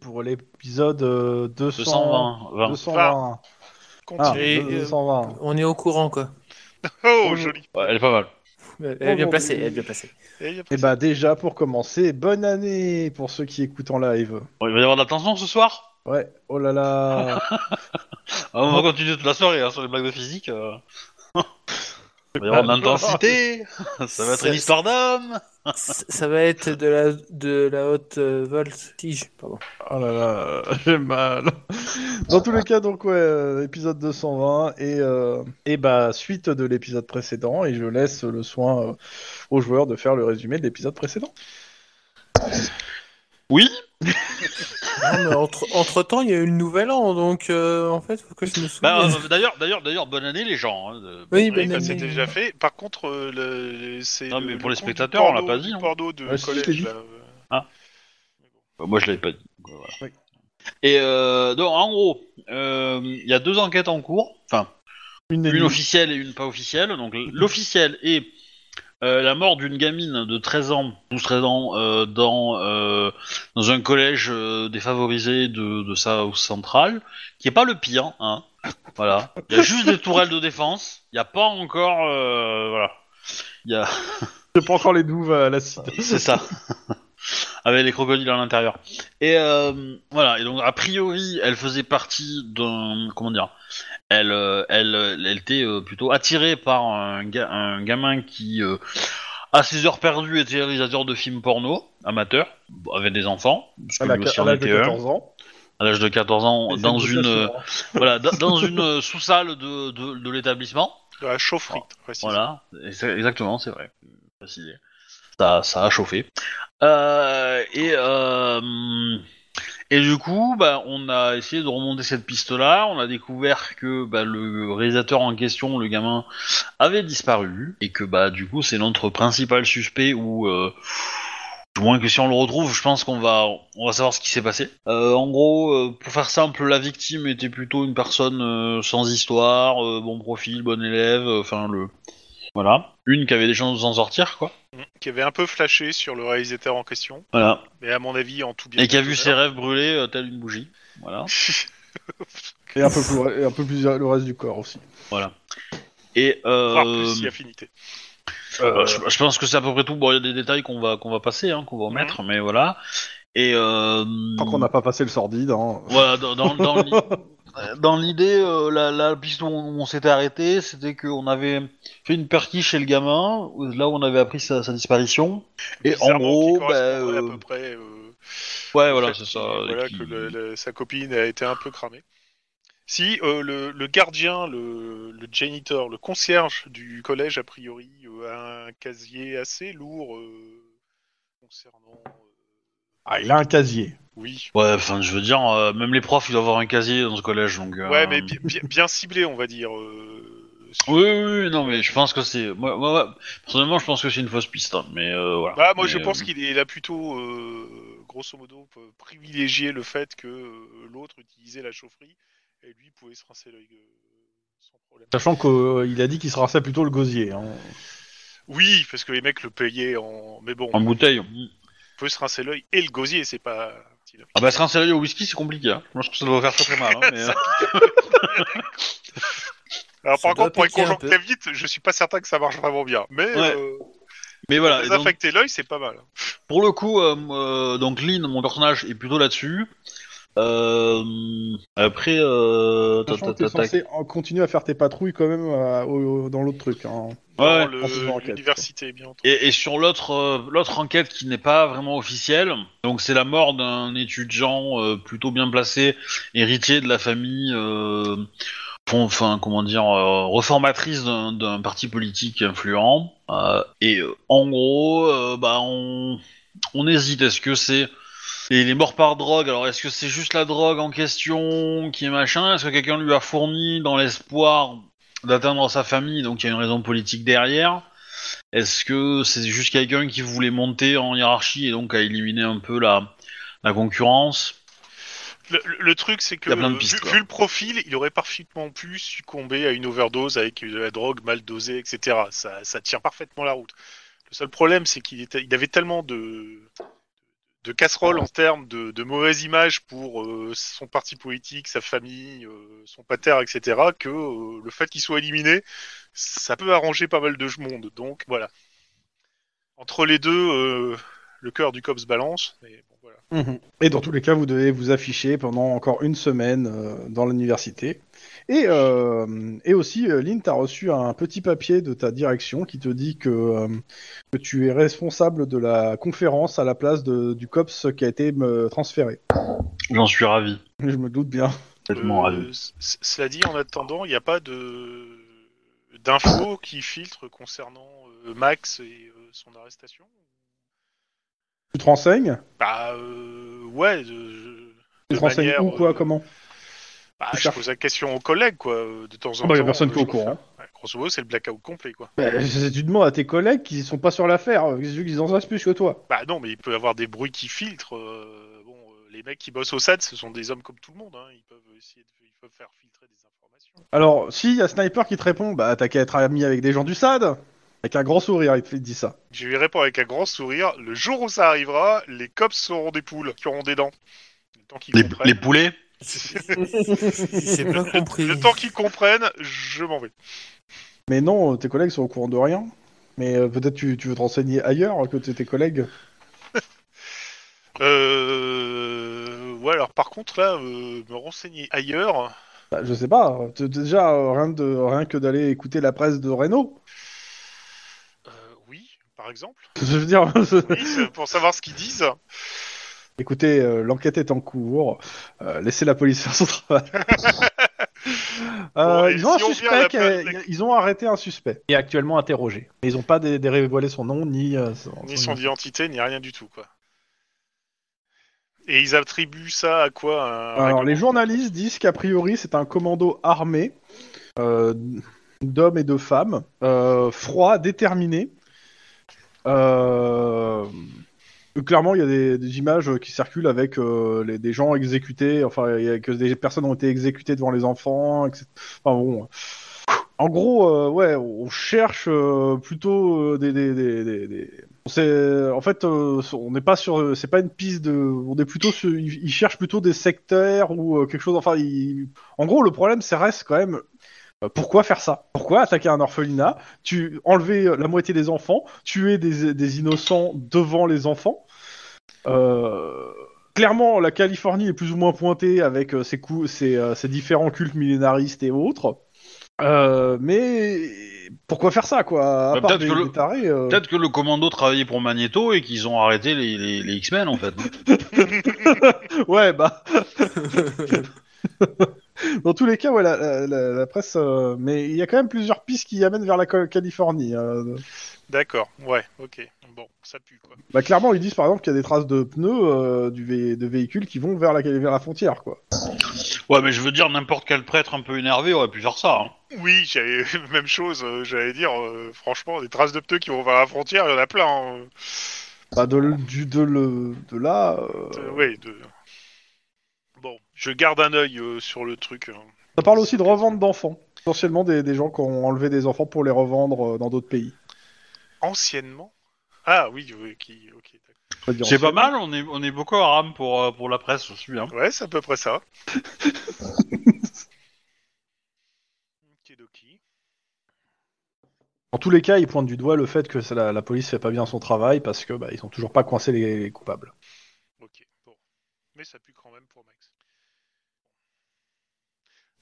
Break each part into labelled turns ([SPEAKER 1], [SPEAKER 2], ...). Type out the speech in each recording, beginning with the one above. [SPEAKER 1] pour l'épisode euh, 200...
[SPEAKER 2] 220. 20.
[SPEAKER 1] 220. Ah,
[SPEAKER 3] Continue.
[SPEAKER 4] Et-
[SPEAKER 1] 220.
[SPEAKER 4] On est au courant, quoi.
[SPEAKER 3] Oh, joli.
[SPEAKER 2] Ouais, elle est pas mal.
[SPEAKER 4] Elle est bien placée, elle est bien placée.
[SPEAKER 3] Et il y a
[SPEAKER 1] Et
[SPEAKER 3] pas-
[SPEAKER 1] bah déjà, pour commencer, bonne année pour ceux qui écoutent en live.
[SPEAKER 2] Bon, il va y avoir de la tension ce soir.
[SPEAKER 1] Ouais, oh là là.
[SPEAKER 2] Ah, on va continuer toute la soirée hein, sur les blagues de physique. euh. il va y avoir de l'intensité. ça va être une histoire d'âme.
[SPEAKER 4] Ça ça va être de la, de la haute euh, voltige. Pardon.
[SPEAKER 1] Oh là là, j'ai mal. Dans tous les cas, donc ouais, euh, épisode 220 et euh, et bah suite de l'épisode précédent et je laisse le soin euh, aux joueurs de faire le résumé de l'épisode précédent.
[SPEAKER 2] Oui.
[SPEAKER 4] Non, Ah, mais entre, temps, il y a eu le nouvel an, donc euh, en fait, faut que je me
[SPEAKER 2] Bah,
[SPEAKER 4] souvienne.
[SPEAKER 2] euh, d'ailleurs, d'ailleurs, d'ailleurs, bonne année les gens. hein, de-
[SPEAKER 4] Oui, ben,
[SPEAKER 3] Oui,
[SPEAKER 4] bonne
[SPEAKER 3] bah,
[SPEAKER 4] année.
[SPEAKER 3] c'est déjà fait. Par contre, euh, le, c'est
[SPEAKER 2] Non,
[SPEAKER 3] le-
[SPEAKER 2] mais
[SPEAKER 3] le
[SPEAKER 2] pour les
[SPEAKER 3] coup
[SPEAKER 2] spectateurs,
[SPEAKER 3] du
[SPEAKER 2] on l'a
[SPEAKER 3] porno-
[SPEAKER 2] pas dit,
[SPEAKER 3] du
[SPEAKER 2] hein.
[SPEAKER 3] porno de
[SPEAKER 1] Ah, si, je l'ai
[SPEAKER 3] collège.
[SPEAKER 1] dit.
[SPEAKER 3] là. euh,
[SPEAKER 2] Bah, moi, je l'avais pas dit. donc, euh, voilà.
[SPEAKER 1] Oui.
[SPEAKER 2] Et euh, donc, en gros, euh, il y a deux enquêtes en cours. Enfin,
[SPEAKER 1] Une, et
[SPEAKER 2] une
[SPEAKER 1] demie.
[SPEAKER 2] officielle et une pas officielle. Donc, l- l'officielle est euh, la mort d'une gamine de 13 ans, 12-13 ans, euh, dans, euh, dans un collège euh, défavorisé de, de South Central, qui est pas le pire. Hein. Voilà. Il y a juste des tourelles de défense. Il n'y a pas encore. euh, voilà. Il y a.
[SPEAKER 1] Je prends encore les douves à la cité.
[SPEAKER 2] C'est ça. Avec les crocodiles à l'intérieur. Et euh, voilà. Et donc a priori, elle faisait partie d'un comment dire. Elle, euh, elle, euh, elle était euh, plutôt attirée par un, ga- un gamin qui, euh, à ses heures perdues, était réalisateur de films porno amateur bon, avec des enfants. Parce que
[SPEAKER 1] À la-
[SPEAKER 2] lui aussi
[SPEAKER 1] à
[SPEAKER 2] en
[SPEAKER 1] l'âge de
[SPEAKER 2] était un,
[SPEAKER 1] 14 ans.
[SPEAKER 2] à l'âge de 14 ans,
[SPEAKER 1] Et
[SPEAKER 2] dans
[SPEAKER 1] c'est pour
[SPEAKER 2] une
[SPEAKER 1] ça,
[SPEAKER 2] euh,
[SPEAKER 1] souvent.
[SPEAKER 2] voilà, dans- dans une euh, sous-salle de- de, de l'établissement.
[SPEAKER 3] De la chaufferie, précise.
[SPEAKER 2] Voilà, exa- exactement, c'est vrai. Précisé. Ça, ça a chauffé. Euh, et, euh, et du coup, bah, on a essayé de remonter cette piste-là. On a découvert que bah, le réalisateur en question, le gamin, avait disparu. Et que bah, du coup, c'est notre principal suspect ou. euh, du moins que si on le retrouve, je pense qu'on va, on va savoir ce qui s'est passé. Euh, en gros, euh, pour faire simple, la victime était plutôt une personne euh, sans histoire, euh, bon profil, bon élève, euh, enfin le, voilà, une qui avait des chances de s'en sortir, quoi.
[SPEAKER 3] Qui avait un peu flashé sur le réalisateur en question,
[SPEAKER 2] Voilà.
[SPEAKER 3] mais à mon avis, en tout bien.
[SPEAKER 2] Et qui a
[SPEAKER 3] tout
[SPEAKER 2] vu ses
[SPEAKER 3] honneur.
[SPEAKER 2] rêves brûler euh, telle une bougie. Voilà.
[SPEAKER 1] Et un peu plus, et un peu plus le reste du corps aussi.
[SPEAKER 2] Et euh,
[SPEAKER 3] Voire plus Ah, si affinité.
[SPEAKER 2] euh, je, je pense que c'est à peu près tout. Bon, il y a des détails qu'on va qu'on va passer, hein,
[SPEAKER 3] Mhm.
[SPEAKER 2] qu'on va omettre, mais voilà. Et euh,
[SPEAKER 1] Tant qu'on n'a pas passé le sordide. Hein.
[SPEAKER 2] voilà dans dans, dans l'i- dans l'idée, euh, la, la piste où on, où on s'était arrêté, c'était qu'on avait fait une perquis chez le gamin, où- là où on avait appris sa, sa disparition. Et en
[SPEAKER 3] Bizarrement,
[SPEAKER 2] gros,
[SPEAKER 3] qui
[SPEAKER 2] bah,
[SPEAKER 3] correspondrait à
[SPEAKER 2] euh,
[SPEAKER 3] peu près. euh,
[SPEAKER 2] ouais,
[SPEAKER 3] au
[SPEAKER 2] voilà,
[SPEAKER 3] fait
[SPEAKER 2] c'est
[SPEAKER 3] qu'il-
[SPEAKER 2] ça.
[SPEAKER 3] voilà,
[SPEAKER 2] qui-
[SPEAKER 3] que le- le- sa copine a été un peu cramée. Si euh, le, le gardien, le, le janitor, le concierge du collège, a priori, euh, a un casier assez lourd euh, concernant. euh,
[SPEAKER 1] Ah, il a un casier.
[SPEAKER 3] oui.
[SPEAKER 2] Ouais, enfin, je veux dire, euh, même les profs, ils doivent avoir un casier dans ce collège, donc. euh,
[SPEAKER 3] Ouais, mais bi- bi- bien ciblé, on va dire. euh, sur-
[SPEAKER 2] Oui, oui, oui, non, mais je pense que c'est. Moi, moi, moi, personnellement, je pense que c'est une fausse piste. hein, mais euh, voilà.
[SPEAKER 3] Bah, moi,
[SPEAKER 2] Mais,
[SPEAKER 3] je
[SPEAKER 2] euh,
[SPEAKER 3] pense qu'il est- il a plutôt, euh, grosso modo, p- privilégié le fait que euh, l'autre utilisait la chaufferie et lui pouvait se rincer l'œil euh, sans problème.
[SPEAKER 1] Sachant qu'il a dit qu'il se rasait plutôt le gosier. Hein.
[SPEAKER 3] Oui, parce que les mecs le payaient en. Mais bon,
[SPEAKER 2] En bouteille.
[SPEAKER 3] on peut se rincer l'œil et le gosier, c'est pas.
[SPEAKER 2] Ah, bah, se rincer au whisky, c'est compliqué. Hein. Moi, je pense que ça doit faire très très mal. Hein, mais, euh,
[SPEAKER 3] Alors,
[SPEAKER 4] Ça
[SPEAKER 3] par
[SPEAKER 4] doit
[SPEAKER 3] contre, pour être
[SPEAKER 4] piquer un peu.
[SPEAKER 3] conjonctivite, je suis pas certain que ça marche vraiment bien. Mais
[SPEAKER 2] Ouais.
[SPEAKER 3] euh,
[SPEAKER 2] mais voilà. et donc,
[SPEAKER 3] désinfecter l'œil, c'est pas mal.
[SPEAKER 2] pour le coup, euh, euh, donc Lynn, mon personnage, est plutôt là-dessus. Euh, après, euh, tac,
[SPEAKER 1] Sachant que
[SPEAKER 2] tac,
[SPEAKER 1] t'es
[SPEAKER 2] tac, tac.
[SPEAKER 1] censé en- continuer à faire tes patrouilles quand même euh, au- au- dans l'autre truc. Hein.
[SPEAKER 2] Ouais,
[SPEAKER 3] Dans le-
[SPEAKER 4] Ah,
[SPEAKER 1] on se fait enquête,
[SPEAKER 3] l'université, bien entendu.
[SPEAKER 2] Et, et sur l'autre euh, l'autre enquête qui n'est pas vraiment officielle, donc c'est la mort d'un étudiant euh, plutôt bien placé, héritier de la famille, euh, fon- enfin comment dire, euh, reformatrice d'un d'un parti politique influent. Euh, et euh, en gros, euh, bah on, on hésite. Est-ce que c'est et il est mort par drogue, alors est-ce que c'est juste la drogue en question qui est machin Est-ce que quelqu'un lui a fourni dans l'espoir d'atteindre sa famille, donc il y a une raison politique derrière est-ce que c'est juste quelqu'un qui voulait monter en hiérarchie et donc à éliminer un peu la, la concurrence
[SPEAKER 3] Le, le- le truc, c'est que
[SPEAKER 2] Il y a plein de
[SPEAKER 3] euh,
[SPEAKER 2] pistes,
[SPEAKER 3] vu,
[SPEAKER 2] quoi.
[SPEAKER 3] vu le profil, il aurait parfaitement pu succomber à une overdose avec de la drogue mal dosée, etc. Ça, ça tient parfaitement la route. Le seul problème, c'est qu'il était- il avait tellement de de casserole en termes de, de mauvaise image pour euh, son parti politique, sa famille, euh, son pater, etc., que euh, le fait qu'il soit éliminé, ça peut arranger pas mal de monde. Donc voilà. Entre les deux, euh, le cœur du COPS balance. Mais bon, voilà.
[SPEAKER 1] Mhm. Et dans tous les cas, vous devez vous afficher pendant encore une semaine euh, dans l'université. Et, euh, et aussi, euh, Lynn, tu as reçu un petit papier de ta direction qui te dit que, euh, que tu es responsable de la conférence à la place de- du COPS qui a été me transféré.
[SPEAKER 2] J'en suis ravi.
[SPEAKER 1] Je me doute bien.
[SPEAKER 2] Complètement ravi.
[SPEAKER 3] Euh, c- c- cela dit, en attendant, il n'y a pas de d'infos qui filtrent concernant euh, Max et euh, son arrestation.
[SPEAKER 1] Tu te renseignes
[SPEAKER 3] Bah euh, ouais. de-
[SPEAKER 1] Tu
[SPEAKER 3] de
[SPEAKER 1] te renseignes
[SPEAKER 3] manière,
[SPEAKER 1] où, quoi,
[SPEAKER 3] euh,
[SPEAKER 1] comment
[SPEAKER 3] bah,
[SPEAKER 1] Tu
[SPEAKER 3] je
[SPEAKER 1] cherches-
[SPEAKER 3] pose la question aux collègues quoi. euh, De temps en
[SPEAKER 1] Ah bah, Il n'y a
[SPEAKER 3] temps,
[SPEAKER 1] personne
[SPEAKER 3] euh,
[SPEAKER 1] qui est au
[SPEAKER 3] je-
[SPEAKER 1] courant.
[SPEAKER 3] Ouais, grosso modo, c'est le blackout complet quoi.
[SPEAKER 1] Bah, c'est- tu demandes à tes collègues qui sont pas sur l'affaire, qu'ils qu'ils en savent plus que toi.
[SPEAKER 3] Bah non, mais il peut y avoir des bruits qui filtrent. euh, bon, euh, les mecs qui bossent au SAD, ce sont des hommes comme tout le monde. hein, Ils peuvent essayer, de, ils peuvent faire filtrer des informations.
[SPEAKER 1] Alors, s'il y a Sniper qui te répond, bah t'as qu'à être ami avec des gens du SAD. Avec un grand sourire, il te dit ça.
[SPEAKER 3] Je lui réponds avec un grand sourire. Le jour où ça arrivera, les cops seront des poules qui auront des dents. Le temps qu'ils
[SPEAKER 2] Les,
[SPEAKER 3] comprennent.
[SPEAKER 2] les poulets
[SPEAKER 4] J'ai pas compris.
[SPEAKER 3] Le temps qu'ils comprennent, je m'en vais.
[SPEAKER 1] Mais non, euh, tes collègues sont au courant de rien. Mais euh, peut-être tu, tu veux te renseigner ailleurs que t- tes collègues.
[SPEAKER 3] Euh... Ouais, alors par contre, là, euh, me renseigner ailleurs.
[SPEAKER 1] Bah, je sais pas. t- Déjà, euh, rien, de, rien que d'aller écouter la presse de Renault.
[SPEAKER 3] euh, oui, par exemple.
[SPEAKER 1] Je veux dire,
[SPEAKER 3] Oui, c'est pour savoir ce qu'ils disent.
[SPEAKER 1] écoutez, euh, l'enquête est en cours. Euh, laissez la police faire son travail. Euh,
[SPEAKER 3] Bon, et
[SPEAKER 1] ils, ont
[SPEAKER 3] si
[SPEAKER 1] un
[SPEAKER 3] on vient à
[SPEAKER 1] suspect
[SPEAKER 3] la
[SPEAKER 1] qui
[SPEAKER 3] place
[SPEAKER 1] est- ils ont arrêté un suspect et actuellement interrogé. Mais ils n'ont pas dé- dé- dévoilé son nom ni, euh, son-
[SPEAKER 3] ni son identité, ni rien du tout, quoi. Et ils attribuent ça à quoi à un
[SPEAKER 1] Alors,
[SPEAKER 3] Euh, règlement
[SPEAKER 1] les journalistes disent qu'a priori, c'est un commando armé euh, d'hommes et de femmes, euh, froid, déterminé. Euh, clairement, il y a des, des images qui circulent avec euh, les- des gens exécutés, enfin, il y a que des personnes ont été exécutées devant les enfants, etc. Enfin, bon. En gros, euh, ouais, on cherche euh, plutôt euh, des, des- des- des- des- c'est en fait euh, on n'est pas sur c'est pas une piste de on est plutôt sur ils ils cherchent plutôt des secteurs ou euh, quelque chose enfin ils- en gros le problème c'est reste quand même euh, pourquoi faire ça Pourquoi attaquer un orphelinat Tu enlever euh, la moitié des enfants, tuer des, des innocents devant les enfants. Euh, clairement, la Californie est plus ou moins pointée avec euh, ses, cou- ses, euh, ses différents cultes millénaristes et autres. Euh, mais pourquoi faire ça, quoi À
[SPEAKER 2] Bah,
[SPEAKER 1] part
[SPEAKER 2] peut-être
[SPEAKER 1] des,
[SPEAKER 2] que le-
[SPEAKER 1] des tarés, euh,
[SPEAKER 2] Peut-être que le commando travaillait pour Magneto et qu'ils ont arrêté les, les- les X-Men en fait.
[SPEAKER 1] Ouais, bah. Dans tous les cas, ouais, la, la- la- la presse. euh, mais il y a quand même plusieurs pistes qui amènent vers la Cal- Californie. euh.
[SPEAKER 3] D'accord, ouais, ok. Bon, ça pue, quoi.
[SPEAKER 1] Bah, clairement, ils disent par exemple qu'il y a des traces de pneus euh, du vé- de véhicules qui vont vers la, vers la frontière, quoi.
[SPEAKER 2] Ouais, mais je veux dire, n'importe quel prêtre un peu énervé aurait pu faire ça. hein.
[SPEAKER 3] Oui, j'avais même chose, euh, j'allais dire, euh, franchement, des traces de pneus qui vont vers la frontière, il y en a plein. hein.
[SPEAKER 1] Bah, de, l- du, de, le, de là. euh,
[SPEAKER 3] Euh, ouais, de... Bon, je garde un œil euh, sur le truc. hein.
[SPEAKER 1] Ça parle aussi de revente d'enfants. Essentiellement des, des gens qui ont enlevé des enfants pour les revendre euh, dans d'autres pays.
[SPEAKER 3] Anciennement Ah oui, oui, qui... ok. d'accord.
[SPEAKER 1] On va dire
[SPEAKER 2] C'est
[SPEAKER 1] ensuite.
[SPEAKER 2] pas mal, on est, on est beaucoup à rame pour, euh, pour la presse aussi. Hein.
[SPEAKER 3] Ouais, c'est à peu près ça. Okidoki.
[SPEAKER 1] En tous les cas, ils pointent du doigt le fait que ça- la, la police fait pas bien son travail parce que bah, ils ont toujours pas coincé les- les coupables.
[SPEAKER 3] Ok, bon. Mais ça pue quand même pour Max.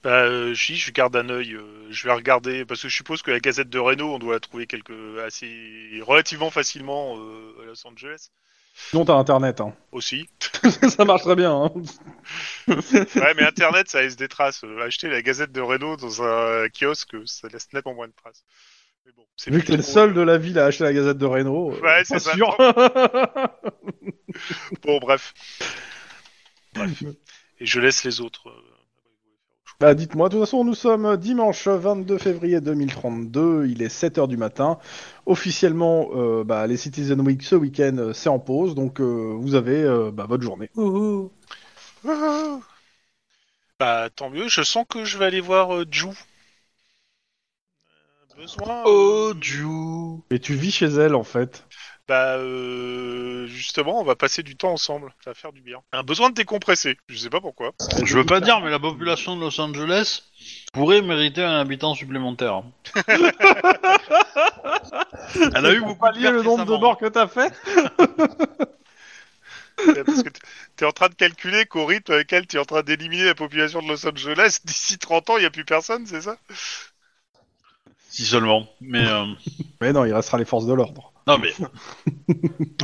[SPEAKER 3] Bah, euh, j'y- je garde un œil. euh, je vais regarder, parce que je suppose que la gazette de Reno, on doit la trouver quelque, assez, relativement facilement euh, à Los Angeles.
[SPEAKER 1] Sinon, t'as Internet. Hein.
[SPEAKER 3] Aussi.
[SPEAKER 1] ça marche très bien. Hein.
[SPEAKER 3] Ouais, mais Internet, ça laisse des traces. Euh, Acheter la gazette de Reno dans un kiosque, ça laisse nettement moins de traces. Mais bon, c'est
[SPEAKER 1] Vu que t'es le
[SPEAKER 3] plutôt-
[SPEAKER 1] seul de la ville à acheter la Gazette de Reno. euh,
[SPEAKER 3] Ouais,
[SPEAKER 1] pas
[SPEAKER 3] c'est ça.
[SPEAKER 1] sûr.
[SPEAKER 3] Bon, bref. Bref. Et je laisse les autres. euh,
[SPEAKER 1] bah, dites-moi, de toute façon, nous sommes dimanche 22 février 2032. Il est 7h du matin. Officiellement, euh, bah, les Citizen Week ce week-end, euh, c'est en pause. Donc, euh, vous avez euh, bah, votre journée.
[SPEAKER 4] Ouhou.
[SPEAKER 3] Bah tant mieux, je sens que je vais aller voir euh, Ju. Euh, besoin. euh,
[SPEAKER 2] Dieu
[SPEAKER 1] Et tu vis chez elle, en fait.
[SPEAKER 3] bah euh, justement, on va passer du temps ensemble. Ça va faire du bien. Un besoin de décompresser. Je sais pas pourquoi.
[SPEAKER 2] Je veux pas dire, mais la population de Los Angeles pourrait mériter un habitant supplémentaire. Elle a eu beaucoup de
[SPEAKER 1] pallier le
[SPEAKER 2] pertes
[SPEAKER 1] nombre de
[SPEAKER 2] récemment.
[SPEAKER 1] morts que t'as fait
[SPEAKER 3] Parce que t'es- t'es en train de calculer qu'au rythme avec lequel t'es en train d'éliminer la population de Los Angeles, d'ici 30 ans, il n'y a plus personne, c'est ça
[SPEAKER 2] Si seulement. Mais euh,
[SPEAKER 1] Mais non, il restera les forces de l'ordre.
[SPEAKER 2] non, mais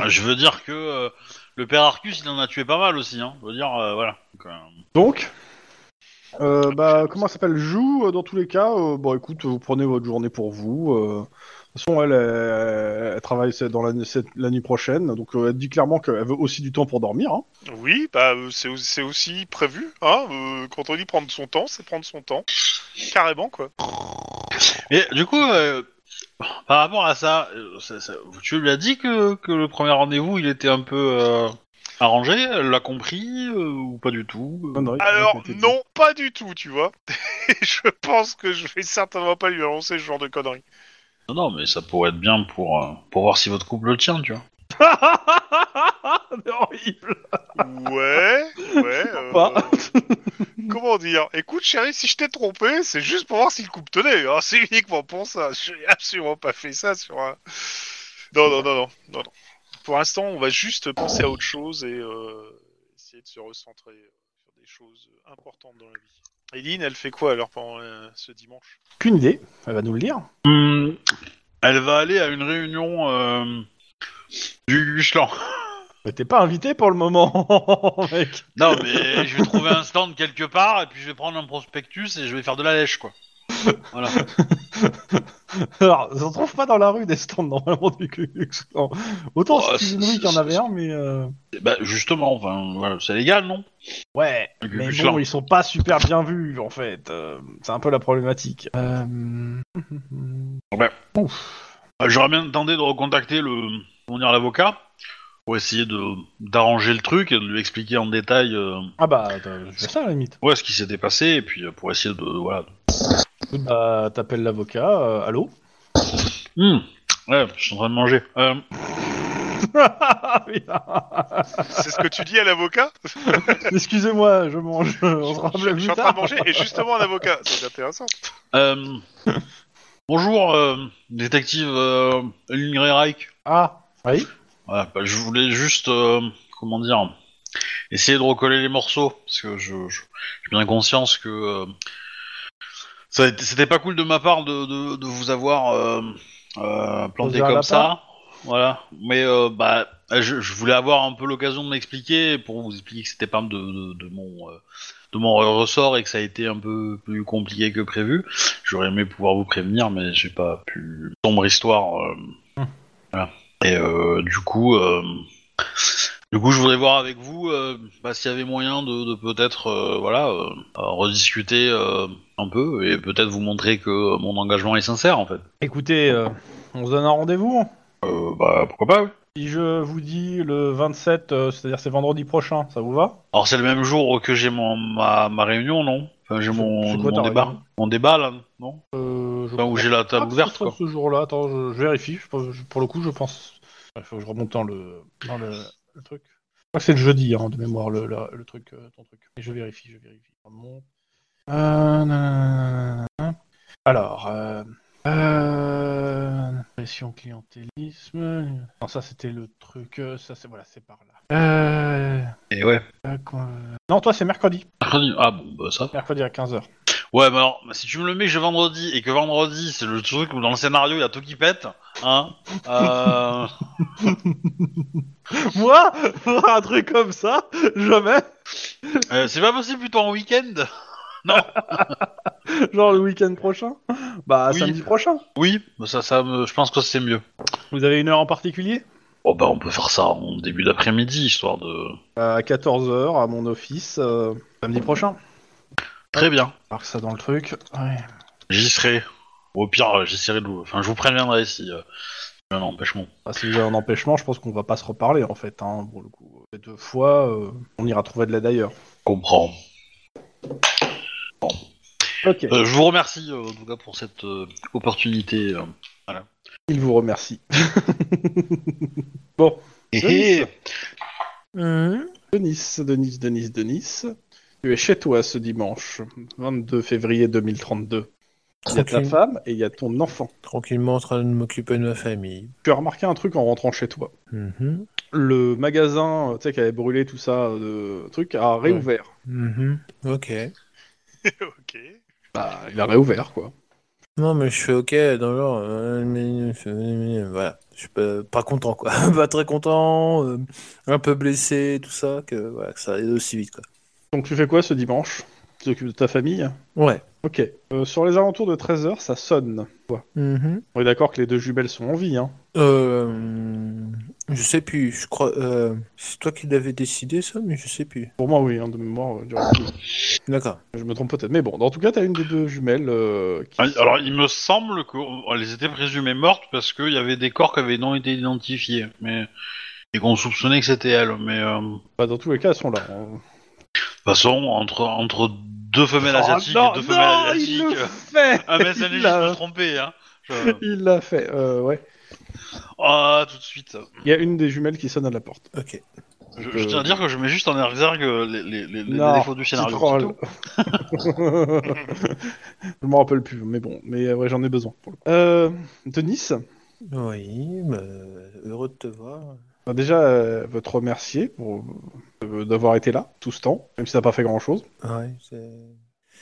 [SPEAKER 2] je veux dire que euh, le père Arcus, il en a tué pas mal aussi. Hein. Je veux dire, euh, voilà. Donc, euh,
[SPEAKER 1] Donc, euh, bah, comment ça s'appelle Joue, euh, dans tous les cas, euh, bon, écoute, vous prenez votre journée pour vous. euh, de toute façon, elle, elle, elle travaille cette- dans la, cette- la nuit prochaine, donc euh, elle dit clairement qu'elle veut aussi du temps pour dormir. hein.
[SPEAKER 3] Oui, bah euh, c'est au- c'est aussi prévu. Hein euh, quand on dit prendre son temps, c'est prendre son temps. Carrément, quoi.
[SPEAKER 2] Et du coup, euh, par rapport à ça, euh, ça- ça- tu lui as dit que, que le premier rendez-vous, il était un peu euh, arrangé Elle l'a compris euh, ou pas du tout
[SPEAKER 1] Non, non, il-
[SPEAKER 3] Alors,
[SPEAKER 1] il était dit.
[SPEAKER 3] non, pas du tout, tu vois. Et je pense que je vais certainement pas lui annoncer ce genre de conneries.
[SPEAKER 2] Non, non, mais ça pourrait être bien pour, euh, pour voir si votre couple tient, tu vois.
[SPEAKER 1] C'est horrible.
[SPEAKER 3] Ouais, ouais. euh,
[SPEAKER 1] Pas.
[SPEAKER 3] comment dire Écoute, chérie, si je t'ai trompé, c'est juste pour voir si le couple tenait. hein. C'est uniquement pour ça. Je n'ai absolument pas fait ça sur un. Non, non, non, non. non, non. Pour l'instant, on va juste penser à autre chose et euh, essayer de se recentrer sur des choses importantes dans la vie. Eileen, elle fait quoi alors pendant euh, ce dimanche
[SPEAKER 1] Qu'une idée, elle va nous le dire.
[SPEAKER 2] Hum, elle va aller à une réunion euh, du du clan.
[SPEAKER 1] Mais t'es pas invité pour le moment, mec.
[SPEAKER 2] Non, mais je vais trouver un stand quelque part et puis je vais prendre un prospectus et je vais faire de la lèche, quoi. Voilà.
[SPEAKER 1] Alors, on trouve pas dans la rue des stands normalement du QX. Non. Autant
[SPEAKER 2] Oh,
[SPEAKER 1] je
[SPEAKER 2] c'est-
[SPEAKER 1] suis une rue qu'il y en
[SPEAKER 2] c'est-
[SPEAKER 1] avait
[SPEAKER 2] c'est-
[SPEAKER 1] un, mais. euh,
[SPEAKER 2] Bah, justement, enfin, voilà, c'est légal, non
[SPEAKER 1] Ouais,
[SPEAKER 2] Le
[SPEAKER 1] mais
[SPEAKER 2] Cucus
[SPEAKER 1] bon,
[SPEAKER 2] Clan.
[SPEAKER 1] ils sont pas super bien vus en fait. Euh, c'est un peu la problématique. Euh...
[SPEAKER 2] Euh, J'aurais bien tenté de recontacter le, comment dire, l'avocat pour essayer de d'arranger le truc et de lui expliquer en détail euh,
[SPEAKER 1] Ah bah, euh, je fais ça à la limite.
[SPEAKER 2] ouais, ce qui s'était passé et puis euh, pour essayer de voilà.
[SPEAKER 1] Bah, t'appelles l'avocat, euh, allô
[SPEAKER 2] Hmm, ouais, je suis en train de manger. Euh,
[SPEAKER 3] Ah, C'est ce que tu dis à l'avocat
[SPEAKER 1] Excusez-moi, je mange. On se
[SPEAKER 3] je,
[SPEAKER 1] rappelle
[SPEAKER 3] je
[SPEAKER 1] plus
[SPEAKER 3] suis en train
[SPEAKER 1] tard.
[SPEAKER 3] de manger et justement un avocat. C'est intéressant.
[SPEAKER 2] euh, bonjour, euh, détective euh, Eileen Gray Reich.
[SPEAKER 1] Ah, oui
[SPEAKER 2] Voilà, bah, je voulais juste, euh, comment dire, essayer de recoller les morceaux, parce que je, je- j'ai bien conscience que euh, ça a été- c'était pas cool de ma part de, de- de vous avoir euh, euh, planté
[SPEAKER 1] Posé un
[SPEAKER 2] comme
[SPEAKER 1] lapin.
[SPEAKER 2] ça. Voilà, mais euh, bah, je, je voulais avoir un peu l'occasion de m'expliquer pour vous expliquer que c'était pas de, de, de mon euh, de mon ressort et que ça a été un peu plus compliqué que prévu. J'aurais aimé pouvoir vous prévenir, mais j'ai pas pu. Sombre histoire. euh,
[SPEAKER 1] Hum.
[SPEAKER 2] voilà. Et euh, du coup, euh, du coup, je voudrais voir avec vous euh, bah, s'il y avait moyen de, de peut-être euh, voilà euh, euh, rediscuter euh, un peu et peut-être vous montrer que euh, mon engagement est sincère en fait.
[SPEAKER 1] Écoutez, euh, on se donne un rendez-vous.
[SPEAKER 2] Euh, bah pourquoi pas. oui.
[SPEAKER 1] Si je vous dis le 27, euh, c'est-à-dire c'est vendredi prochain, ça vous va
[SPEAKER 2] Alors c'est le même jour que j'ai mon ma, ma réunion non Enfin j'ai
[SPEAKER 1] C'est-
[SPEAKER 2] mon,
[SPEAKER 1] c'est quoi ta
[SPEAKER 2] mon débat,
[SPEAKER 1] réunion
[SPEAKER 2] mon débat là non
[SPEAKER 1] euh, je
[SPEAKER 2] Enfin, où j'ai la
[SPEAKER 1] Ah,
[SPEAKER 2] table
[SPEAKER 1] que ce
[SPEAKER 2] ouverte
[SPEAKER 1] soit
[SPEAKER 2] quoi.
[SPEAKER 1] Ce jour-là, attends, je, je vérifie. je pense- je- pour le coup, je pense. Il faut que je remonte dans le, dans le, le truc. Je crois que c'est le jeudi, hein, de mémoire, le, la- le truc, euh, ton truc. Et je vérifie, je vérifie. Je remonte. Euh, nanana. Alors, euh, euh, pression clientélisme. Non, ça c'était le truc. euh, Ça c'est voilà, c'est par là. Euh,
[SPEAKER 2] Et ouais.
[SPEAKER 1] euh, quoi- Non, toi c'est mercredi.
[SPEAKER 2] Ah bon bah ça.
[SPEAKER 1] Mercredi à 15h.
[SPEAKER 2] Ouais mais alors si tu me le mets que j'ai vendredi et que vendredi c'est le truc où dans le scénario il y a tout qui pète hein. euh,
[SPEAKER 1] Moi, pour un truc comme ça, jamais.
[SPEAKER 2] euh, c'est pas possible plutôt en week-end
[SPEAKER 1] Genre le week-end prochain Bah
[SPEAKER 2] Oui.
[SPEAKER 1] samedi prochain.
[SPEAKER 2] Oui, bah ça, ça me- je pense que c'est mieux.
[SPEAKER 1] Vous avez une heure en particulier
[SPEAKER 2] Oh bah on peut faire ça en début d'après-midi, histoire de...
[SPEAKER 1] À 14h à mon office euh, samedi prochain.
[SPEAKER 2] Très bien.
[SPEAKER 1] Marque ça dans le truc. Ouais.
[SPEAKER 2] J'y serai. Au pire, euh, j'essaierai de vous... Enfin, je vous préviendrai si... Euh... j'ai Un empêchement.
[SPEAKER 1] Ah, si vous avez un empêchement, je pense qu'on va pas se reparler en fait. Hein, pour le coup, Ces deux fois, euh, on ira trouver de l'aide ailleurs.
[SPEAKER 2] Comprends.
[SPEAKER 1] Ok.
[SPEAKER 2] Euh, je vous remercie euh, en tout cas pour cette euh, opportunité. euh.
[SPEAKER 1] Il vous remercie. bon, Denis,
[SPEAKER 4] Hum.
[SPEAKER 1] Denis, Denis, Denis, Denis, tu es chez toi ce dimanche, 22 février 2032. Il y a ta
[SPEAKER 4] Tranquille.
[SPEAKER 1] femme et il y a ton enfant.
[SPEAKER 4] Tranquillement en train de m'occuper de ma famille.
[SPEAKER 1] Tu as remarqué un truc en rentrant chez toi.
[SPEAKER 4] Mhm.
[SPEAKER 1] Le magasin, euh, tu sais, qui avait brûlé tout ça, euh, de truc, a réouvert.
[SPEAKER 4] Mhm. Ok.
[SPEAKER 3] ok.
[SPEAKER 1] Bah, il a réouvert, quoi.
[SPEAKER 4] Non, mais je fais ok dans le genre. euh, mais- euh, Voilà. Je suis pas, pas content, quoi. pas très content, euh, un peu blessé, tout ça, que, voilà, que ça aille aussi vite, quoi.
[SPEAKER 1] Donc tu fais quoi ce dimanche Tu t'occupes de ta famille
[SPEAKER 4] Ouais.
[SPEAKER 1] Ok. Euh, sur les alentours de 13h, ça sonne.
[SPEAKER 4] Mm-hmm.
[SPEAKER 1] On est d'accord que les deux jumelles sont en vie, hein
[SPEAKER 4] Euh, je sais plus, je crois. euh, c'est toi qui l'avais décidé, ça, mais je sais plus.
[SPEAKER 1] Pour moi, oui, hein, de mémoire, euh, du recul.
[SPEAKER 4] D'accord.
[SPEAKER 1] Je me trompe peut-être. Mais bon, en tout cas, t'as une des deux jumelles euh, qui...
[SPEAKER 2] Ah, Alors, il me semble qu'elles étaient présumées mortes parce qu'il y avait des corps qui avaient non été identifiés, mais et qu'on soupçonnait que c'était elles. Mais euh, de
[SPEAKER 1] Bah, dans tous les cas, elles sont là. hein.
[SPEAKER 2] toute façon, entre entre deux femelles
[SPEAKER 1] Oh,
[SPEAKER 2] asiatiques,
[SPEAKER 1] non,
[SPEAKER 2] et deux femelles
[SPEAKER 1] non, il
[SPEAKER 2] asiatiques, ah,
[SPEAKER 1] le fait
[SPEAKER 2] un mec allait
[SPEAKER 1] Il
[SPEAKER 2] juste me
[SPEAKER 1] l'a
[SPEAKER 2] tromper. Hein. Je-
[SPEAKER 1] il l'a fait, euh, ouais.
[SPEAKER 2] Ah, tout de suite.
[SPEAKER 1] Il y a une des jumelles qui sonne à la porte.
[SPEAKER 4] Ok.
[SPEAKER 2] Je, je tiens à dire que je mets juste en exergue euh, les, les- les- les
[SPEAKER 1] euh, Non,
[SPEAKER 2] défauts du scénario. c'est tout.
[SPEAKER 1] Petit troll. je m'en rappelle plus, mais bon, mais euh, ouais, j'en ai besoin. pour le coup. Euh, Denis,
[SPEAKER 4] Oui, bah, heureux de te voir.
[SPEAKER 1] bah, déjà, euh, veux te remercier pour euh, d'avoir été là tout ce temps, même si t'as pas fait grand chose.
[SPEAKER 4] Ouais, c'est.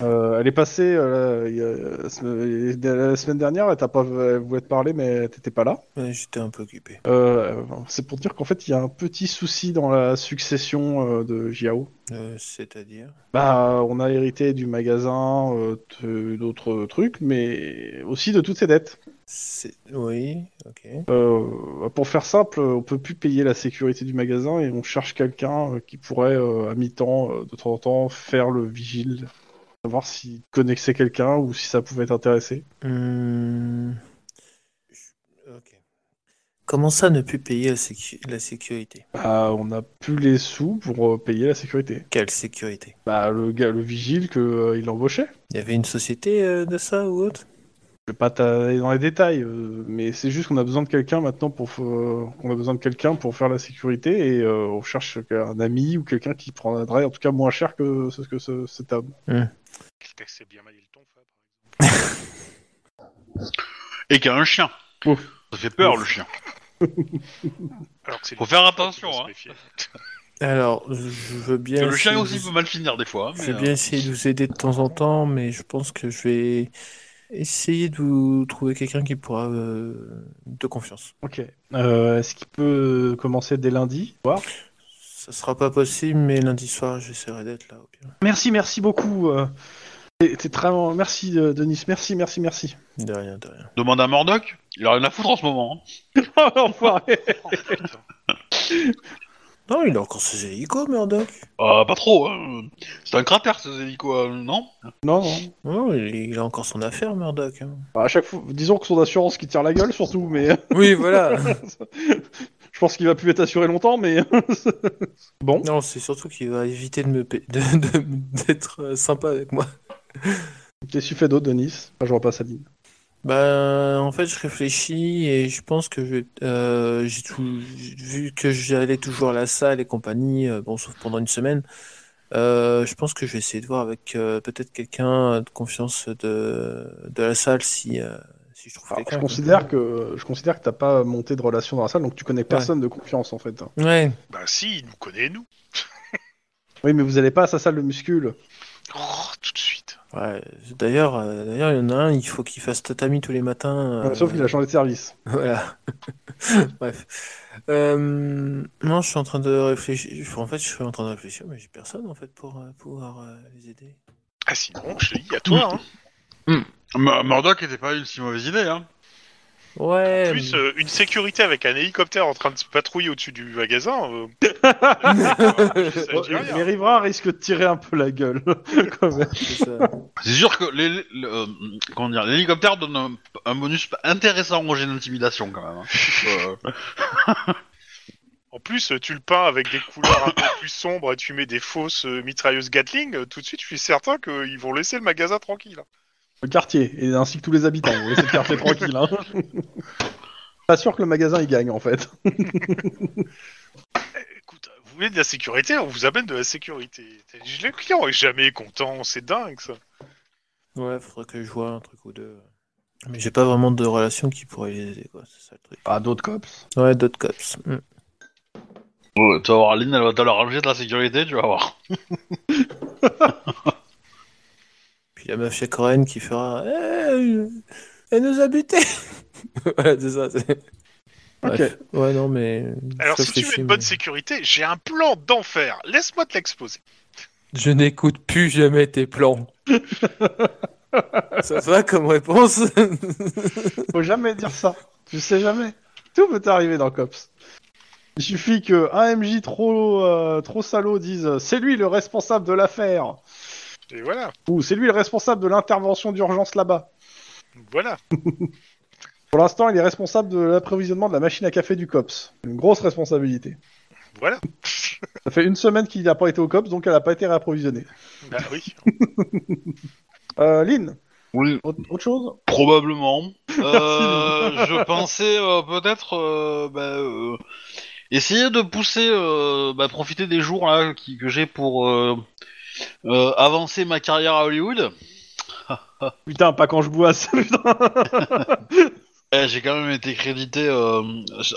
[SPEAKER 1] elle est passée euh, il y a- la semaine- la semaine dernière, elle t'a pas elle voulait te parler, mais t'étais pas là.
[SPEAKER 4] Ouais, J'étais un peu occupé.
[SPEAKER 1] Euh, c'est pour dire qu'en fait, il y a un petit souci dans la succession euh, de Jiao.
[SPEAKER 4] Euh, C'est-à-dire.
[SPEAKER 1] Bah, on a hérité du magasin, euh, de- d'autres trucs, mais aussi de toutes ses dettes.
[SPEAKER 4] C'est. Oui, ok.
[SPEAKER 1] Euh, pour faire simple, on peut plus payer la sécurité du magasin et on cherche quelqu'un euh, qui pourrait, euh, à mi-temps, euh, de temps en temps, faire le vigile, savoir si connaissait quelqu'un ou si ça pouvait t'intéresser.
[SPEAKER 4] Hmm. Je- Ok. Comment ça ne plus payer la, sécu- la sécurité
[SPEAKER 1] Bah, on n'a plus les sous pour euh, payer la sécurité.
[SPEAKER 4] Quelle sécurité
[SPEAKER 1] Bah, le gars, le vigile que euh, il embauchait.
[SPEAKER 4] Il y avait une société euh, de ça ou autre
[SPEAKER 1] Je vais pas t'aller dans les détails, euh, mais c'est juste qu'on a besoin de quelqu'un maintenant pour f- euh, qu'on a besoin de quelqu'un pour faire la sécurité et euh, on cherche un ami ou quelqu'un qui prendrait en tout cas moins cher que ce que ce, cet homme.
[SPEAKER 3] Quelqu'un qui sait bien manier le ton, Fab.
[SPEAKER 2] Et qu'il y a un chien.
[SPEAKER 1] Ouf.
[SPEAKER 2] Ça fait peur le chien.
[SPEAKER 3] Alors que c'est
[SPEAKER 2] Faut
[SPEAKER 3] lui-
[SPEAKER 2] faire attention,
[SPEAKER 3] faut se
[SPEAKER 2] hein.
[SPEAKER 3] méfier.
[SPEAKER 4] Alors, je- je veux bien.
[SPEAKER 2] le chien
[SPEAKER 4] essayer
[SPEAKER 2] aussi
[SPEAKER 4] de
[SPEAKER 2] peut
[SPEAKER 4] vous-
[SPEAKER 2] mal finir des fois. mais,
[SPEAKER 4] Je
[SPEAKER 2] euh,
[SPEAKER 4] vais bien essayer de vous aider de temps en temps, mais je pense que je vais essayer de vous trouver quelqu'un qui pourra euh, de confiance.
[SPEAKER 1] Ok. Euh, Est-ce qu'il peut commencer dès lundi
[SPEAKER 4] Ça sera pas possible, mais lundi soir, j'essaierai d'être là au pire.
[SPEAKER 1] Merci, merci beaucoup. euh, t'es- t'es très... Merci euh, Denis, merci, merci, merci.
[SPEAKER 4] De rien, de rien.
[SPEAKER 2] euh, Demande à Murdoch. Il a rien à foutre en ce moment. hein.
[SPEAKER 1] Oh, l'enfoiré.
[SPEAKER 3] Oh, putain.
[SPEAKER 4] Non, il a encore ses hélicos, Murdoch.
[SPEAKER 2] Ah, pas trop. hein. C'est un cratère ce hélico, euh, non
[SPEAKER 1] non, non.
[SPEAKER 4] Non, il, il a encore son affaire, Murdoch. hein.
[SPEAKER 1] Bah, à chaque fois, disons que son assurance qui tire la gueule surtout, mais euh,
[SPEAKER 4] Oui, voilà.
[SPEAKER 1] je pense qu'il va plus être assuré longtemps, mais bon.
[SPEAKER 4] Non, c'est surtout qu'il va éviter de me pa- de- de- d'être euh, sympa avec moi.
[SPEAKER 1] Qu'est-ce que tu fais d'autre, Denis Enfin, Je vois pas sa ligne.
[SPEAKER 4] Bah, en fait, je réfléchis et je pense que je vais- euh, j'ai tout vu que j'allais toujours à la salle et compagnie, euh, bon, sauf pendant une semaine. euh, je pense que je vais essayer de voir avec euh, peut-être quelqu'un de confiance de, de la salle si, euh, si je trouve
[SPEAKER 1] Alors, Ah, je
[SPEAKER 4] quelqu'un.
[SPEAKER 1] considère que je considère que t'as pas monté de relation dans la salle, donc tu connais personne de confiance en fait.
[SPEAKER 4] Ouais.
[SPEAKER 3] Bah si, il nous connaît, nous.
[SPEAKER 1] Oui, mais vous allez pas à sa salle de muscule.
[SPEAKER 3] Oh, tout de suite.
[SPEAKER 4] Ouais. D'ailleurs, euh, d'ailleurs, il y en a un, il faut qu'il fasse tatami tous les matins. euh,
[SPEAKER 1] Sauf qu'il a changé de service.
[SPEAKER 4] Voilà. Bref. Euh, non, je suis en train de réfléchir. enfin, En fait, je suis en train de réfléchir, mais j'ai personne en fait pour euh, pouvoir euh, les aider.
[SPEAKER 3] Ah sinon, je te dis, à toi, hein.
[SPEAKER 2] M- Murdoch était pas une si mauvaise idée. Hein.
[SPEAKER 4] Ouais.
[SPEAKER 3] Plus euh, une sécurité avec un hélicoptère en train de se patrouiller au-dessus du magasin. euh. Ça dit rien.
[SPEAKER 1] les riverains risquent de tirer un peu la gueule, quand même.
[SPEAKER 4] euh, c'est ça.
[SPEAKER 2] C'est sûr que les- les- le- euh, comment dire, l'hélicoptère donne un, un bonus intéressant au jet d'intimidation quand même. hein. Euh,
[SPEAKER 3] En plus, euh, tu le peins avec des couleurs un peu plus sombres et tu mets des fausses euh, mitrailleuses Gatling, euh, tout de suite, je suis certain qu'ils vont laisser le magasin tranquille.
[SPEAKER 1] Le quartier, et ainsi que tous les habitants. Vous laissez le quartier tranquille. hein. Pas sûr que le magasin il gagne en fait.
[SPEAKER 3] Écoute, euh, vous voulez de la sécurité, on vous amène de la sécurité. Le client est jamais content, c'est dingue ça.
[SPEAKER 4] Ouais, faudrait que je vois un truc ou deux. Mais j'ai pas vraiment de relation qui pourrait les aider, quoi. C'est ça le truc.
[SPEAKER 1] Ah, d'autres cops.
[SPEAKER 4] Ouais, d'autres cops. Mm.
[SPEAKER 2] Ouais, Euh, tu vas voir, Aline, elle va te leur rajouter de la sécurité, tu vas voir.
[SPEAKER 4] Puis la mafia coréenne qui fera. Eh, elle nous a butés Voilà, c'est ça. c'est- Bref. Ouais, non, mais.
[SPEAKER 3] Alors
[SPEAKER 4] je
[SPEAKER 3] si tu veux
[SPEAKER 4] réfléchis,
[SPEAKER 3] une bonne
[SPEAKER 4] mais-
[SPEAKER 3] sécurité, j'ai un plan d'enfer. Laisse-moi te l'exposer.
[SPEAKER 4] Je n'écoute plus jamais tes plans. ça va comme réponse
[SPEAKER 1] Faut jamais dire ça. Tu sais jamais. Tout peut arriver dans Cops. Il suffit que un MJ trop, euh, trop salaud dise c'est lui le responsable de l'affaire
[SPEAKER 3] Et voilà,
[SPEAKER 1] ou c'est lui le responsable de l'intervention d'urgence là-bas.
[SPEAKER 3] voilà.
[SPEAKER 1] Pour l'instant, il est responsable de l'approvisionnement de la machine à café du Cops. Une grosse responsabilité.
[SPEAKER 3] Voilà.
[SPEAKER 1] Ça fait une semaine qu'il n'a pas été au Cops, donc elle n'a pas été réapprovisionnée.
[SPEAKER 3] Bah oui.
[SPEAKER 1] Euh, Lynn,
[SPEAKER 2] Oui,
[SPEAKER 1] autre, autre chose
[SPEAKER 2] Probablement. Euh, je pensais euh, peut-être euh, bah, euh, essayer de pousser, euh, bah, profiter des jours là qui- que j'ai pour euh, euh, avancer ma carrière à Hollywood.
[SPEAKER 1] Putain, pas quand je boisse, putain.
[SPEAKER 2] Eh, j'ai quand même été crédité euh,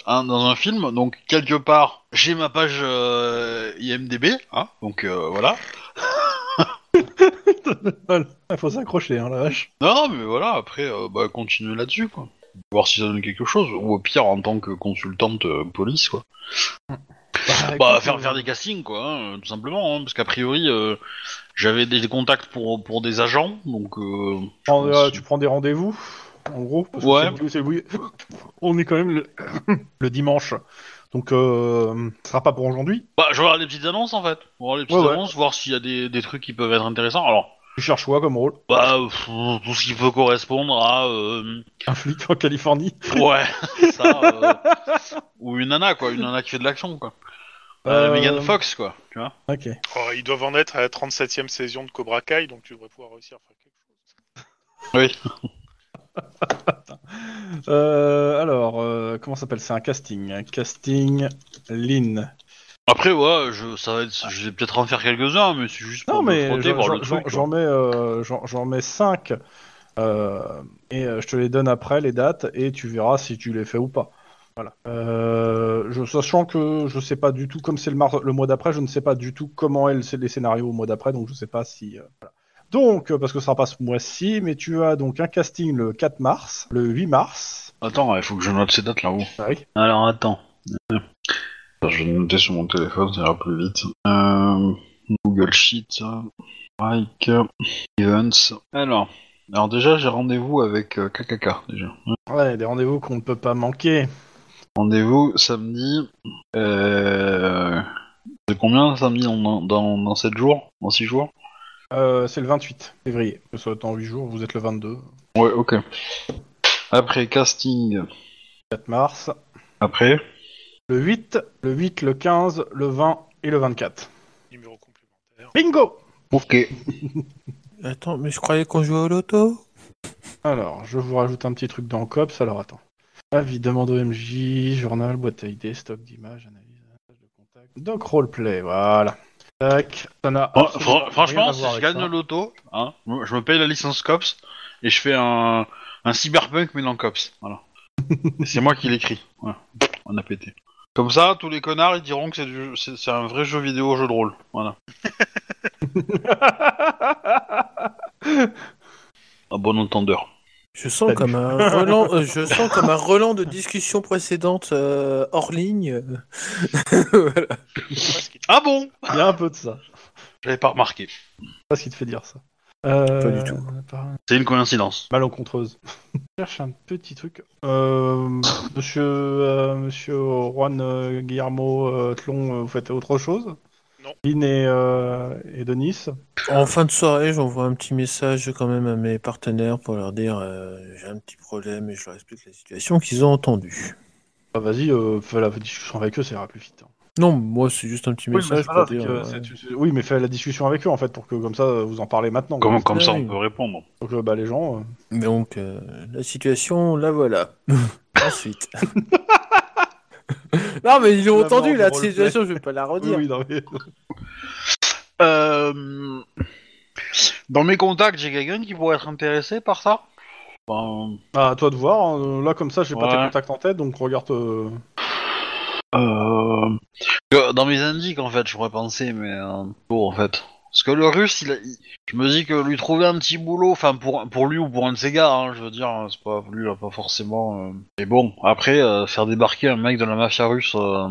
[SPEAKER 2] un- dans un film, donc quelque part j'ai ma page euh, IMDb, hein, donc euh, voilà.
[SPEAKER 1] Il faut s'accrocher, hein, la vache.
[SPEAKER 2] Non, non, mais voilà, après, euh, bah, continuer là-dessus, quoi. Voir si ça donne quelque chose, ou au pire, en tant que consultante euh, police, quoi. Bah, faire,
[SPEAKER 1] euh,
[SPEAKER 2] faire des castings, quoi, hein, tout simplement, hein, parce qu'a priori, euh, j'avais des contacts pour, pour des agents, donc... euh,
[SPEAKER 1] Tu prends,
[SPEAKER 2] pense-
[SPEAKER 1] euh, tu prends des rendez-vous, en gros. parce que
[SPEAKER 2] Ouais.
[SPEAKER 1] c'est le- c'est le oui- On est quand même le, le dimanche. Donc, euh, ce sera pas pour aujourd'hui.
[SPEAKER 2] Bah, je regarde les petites annonces, en fait. Je regarde les petites
[SPEAKER 1] Ouais, ouais.
[SPEAKER 2] annonces, voir s'il y a des, des trucs qui peuvent être intéressants. Alors,
[SPEAKER 1] Tu cherches quoi comme rôle
[SPEAKER 2] bah, pff, tout ce qui peut correspondre à... euh,
[SPEAKER 1] Un flic en Californie
[SPEAKER 2] ouais, ça... euh, ou une nana, quoi, une nana qui fait de l'action, quoi. Euh,
[SPEAKER 1] Euh,
[SPEAKER 2] Megan Fox, quoi, tu vois.
[SPEAKER 1] Ok.
[SPEAKER 3] Oh, ils doivent en être à la 37e saison de Cobra Kai, donc tu devrais pouvoir réussir à faire quelque chose.
[SPEAKER 1] Euh, alors, euh, comment ça s'appelle C'est un casting. Un casting Lynn.
[SPEAKER 2] Après, ouais, je, ça va être, je vais peut-être en faire quelques-uns, mais c'est juste pour
[SPEAKER 1] Non,
[SPEAKER 2] me
[SPEAKER 1] mais
[SPEAKER 2] frotter,
[SPEAKER 1] j'en-
[SPEAKER 2] voir le
[SPEAKER 1] j'en-
[SPEAKER 2] truc, quoi.
[SPEAKER 1] j'en mets, euh, j'en j'en mets 5. et euh, je te les donne après, les dates, et tu verras si tu les fais ou pas. Voilà. Euh, je, sachant que je sais pas du tout, comme c'est le, mar- le mois d'après, je ne sais pas du tout comment est le- les scénarios au mois d'après, donc je sais pas si. euh, voilà. Donc, euh, parce que ça sera pas ce mois-ci, mais tu as donc un casting le 4 mars, le 8 mars.
[SPEAKER 2] Attends, il faut que je note ces dates là-haut.
[SPEAKER 1] Ah oui.
[SPEAKER 2] Alors attends. Euh, Je vais le noter sur mon téléphone, ça ira plus vite. Euh, Google Sheet, Like, Events. Alors, alors déjà j'ai rendez-vous avec euh, KKK déjà.
[SPEAKER 1] Ouais, des rendez-vous qu'on ne peut pas manquer.
[SPEAKER 2] Rendez-vous samedi. Euh... C'est combien samedi dans, dans, dans 7 jours Dans 6 jours
[SPEAKER 1] Euh, c'est le 28 février. Que ce soit en 8 jours, vous êtes le 22.
[SPEAKER 2] Ouais, ok. Après casting,
[SPEAKER 1] 4 mars.
[SPEAKER 2] après
[SPEAKER 1] Le 8, le 8, le 15, le 20 et le 24.
[SPEAKER 3] Numéro complémentaire.
[SPEAKER 1] Bingo
[SPEAKER 2] Ok.
[SPEAKER 4] Attends, mais je croyais qu'on jouait au loto
[SPEAKER 1] Alors, je vous rajoute un petit truc dans COPS, alors attends. Avis, demande OMJ, journal, boîte à idées, stock d'images, analyse, page de contact. Donc, roleplay, voilà. Tac, ça n'a
[SPEAKER 2] Fran-
[SPEAKER 1] absolument
[SPEAKER 2] Ah, Oh, fran- franchement,
[SPEAKER 1] rien à
[SPEAKER 2] si
[SPEAKER 1] voir
[SPEAKER 2] je
[SPEAKER 1] avec
[SPEAKER 2] gagne
[SPEAKER 1] ça.
[SPEAKER 2] l'auto, hein, je me paye la licence Cops et je fais un, un cyberpunk mais dans Cops. Voilà. Et c'est moi qui l'écris. Voilà. On a pété. Comme ça, tous les connards ils diront que c'est, du- c'est, c'est un vrai jeu vidéo, jeu de rôle. Voilà. Un bon entendeur.
[SPEAKER 4] Je sens comme un relan, euh, je sens comme un relan de discussion précédente euh, hors ligne. Voilà.
[SPEAKER 3] Je sais pas ce qu'il dit.
[SPEAKER 2] Ah bon
[SPEAKER 1] Il y a un peu de ça. Je sais
[SPEAKER 2] J'avais pas remarqué.
[SPEAKER 1] pas ce qui te fait dire ça. Euh,
[SPEAKER 4] Pas du tout.
[SPEAKER 1] par-
[SPEAKER 2] C'est une coïncidence.
[SPEAKER 1] Malencontreuse. Je cherche un petit truc. Euh, monsieur, euh, monsieur Juan euh, Guillermo euh, Tlon, euh, vous faites autre chose
[SPEAKER 3] Non.
[SPEAKER 1] Lynn et, euh, et Denis
[SPEAKER 4] En fin de soirée, j'envoie un petit message quand même à mes partenaires pour leur dire euh, j'ai un petit problème et je leur explique la situation qu'ils ont entendue.
[SPEAKER 1] Bah, Vas-y, euh, fais la discussion avec eux, ça ira plus vite. hein.
[SPEAKER 4] Non, moi c'est juste un petit
[SPEAKER 1] Oui, mais
[SPEAKER 4] message
[SPEAKER 1] c'est pas grave, c'est
[SPEAKER 4] pour dire.
[SPEAKER 1] que
[SPEAKER 4] euh,
[SPEAKER 1] c'est- tu- c'est- oui, mais fais la discussion avec eux en fait pour que comme ça euh, vous en parlez maintenant.
[SPEAKER 2] Comme, comme ça,
[SPEAKER 4] Oui.
[SPEAKER 2] on peut répondre.
[SPEAKER 1] Donc euh, bah, les gens. euh,
[SPEAKER 4] Donc euh, la situation, la voilà. Ensuite. non, mais ils l'ont
[SPEAKER 1] Vraiment
[SPEAKER 4] entendu,
[SPEAKER 1] du
[SPEAKER 4] la
[SPEAKER 1] roleplay.
[SPEAKER 4] situation, je vais pas la redire.
[SPEAKER 1] Oui, non, mais-
[SPEAKER 2] Euh, dans mes contacts, j'ai quelqu'un qui pourrait être intéressé par ça Ben,
[SPEAKER 1] Ah, à toi de voir. hein. Là, comme ça, j'ai pas tes
[SPEAKER 2] Ouais.
[SPEAKER 1] contacts en tête, donc regarde. euh,
[SPEAKER 2] euh, euh, Dans mes indices, en fait, j'aurais pensé, mais euh, bon, en fait. Parce que le russe, il a- il- je me dis que lui trouver un petit boulot, enfin pour, pour lui ou pour un de ses gars, hein, je veux dire, hein, c'est pas, lui il a pas forcément. euh, Mais bon, après, euh, faire débarquer un mec de la mafia russe euh,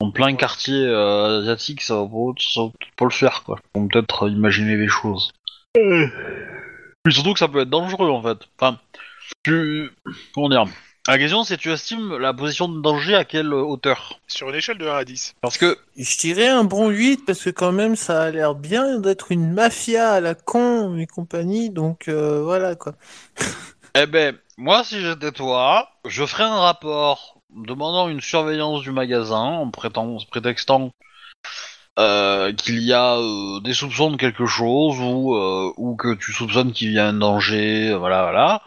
[SPEAKER 2] en plein quartier euh, asiatique, ça va pas, ça va peut-être pas le faire, quoi. On peut peut-être imaginer des choses. Puis surtout que ça peut être dangereux, en fait. Enfin, tu. Comment dire La question, c'est tu estimes la position de danger à quelle hauteur
[SPEAKER 3] Sur une échelle de 1 à 10.
[SPEAKER 2] Parce que
[SPEAKER 4] Je dirais un bon 8 parce que quand même ça a l'air bien d'être une mafia à la con et compagnie, donc euh, voilà quoi.
[SPEAKER 2] Eh ben, moi, si j'étais toi, je ferais un rapport demandant une surveillance du magasin en, prétend- en se prétextant euh, qu'il y a euh, des soupçons de quelque chose ou, euh, ou que tu soupçonnes qu'il y a un danger, euh, voilà, voilà.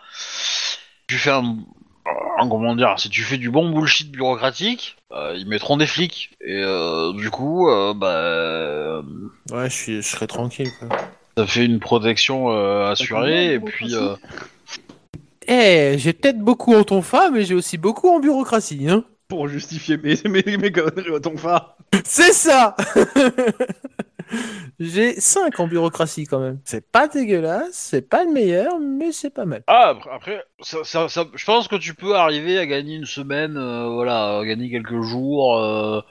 [SPEAKER 2] Tu fais un... un- Comment dire Si tu fais du bon bullshit bureaucratique, euh, ils mettront des flics. Et euh, du coup, euh, bah,
[SPEAKER 4] Ouais, je, suis, je serais tranquille quoi.
[SPEAKER 2] ça fait une protection euh, assurée.
[SPEAKER 5] fait
[SPEAKER 2] Et
[SPEAKER 5] une bonne
[SPEAKER 2] puis,
[SPEAKER 5] bureaucratie.
[SPEAKER 2] euh,
[SPEAKER 4] Eh, j'ai peut-être beaucoup en tonfa, mais j'ai aussi beaucoup en bureaucratie, hein.
[SPEAKER 1] Pour justifier mes, mes, mes conneries à ton phare.
[SPEAKER 4] C'est ça J'ai 5 en bureaucratie quand même. C'est pas dégueulasse, c'est pas le meilleur, mais c'est pas mal.
[SPEAKER 2] Ah, après, après, ça, ça- ça- je pense que tu peux arriver à gagner une semaine, euh, voilà, à gagner quelques jours. euh,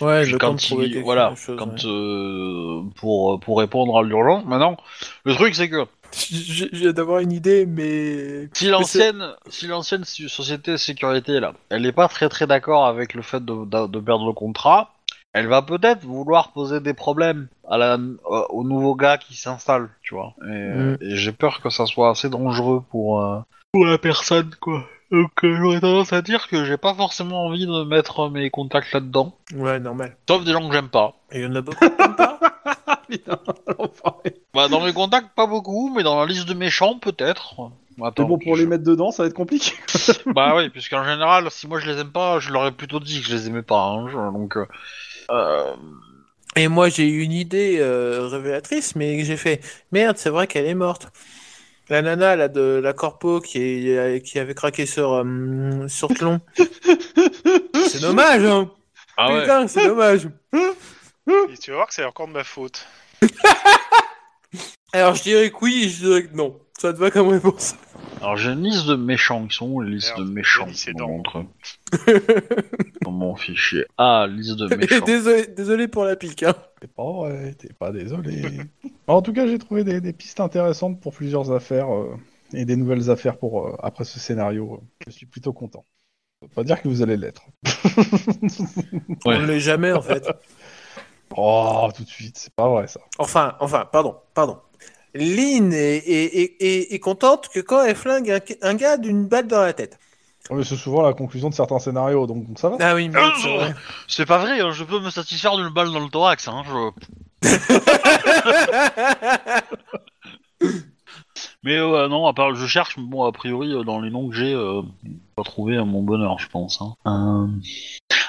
[SPEAKER 4] Ouais,
[SPEAKER 2] puis quand il- voilà, quand euh, pour pour répondre à l'urgent. Maintenant, le truc c'est que
[SPEAKER 4] J'ai j'ai d'avoir une idée, mais...
[SPEAKER 2] si l'ancienne, si l'ancienne su- société de sécurité là, elle n'est pas très très d'accord avec le fait de, de- de perdre le contrat, elle va peut-être vouloir poser des problèmes à la, euh, au nouveau gars qui s'installe, tu vois. Et, euh, et j'ai peur que ça soit assez dangereux pour euh, pour la personne quoi. Donc euh, j'aurais tendance à dire que j'ai pas forcément envie de mettre mes contacts là-dedans,
[SPEAKER 4] Ouais, normal.
[SPEAKER 2] sauf des gens que j'aime pas.
[SPEAKER 4] Et il y en a beaucoup qui aiment pas
[SPEAKER 1] Putain, l'enfoiré.
[SPEAKER 2] Bah dans mes contacts pas beaucoup, mais dans la liste de méchants peut-être.
[SPEAKER 1] Mais
[SPEAKER 2] Attends,
[SPEAKER 1] bon, pour
[SPEAKER 2] je-
[SPEAKER 1] les mettre dedans, ça va être compliqué.
[SPEAKER 2] Bah oui, puisqu'en général, si moi je les aime pas, je leur ai plutôt dit que je les aimais pas. hein, je- donc, euh, euh,
[SPEAKER 4] Et moi, j'ai eu une idée euh, révélatrice, mais j'ai fait merde, c'est vrai qu'elle est morte. La nana là, de la corpo qui, est- qui avait craqué sur, euh, sur Tlon. c'est dommage, hein
[SPEAKER 2] ah ouais.
[SPEAKER 4] Putain, c'est dommage
[SPEAKER 1] Oh
[SPEAKER 3] Et tu vas voir que c'est encore de ma faute.
[SPEAKER 4] Alors je dirais que oui, et je dirais que non. Ça te va comme réponse.
[SPEAKER 2] Alors j'ai une liste de méchants. Ils sont où les listes
[SPEAKER 3] Merde,
[SPEAKER 2] de méchants
[SPEAKER 3] Denis, c'est
[SPEAKER 2] dans
[SPEAKER 3] dans-
[SPEAKER 2] mon, truc Dans mon fichier. Ah, liste de méchants.
[SPEAKER 4] désolé, désolé pour la pique, hein.
[SPEAKER 1] C'est pas vrai, Oh, t'es pas désolé. en tout cas, j'ai trouvé des, des pistes intéressantes pour plusieurs affaires euh, et des nouvelles affaires pour euh, après ce scénario. euh, Je suis plutôt content. Ça veut Pas dire que vous allez l'être.
[SPEAKER 2] Ouais.
[SPEAKER 4] On ne l'est jamais en fait.
[SPEAKER 1] Oh, tout de suite, c'est pas vrai ça.
[SPEAKER 4] Enfin, enfin, pardon, pardon. Lynn est, est- est- est- est contente que quand elle flingue un, un gars d'une balle dans la tête.
[SPEAKER 1] Oh, mais C'est souvent la conclusion de certains scénarios, donc, donc ça va.
[SPEAKER 4] Ah oui, mais
[SPEAKER 2] Ah,
[SPEAKER 4] c'est vrai.
[SPEAKER 2] C'est pas vrai. hein, je peux me satisfaire d'une balle dans le thorax. Hein, je- Mais euh, non, à part, je cherche. mais Bon, a priori, euh, dans les noms que j'ai, euh, pas trouvé euh, mon bonheur, je pense. hein. Euh,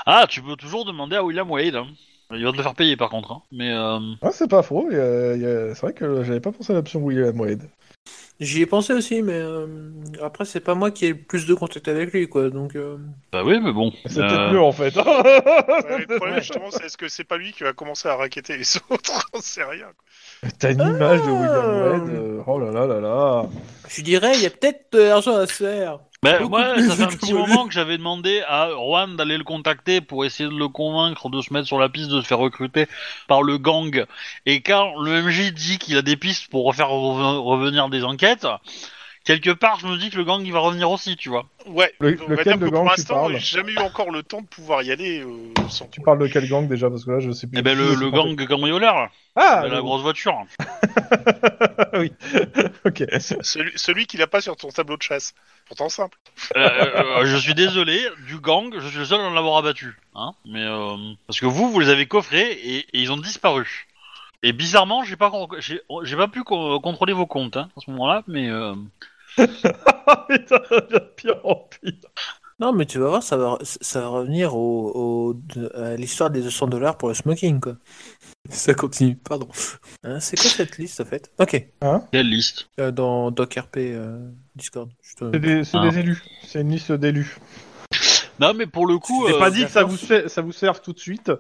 [SPEAKER 2] Ah, tu peux toujours demander à William Wade. hein. Il va te le faire payer par contre. hein. Mais euh,
[SPEAKER 1] Ouais, Ah, c'est pas faux. il y a- il y a- C'est vrai que j'avais pas pensé à l'option William Wade.
[SPEAKER 4] J'y ai pensé aussi, mais euh, après, c'est pas moi qui ai le plus de contact avec lui, quoi. Donc, euh,
[SPEAKER 2] bah oui, mais bon.
[SPEAKER 1] C'est
[SPEAKER 2] euh,
[SPEAKER 1] peut-être mieux en fait. Oh
[SPEAKER 3] Ouais, le problème, justement, c'est est-ce que c'est pas lui qui va commencer à raqueter les autres On sait rien. quoi.
[SPEAKER 1] T'as une image de
[SPEAKER 4] Ah.
[SPEAKER 1] William Wade. euh, Oh là là là là.
[SPEAKER 4] je dirais, il y a peut-être de l'argent à se faire.
[SPEAKER 2] Ben,
[SPEAKER 4] Beaucoup
[SPEAKER 2] moi,
[SPEAKER 4] plus
[SPEAKER 2] ça fait un
[SPEAKER 4] que
[SPEAKER 2] petit
[SPEAKER 4] moi.
[SPEAKER 2] moment que j'avais demandé à Juan d'aller le contacter pour essayer de le convaincre de se mettre sur la piste de se faire recruter par le gang. Et quand le MJ dit qu'il a des pistes pour refaire reven- revenir des enquêtes, quelque part, je me dis que le gang il va revenir aussi, tu vois.
[SPEAKER 3] Ouais,
[SPEAKER 1] Le-
[SPEAKER 3] on va
[SPEAKER 1] lequel
[SPEAKER 3] dire
[SPEAKER 1] de
[SPEAKER 3] que
[SPEAKER 1] gang
[SPEAKER 3] pour
[SPEAKER 1] tu
[SPEAKER 3] l'instant,
[SPEAKER 1] parles
[SPEAKER 3] j'ai jamais eu encore le temps de pouvoir y aller euh, sans
[SPEAKER 1] Tu parles de quel gang déjà Parce que là, je sais plus.
[SPEAKER 2] Eh ben, le, le gang cambrioleur,
[SPEAKER 1] Ah
[SPEAKER 2] de la
[SPEAKER 1] le-
[SPEAKER 2] grosse voiture.
[SPEAKER 1] oui. ok.
[SPEAKER 3] Celui, celui qu'il a pas sur ton tableau de chasse. Pourtant simple.
[SPEAKER 2] Euh, euh, je suis désolé, du gang, je suis le seul à en l'avoir abattu. Hein Mais, euh, parce que vous, vous les avez coffrés et, et ils ont disparu. Et bizarrement, j'ai pas, con- j'ai j'ai pas pu co- contrôler vos
[SPEAKER 1] Oh,
[SPEAKER 2] comptes hein, à ce moment-là, mais. euh,
[SPEAKER 1] Putain, ça devient de pire en pire.
[SPEAKER 4] Non, mais tu vas voir, ça va, ça va revenir au, au- à l'histoire des 200 dollars pour le smoking, quoi. Ça continue, pardon. Hein, c'est quoi cette liste, en fait Ok,
[SPEAKER 2] Quelle liste
[SPEAKER 4] euh, dans DocRP euh, Discord. Je te-
[SPEAKER 1] C'est des, c'est
[SPEAKER 2] Ah.
[SPEAKER 1] des élus. C'est une liste d'élus.
[SPEAKER 2] Non, mais pour le coup,
[SPEAKER 1] C'est
[SPEAKER 2] euh,
[SPEAKER 1] pas dit que ça
[SPEAKER 4] d'accord.
[SPEAKER 1] vous, ser- ça vous serve tout de suite,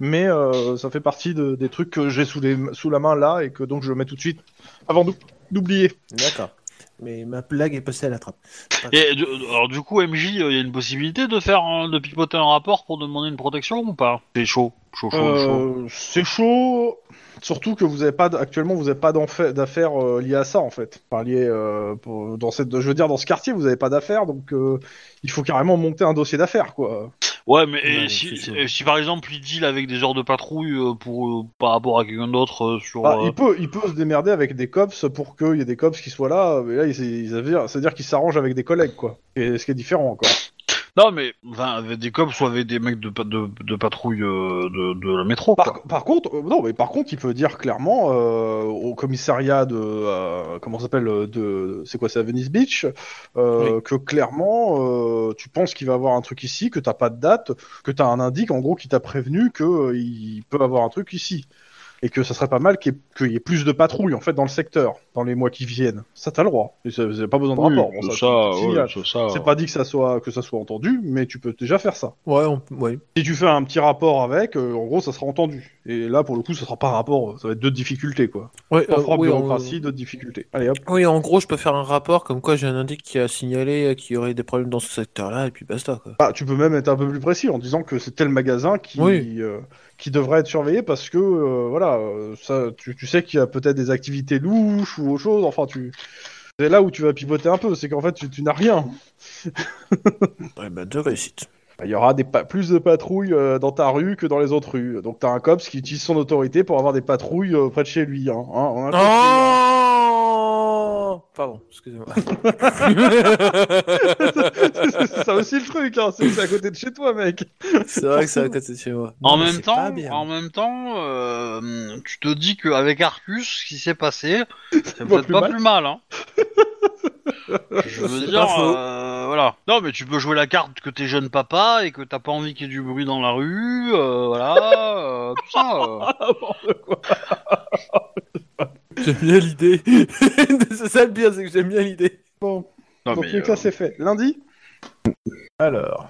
[SPEAKER 1] mais euh, ça fait partie de- des trucs que j'ai sous, les, sous la main là et que donc je mets tout de suite avant d'ou- d'oublier.
[SPEAKER 4] D'accord. Mais ma blague est passée à la trappe.
[SPEAKER 2] et, du- alors du coup, MJ, il y a une possibilité de faire un- de pipoter un rapport pour demander une protection ou pas C'est chaud, chaud, chaud, chaud.
[SPEAKER 1] Euh, C'est chaud, surtout que vous avez pas d- actuellement vous n'avez pas d'enfa- d'affaires euh, liées à ça en fait. Enfin, liées, euh, pour- dans cette, je veux dire dans ce quartier vous n'avez pas d'affaires donc euh, il faut carrément monter un dossier d'affaires quoi.
[SPEAKER 2] Ouais, mais et
[SPEAKER 4] Ouais,
[SPEAKER 2] si,
[SPEAKER 4] c'est chaud.
[SPEAKER 2] et si par exemple il deal avec des heures de patrouille euh, pour euh, par rapport à quelqu'un d'autre euh, sur
[SPEAKER 1] Bah,
[SPEAKER 2] euh,
[SPEAKER 1] il peut il peut se démerder avec des cops pour qu'il y ait des cops qui soient là, mais là ils- ils avaient- c'est-à-dire qu'ils s'arrangent avec des collègues quoi. Et ce qui est différent encore.
[SPEAKER 2] non mais enfin, avec des cops ou avec des mecs de pa- de, de patrouille euh, de, de la métro.
[SPEAKER 1] Par,
[SPEAKER 2] quoi.
[SPEAKER 1] par contre, euh, non, mais par contre, il peut dire clairement euh, au commissariat de euh, comment ça s'appelle euh, de c'est quoi, c'est à Venice Beach, euh, que clairement, euh, tu penses qu'il va avoir un truc ici, que t'as pas de date, que t'as un indice en gros qui t'a prévenu que euh, il peut avoir un truc ici et que ça serait pas mal qu'il y, ait- qu'il y ait plus de patrouilles en fait dans le secteur dans les mois qui viennent. Ça t'as le droit. Et ça, c'est pas besoin de
[SPEAKER 2] Oui,
[SPEAKER 1] rapport. Bon, ça, tu-
[SPEAKER 2] ça,
[SPEAKER 1] tu
[SPEAKER 2] ouais, euh.
[SPEAKER 1] signales.
[SPEAKER 2] ça, ça.
[SPEAKER 1] C'est pas dit que ça soit que ça soit entendu, mais tu peux déjà faire ça.
[SPEAKER 4] Ouais, on- ouais.
[SPEAKER 1] Si tu fais un petit rapport avec, euh, en gros, ça sera entendu. Et là, pour le coup, ça sera pas un rapport, ça va être deux difficultés, quoi.
[SPEAKER 4] Ouais,
[SPEAKER 1] Pas
[SPEAKER 4] euh,
[SPEAKER 1] fera
[SPEAKER 4] oui, on-
[SPEAKER 1] bureaucratie, d'autres difficultés. Allez, hop.
[SPEAKER 4] Oui, en gros, je peux faire un rapport comme quoi j'ai un indice qui a signalé euh, qu'il y aurait des problèmes dans ce secteur-là, et puis basta, quoi.
[SPEAKER 1] Bah, tu peux même être un peu plus précis en disant que c'est tel magasin qui,
[SPEAKER 4] Oui.
[SPEAKER 1] euh, qui devrait être surveillé parce que, euh, voilà, euh, ça, tu, tu sais qu'il y a peut-être des activités louches ou autre chose, enfin, tu... C'est là où tu vas pivoter un peu, c'est qu'en fait, tu, tu n'as rien.
[SPEAKER 4] Ouais, bah, deux réussites.
[SPEAKER 1] Bah, Il y aura des pa- plus de patrouilles euh, dans ta rue que dans les autres rues. Donc, t'as un cops qui utilise son autorité pour avoir des patrouilles euh, près de chez lui. Hein. Hein, on a compris, hein.
[SPEAKER 4] Oh Pardon, excusez-moi.
[SPEAKER 1] c'est ça aussi le truc, hein, c'est que c'est à côté de chez toi, mec.
[SPEAKER 4] c'est vrai que c'est à côté de chez moi.
[SPEAKER 2] En
[SPEAKER 4] Non, mais
[SPEAKER 2] même,
[SPEAKER 4] c'est
[SPEAKER 2] temps,
[SPEAKER 4] pas bien.
[SPEAKER 2] en même temps, euh, tu te dis qu'avec Arcus, ce qui s'est passé, c'est
[SPEAKER 1] pas
[SPEAKER 2] peut-être
[SPEAKER 1] plus
[SPEAKER 2] pas
[SPEAKER 1] mal.
[SPEAKER 2] plus mal. Hein. Je veux
[SPEAKER 4] C'est
[SPEAKER 2] dire,
[SPEAKER 4] pas faux.
[SPEAKER 2] euh, voilà. Non, mais tu peux jouer la carte que t'es jeune papa et que t'as pas envie qu'il y ait du bruit dans la rue, euh, voilà, euh, tout ça. euh.
[SPEAKER 4] J'aime bien l'idée. c'est ça le pire, c'est que j'aime bien l'idée.
[SPEAKER 1] Bon,
[SPEAKER 2] Non,
[SPEAKER 1] donc
[SPEAKER 2] mais,
[SPEAKER 1] le cas
[SPEAKER 2] euh,
[SPEAKER 1] c'est fait. Lundi Alors,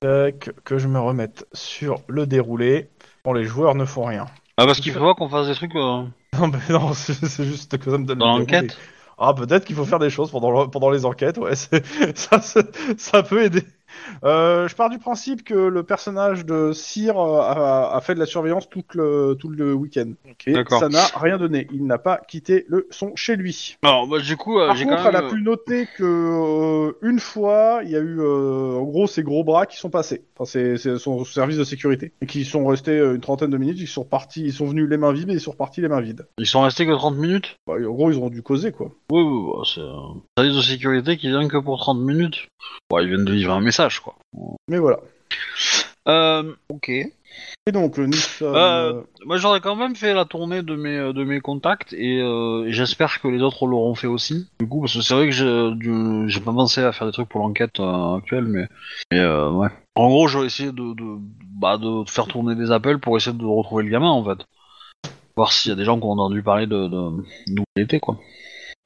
[SPEAKER 1] tac, que je me remette sur le déroulé. Bon, les joueurs ne font rien.
[SPEAKER 2] ah, parce qu'il faut pas qu'on fasse des trucs euh,
[SPEAKER 1] Non, mais non, c'est c'est juste que ça me donne
[SPEAKER 2] dans
[SPEAKER 1] le déroulé.
[SPEAKER 2] l'enquête.
[SPEAKER 1] Ah, peut-être qu'il faut faire des choses pendant, le- pendant les enquêtes, ouais, c'est- ça, c'est- ça peut aider. Euh, je pars du principe que le personnage de Cyr euh, a, a fait de la surveillance tout le, tout le week-end. Et
[SPEAKER 2] D'accord.
[SPEAKER 1] ça n'a rien donné. Il n'a pas quitté le son chez lui.
[SPEAKER 2] Alors, bah, du coup, euh,
[SPEAKER 1] Par
[SPEAKER 2] j'ai
[SPEAKER 1] contre,
[SPEAKER 2] quand même.
[SPEAKER 1] elle a pu noter que euh, une fois, il y a eu euh, en gros ces gros bras qui sont passés. Enfin, c'est c'est son service de sécurité et qui sont restés euh, une trentaine de minutes. Ils sont partis, ils sont venus les mains vides et ils sont repartis les mains vides.
[SPEAKER 2] Ils sont restés que 30 minutes
[SPEAKER 1] Bah, en gros, ils ont dû causer quoi.
[SPEAKER 2] Oui, oui, bah, c'est un service de sécurité qui vient que pour 30 minutes. Bon, ils viennent de livrer un message, quoi.
[SPEAKER 1] Mais voilà.
[SPEAKER 2] Euh, ok.
[SPEAKER 1] Et donc, euh, nous sommes,
[SPEAKER 2] Euh,
[SPEAKER 1] euh,
[SPEAKER 2] Moi, j'aurais quand même fait la tournée de mes, euh, de mes contacts et, euh, et j'espère que les autres l'auront fait aussi. Du coup, parce que c'est vrai que je- du- j'ai pas pensé à faire des trucs pour l'enquête euh, actuelle, mais, mais, euh, ouais. En gros, j'aurais essayé de, de, bah, de faire tourner des appels pour essayer de retrouver le gamin, en fait. Voir s'il y a des gens qui ont entendu parler de, de, d'où il était, quoi.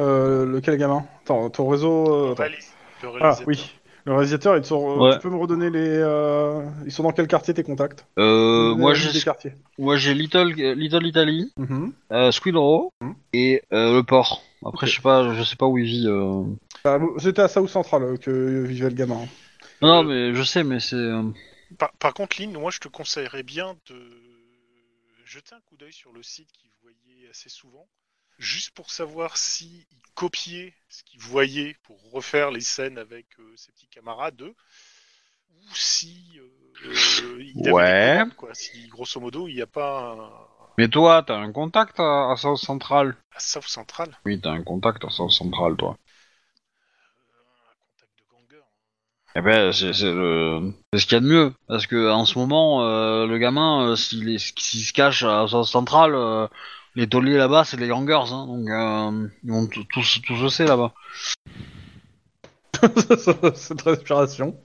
[SPEAKER 1] euh, lequel gamin Attends, ton réseau. euh, attends.
[SPEAKER 3] Réalis- le
[SPEAKER 1] Ah
[SPEAKER 3] réalisateur.
[SPEAKER 1] oui. Le réalisateur, ils sont. euh,
[SPEAKER 2] Ouais.
[SPEAKER 1] Tu peux me redonner les. euh, Ils sont dans quel quartier tes contacts
[SPEAKER 2] Euh,
[SPEAKER 1] Les-
[SPEAKER 2] moi,
[SPEAKER 1] les-
[SPEAKER 2] j'ai,
[SPEAKER 1] des quartiers.
[SPEAKER 2] moi, j'ai Little, Little Italy,
[SPEAKER 1] Mhm.
[SPEAKER 2] euh, Squid Row et euh, le port. Après, je sais pas, je sais pas où il vit. euh.
[SPEAKER 1] Ah, C'était à South Central euh, que vivait le gamin. hein.
[SPEAKER 2] Non, mais je sais, mais c'est. euh,
[SPEAKER 3] Par, par contre, Lynn, moi, je te conseillerais bien de jeter un coup d'œil sur le site qu'il voyait assez souvent, juste pour savoir si il copiait ce qu'il voyait pour refaire les scènes avec euh, ses petits camarades, eux, ou si euh, euh, il avait
[SPEAKER 2] Ouais.
[SPEAKER 3] des commandes, quoi. Si grosso modo, il n'y a pas un,
[SPEAKER 2] Mais toi, t'as un contact à, à South Central
[SPEAKER 3] un South Central,
[SPEAKER 2] Oui, t'as un contact à South Central, toi.
[SPEAKER 3] un contact de gangers.
[SPEAKER 2] Eh ben, c'est c'est le... c'est ce qu'il y a de mieux. Parce que en ce moment, euh, le gamin, euh, s'il est- s'il se cache à South Central, euh, les tauliers là-bas, c'est les gangers. Hein, donc, euh, ils vont t- tous, tous se là-bas.
[SPEAKER 1] cette respiration.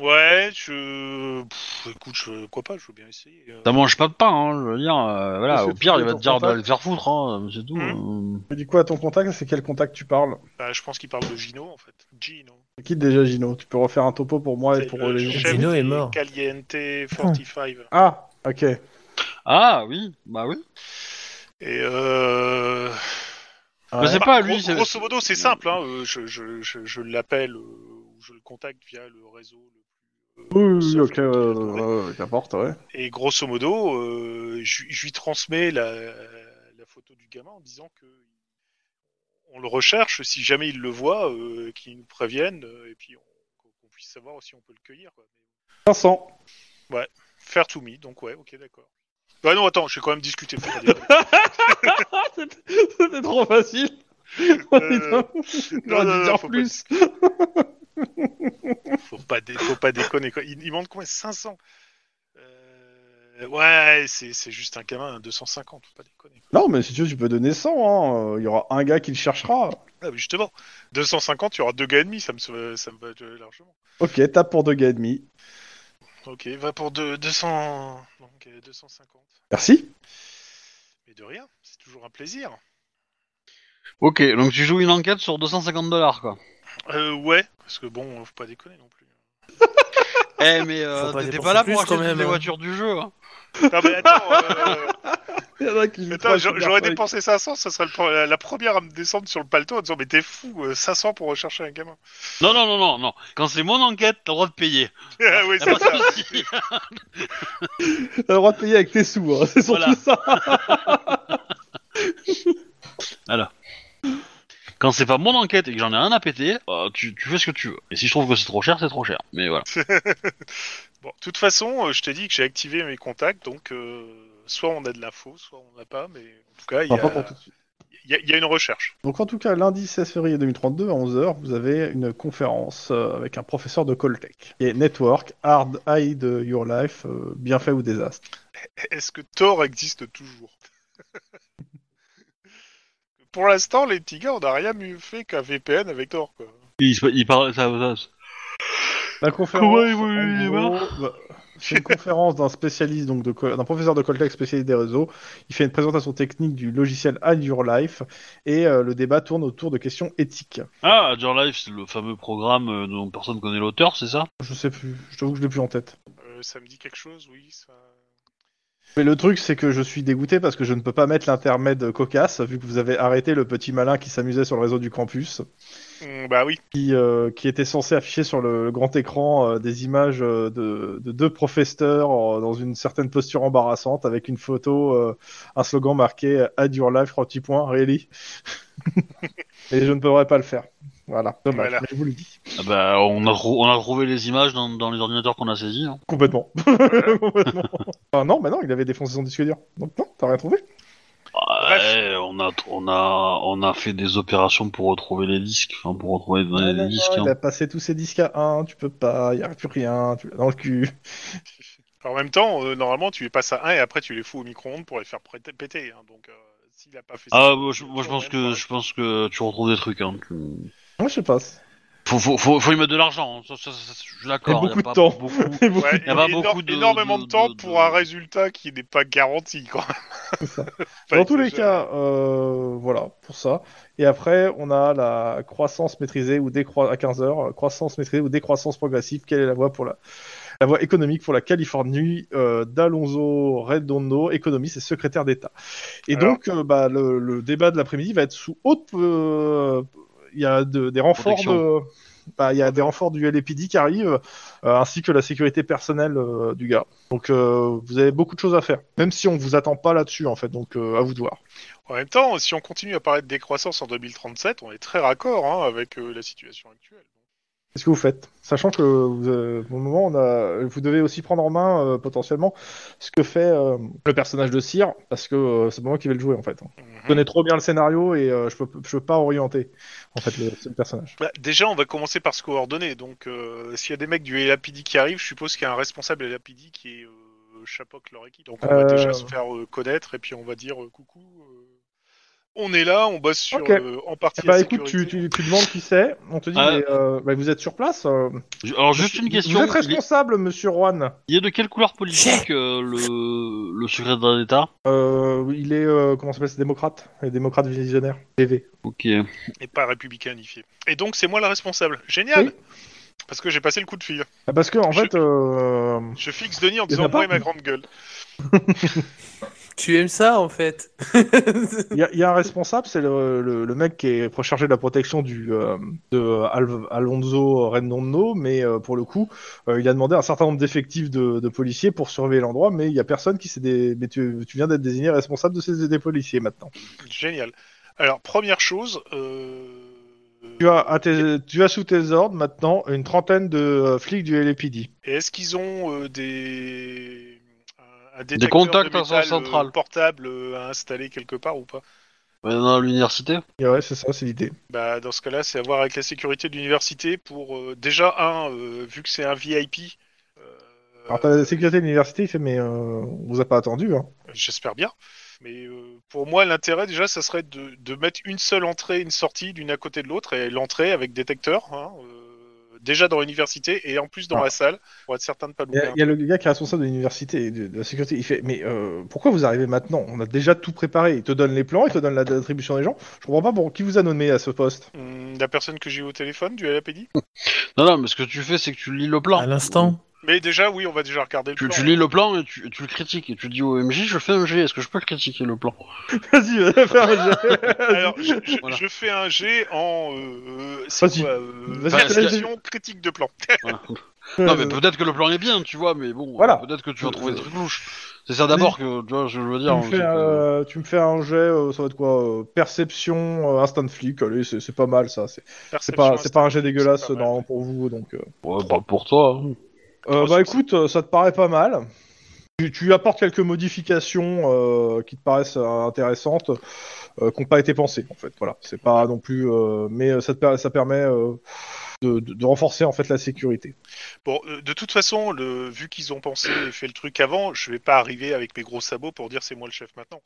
[SPEAKER 3] Ouais, je. Pff, écoute, je... quoi pas, je veux bien essayer. euh.
[SPEAKER 2] T'as mange pas de pain, hein, je veux dire. euh, voilà,
[SPEAKER 1] Monsieur
[SPEAKER 2] au pire, il
[SPEAKER 1] Foucault,
[SPEAKER 2] va te dire
[SPEAKER 1] ton
[SPEAKER 2] d'aller le faire foutre, hein, c'est tout. euh.
[SPEAKER 1] Mais du coup, à ton contact, c'est quel contact tu parles
[SPEAKER 3] Bah, je pense qu'il parle de Gino en fait. Gino.
[SPEAKER 1] C'est Qui déjà Gino Tu peux refaire un topo pour moi et
[SPEAKER 3] C'est
[SPEAKER 1] pour
[SPEAKER 3] le
[SPEAKER 1] les gens.
[SPEAKER 3] chef
[SPEAKER 4] Gino est
[SPEAKER 3] des
[SPEAKER 4] mort.
[SPEAKER 3] Caliente 45.
[SPEAKER 1] Ah, ok.
[SPEAKER 2] Ah oui, bah oui.
[SPEAKER 3] Et euh...
[SPEAKER 1] Ouais.
[SPEAKER 2] Mais c'est pas à lui.
[SPEAKER 3] gros-
[SPEAKER 2] c'est-
[SPEAKER 3] grosso modo, c'est simple. Hein. euh, Je, je, je, je l'appelle euh, ou je le contacte via le réseau. Le...
[SPEAKER 1] Oui,
[SPEAKER 3] euh,
[SPEAKER 1] oui,
[SPEAKER 3] soft
[SPEAKER 1] ok,
[SPEAKER 3] qu'il a
[SPEAKER 1] euh,
[SPEAKER 3] trouvé.
[SPEAKER 1] euh, qu'importe, ouais.
[SPEAKER 3] Et grosso modo, euh, je, je lui transmets la, la photo du gamin en disant que on le recherche, si jamais il le voit, euh, qu'il nous prévienne, euh, et puis on- qu'on qu'on puisse savoir si on peut le cueillir. Quoi.
[SPEAKER 1] Vincent.
[SPEAKER 3] Fair to me, donc ouais, ok, d'accord. Bah non, attends, j'ai quand même discuté. faut pas déconner.
[SPEAKER 1] C'était Ah, trop facile.
[SPEAKER 3] Euh,
[SPEAKER 1] J'aurais
[SPEAKER 3] non,
[SPEAKER 1] dû
[SPEAKER 3] non,
[SPEAKER 1] dire
[SPEAKER 3] faut pas
[SPEAKER 1] plus.
[SPEAKER 3] faut pas, dé- faut pas déconner. Quoi. Il, il manque combien 500 Euh, Ouais, c'est c'est juste un gamin, un 250, faut pas déconner.
[SPEAKER 1] Non, mais si tu veux, tu peux donner 100. hein, euh, Il y aura un gars qui le cherchera.
[SPEAKER 3] Ah, mais justement, 250, il y aura deux gars et demi, ça me, sauve- ça me va euh, largement.
[SPEAKER 1] Ok, tape pour deux gars et demi.
[SPEAKER 3] Ok, va pour deux- 200... Donc, euh, 250.
[SPEAKER 1] Merci.
[SPEAKER 3] Mais de rien, c'est toujours un plaisir.
[SPEAKER 2] Ok, donc tu joues une enquête sur 250 dollars, quoi.
[SPEAKER 3] Euh, ouais, parce que bon, faut pas déconner non plus.
[SPEAKER 2] Eh, mais euh,
[SPEAKER 4] Faut pas
[SPEAKER 2] t'étais
[SPEAKER 4] dépenser
[SPEAKER 2] pas là
[SPEAKER 4] plus,
[SPEAKER 2] pour acheter
[SPEAKER 4] quand
[SPEAKER 2] toutes
[SPEAKER 4] même,
[SPEAKER 2] les
[SPEAKER 4] hein.
[SPEAKER 2] voitures du jeu. Hein.
[SPEAKER 3] Non, Ah, mais attends, euh,
[SPEAKER 1] Il y en a qui jouent
[SPEAKER 3] attends,
[SPEAKER 1] trois
[SPEAKER 3] j'a-
[SPEAKER 1] super
[SPEAKER 3] j'aurais
[SPEAKER 1] trucs.
[SPEAKER 3] dépensé 500, ça serait le pre- la- la première à me descendre sur le paletot en disant mais t'es fou, euh, 500 pour rechercher un gamin.
[SPEAKER 2] Non, non, non, non, non. Quand c'est mon enquête, t'as le droit de payer.
[SPEAKER 3] Ah oui,
[SPEAKER 2] Y'a
[SPEAKER 3] c'est
[SPEAKER 2] pas de
[SPEAKER 3] ça.
[SPEAKER 2] souci.
[SPEAKER 1] T'as le droit de payer avec tes sous, hein, c'est surtout
[SPEAKER 2] Voilà.
[SPEAKER 1] ça.
[SPEAKER 2] Quand c'est pas mon enquête et que j'en ai rien à péter, euh, tu, tu fais ce que tu veux. Et si je trouve que c'est trop cher, c'est trop cher. Mais voilà.
[SPEAKER 3] Bon, de toute façon, euh, je t'ai dit que j'ai activé mes contacts, donc euh, soit on a de l'info, soit on n'a pas, mais en tout cas, il y,
[SPEAKER 1] Enfin, pas pour
[SPEAKER 3] a-
[SPEAKER 1] tout de suite.
[SPEAKER 3] il y a- il y a une recherche.
[SPEAKER 1] Donc en tout cas, lundi 16 février 2032 à 11h, vous avez une conférence euh, avec un professeur de Coltech. Et Network, Hard Hide Your Life, euh, bien fait ou désastre.
[SPEAKER 3] Est-ce que Thor existe toujours Pour l'instant, les petits gars, on n'a rien mieux fait qu'un VPN avec Thor, quoi.
[SPEAKER 2] Il, se- il parle. Ça, ça-
[SPEAKER 1] La conférence,
[SPEAKER 2] Comment ils vont
[SPEAKER 1] en
[SPEAKER 2] les
[SPEAKER 1] gros, bah, c'est une conférence d'un spécialiste, donc de Col- d'un professeur de Coltech spécialiste des réseaux. Il fait une présentation technique du logiciel Hide Your Life et euh, le débat tourne autour de questions éthiques.
[SPEAKER 2] Ah, Your Life, c'est le fameux programme euh, dont personne connaît l'auteur, c'est ça
[SPEAKER 1] Je sais plus, je t'avoue que je l'ai plus en tête.
[SPEAKER 3] Euh, ça me dit quelque chose, oui. Ça...
[SPEAKER 1] Mais le truc, c'est que je suis dégoûté parce que je ne peux pas mettre l'intermède cocasse, vu que vous avez arrêté le petit malin qui s'amusait sur le réseau du campus,
[SPEAKER 3] Mm, bah oui.
[SPEAKER 1] qui, euh, qui était censé afficher sur le, le grand écran euh, des images euh, de, de deux professeurs euh, dans une certaine posture embarrassante, avec une photo, euh, un slogan marqué « Add your life, trois petits points, really ». Et je ne pourrais pas le faire. Voilà, dommage,
[SPEAKER 3] Voilà.
[SPEAKER 1] mais je vous le dis.
[SPEAKER 2] Ah Bah, on a, trou- on a trouvé les images dans, dans les ordinateurs qu'on a saisis. hein.
[SPEAKER 1] Complètement. Complètement. Enfin, non, mais non, il avait défoncé son disque dur. Donc non, t'as rien trouvé
[SPEAKER 2] Ouais, on a, on a, on a fait des opérations pour retrouver les disques, enfin pour retrouver les
[SPEAKER 1] Ah,
[SPEAKER 2] données des
[SPEAKER 1] non, non,
[SPEAKER 2] disques. hein.
[SPEAKER 1] Il a passé tous ses disques à 1, tu peux pas, il n'y a plus rien, tu l'as dans le cul.
[SPEAKER 3] En même temps, euh, normalement, tu les passes à un et après tu les fous au micro-ondes pour les faire pré- péter. hein, donc, euh, s'il a pas fait ça.
[SPEAKER 2] Ah, moi je, moi, je
[SPEAKER 3] on
[SPEAKER 2] pense
[SPEAKER 3] aime
[SPEAKER 2] que
[SPEAKER 3] pas.
[SPEAKER 2] je pense que tu retrouves des trucs. Hein. tu-
[SPEAKER 1] Moi je sais pas. c'est-
[SPEAKER 2] Faut, faut, faut, faut y mettre de l'argent. hein. Ça, ça, ça, je suis d'accord. hein,
[SPEAKER 1] Et
[SPEAKER 2] y a
[SPEAKER 1] beaucoup
[SPEAKER 2] pas
[SPEAKER 1] de temps.
[SPEAKER 2] beaucoup-
[SPEAKER 3] Ouais,
[SPEAKER 2] y a pas
[SPEAKER 3] éno-
[SPEAKER 2] beaucoup de-
[SPEAKER 3] énormément de,
[SPEAKER 2] de-
[SPEAKER 3] temps
[SPEAKER 2] de-
[SPEAKER 3] pour un résultat qui n'est pas garanti. Quoi.
[SPEAKER 1] C'est ça.
[SPEAKER 3] Enfin,
[SPEAKER 1] Dans tous les
[SPEAKER 3] exagéré.
[SPEAKER 1] cas, euh, voilà, pour ça. Et après, on a la croissance maîtrisée ou décroissance à 15h, croissance maîtrisée ou décroissance progressive, quelle est la voie pour la, la voie économique pour la Californie euh, d'Alonso Redondo, économiste et secrétaire d'État. Et
[SPEAKER 3] Alors
[SPEAKER 1] donc, euh, bah, le, le débat de l'après-midi va être sous haute. euh, Il y a de- des renforts
[SPEAKER 2] Protection.
[SPEAKER 1] de. bah, Il y a des renforts du LAPD qui arrivent, euh, ainsi que la sécurité personnelle euh, du gars. Donc euh, vous avez beaucoup de choses à faire, même si on vous attend pas là-dessus en fait. Donc euh, à vous de voir.
[SPEAKER 3] En même temps, si on continue à parler de décroissance en 2037, on est très raccord hein, avec euh, la situation actuelle.
[SPEAKER 1] Qu'est-ce que vous faites Sachant que vous, euh, pour le moment, on a, vous devez aussi prendre en main euh, potentiellement ce que fait euh, le personnage de Cyr, parce que euh, c'est moi qui vais le jouer en fait. Je connais trop bien le scénario et euh, je peux je peux pas orienter en fait le, le personnage.
[SPEAKER 3] Bah, déjà, on va commencer par se coordonner. Donc, euh, s'il y a des mecs du LAPD qui arrivent, je suppose qu'il y a un responsable LAPD qui est euh, chapeaute leur équipe. Donc, on va
[SPEAKER 1] Euh.
[SPEAKER 3] déjà se faire euh, connaître et puis on va dire euh, coucou. euh, on est là, on bosse sur
[SPEAKER 1] Ok.
[SPEAKER 3] euh, en partie
[SPEAKER 1] Bah
[SPEAKER 3] la
[SPEAKER 1] écoute, tu,
[SPEAKER 3] sécurité.
[SPEAKER 1] tu, tu demandes qui c'est, on te dit,
[SPEAKER 2] Ah.
[SPEAKER 1] mais, euh, bah, vous êtes sur place euh,
[SPEAKER 2] Alors juste une question.
[SPEAKER 1] Vous êtes
[SPEAKER 2] il est-
[SPEAKER 1] responsable, monsieur Juan
[SPEAKER 2] Il est de quelle couleur politique euh, le, le secrétaire d'État
[SPEAKER 1] Euh, il est, euh, comment ça s'appelle, c'est démocrate, il est démocrate visionnaire, TV.
[SPEAKER 2] Ok.
[SPEAKER 3] Et pas républicanifié. Et donc, c'est moi la responsable. Génial
[SPEAKER 1] Oui.
[SPEAKER 3] Parce que j'ai passé le coup de fil.
[SPEAKER 1] Ah, Parce que, en
[SPEAKER 3] Je-
[SPEAKER 1] fait, euh,
[SPEAKER 3] Je fixe Denis en
[SPEAKER 1] en
[SPEAKER 3] disant
[SPEAKER 1] a pas
[SPEAKER 3] moi et ma grande gueule.
[SPEAKER 4] Tu aimes ça en fait
[SPEAKER 1] il y, a- il y a un responsable, c'est le, le- le mec qui est chargé de la protection du, euh, de Al- Alonso Rendondo, mais euh, pour le coup, euh, il a demandé un certain nombre d'effectifs de, de policiers pour surveiller l'endroit, mais il y a personne qui s'est... dé- Mais tu, tu viens d'être désigné responsable de ces des policiers, maintenant.
[SPEAKER 3] Génial. Alors, première chose. euh,
[SPEAKER 1] Tu as, à tes- tu as sous tes ordres, maintenant, une trentaine de euh, flics du LAPD.
[SPEAKER 3] Et est-ce qu'ils ont euh, des un- un
[SPEAKER 2] Des
[SPEAKER 3] détecteur
[SPEAKER 2] contacts
[SPEAKER 3] de
[SPEAKER 2] à sens
[SPEAKER 3] métal, euh,
[SPEAKER 2] central.
[SPEAKER 3] portable euh, à installer quelque part ou pas
[SPEAKER 2] Ouais, Dans l'université
[SPEAKER 1] Et ouais, c'est ça, c'est l'idée.
[SPEAKER 3] Bah dans ce cas-là, c'est à voir avec la sécurité de l'université pour euh, déjà un euh, vu que c'est un VIP. euh,
[SPEAKER 1] Alors, t'as la sécurité de l'université, il fait, mais euh, on vous a pas attendu, hein.
[SPEAKER 3] J'espère bien. Mais euh, pour moi, l'intérêt déjà, ça serait de, de mettre une seule entrée, une sortie d'une à côté de l'autre, et l'entrée avec détecteur, hein, euh, déjà dans l'université et en plus dans
[SPEAKER 1] Ah.
[SPEAKER 3] la salle, pour être certain de pas
[SPEAKER 1] Il y
[SPEAKER 3] louper.
[SPEAKER 1] a-
[SPEAKER 3] un.
[SPEAKER 1] il y, a le gars qui est responsable de l'université, et de, de la sécurité. Il fait Mais euh, pourquoi vous arrivez maintenant On a déjà tout préparé. Il te donne les plans, il te donne la- l'attribution des gens. Je comprends pas pour qui vous a nommé à ce poste.
[SPEAKER 3] Hum, La personne que j'ai eu au téléphone du LAPD
[SPEAKER 2] Non, non, mais ce que tu fais, c'est que tu lis le plan.
[SPEAKER 1] Ah,
[SPEAKER 4] À l'instant
[SPEAKER 3] Mais déjà, oui, on va déjà regarder le
[SPEAKER 2] Tu,
[SPEAKER 3] plan.
[SPEAKER 2] tu lis le plan et tu, et tu le critiques. Et tu dis au MJ, je fais un G, est-ce que je peux critiquer le plan
[SPEAKER 1] Vas-y, vas-y, fais un jet.
[SPEAKER 3] Alors, je, je-
[SPEAKER 2] Voilà.
[SPEAKER 3] je fais un G en. euh, c'est
[SPEAKER 1] Vas-y.
[SPEAKER 3] quoi, euh,
[SPEAKER 1] Vas-y,
[SPEAKER 3] validation critique de plan.
[SPEAKER 2] Voilà. Non, mais peut-être que le plan est bien, tu vois, mais bon,
[SPEAKER 1] Voilà.
[SPEAKER 2] euh, peut-être que tu vas trouver des trucs louches. C'est ça d'abord que, tu vois, ce que je veux
[SPEAKER 1] Tu
[SPEAKER 2] dire.
[SPEAKER 1] me,
[SPEAKER 2] c'est
[SPEAKER 1] fais,
[SPEAKER 2] que-
[SPEAKER 1] euh, tu me fais un jet, euh, ça va être quoi euh, Perception, euh, instinct de flic, allez, c'est c'est pas mal ça. C'est c'est pas, c'est pas un jet dégueulasse
[SPEAKER 3] c'est pas mal.
[SPEAKER 1] normalement pour vous. donc. euh.
[SPEAKER 2] Ouais, pas pour toi. hein.
[SPEAKER 1] Euh,
[SPEAKER 3] Oh,
[SPEAKER 1] bah
[SPEAKER 3] c'est-
[SPEAKER 1] écoute, euh, ça te paraît pas mal. Tu, tu apportes quelques modifications euh, qui te paraissent euh, intéressantes, euh, qui n'ont pas été pensées en fait. Voilà, c'est pas non plus, euh, mais euh, ça, te per- ça permet euh, de, de- de renforcer en fait la sécurité.
[SPEAKER 3] Bon, euh, de toute façon, le, vu qu'ils ont pensé et fait le truc avant, je vais pas arriver avec mes gros sabots pour dire c'est moi le chef maintenant.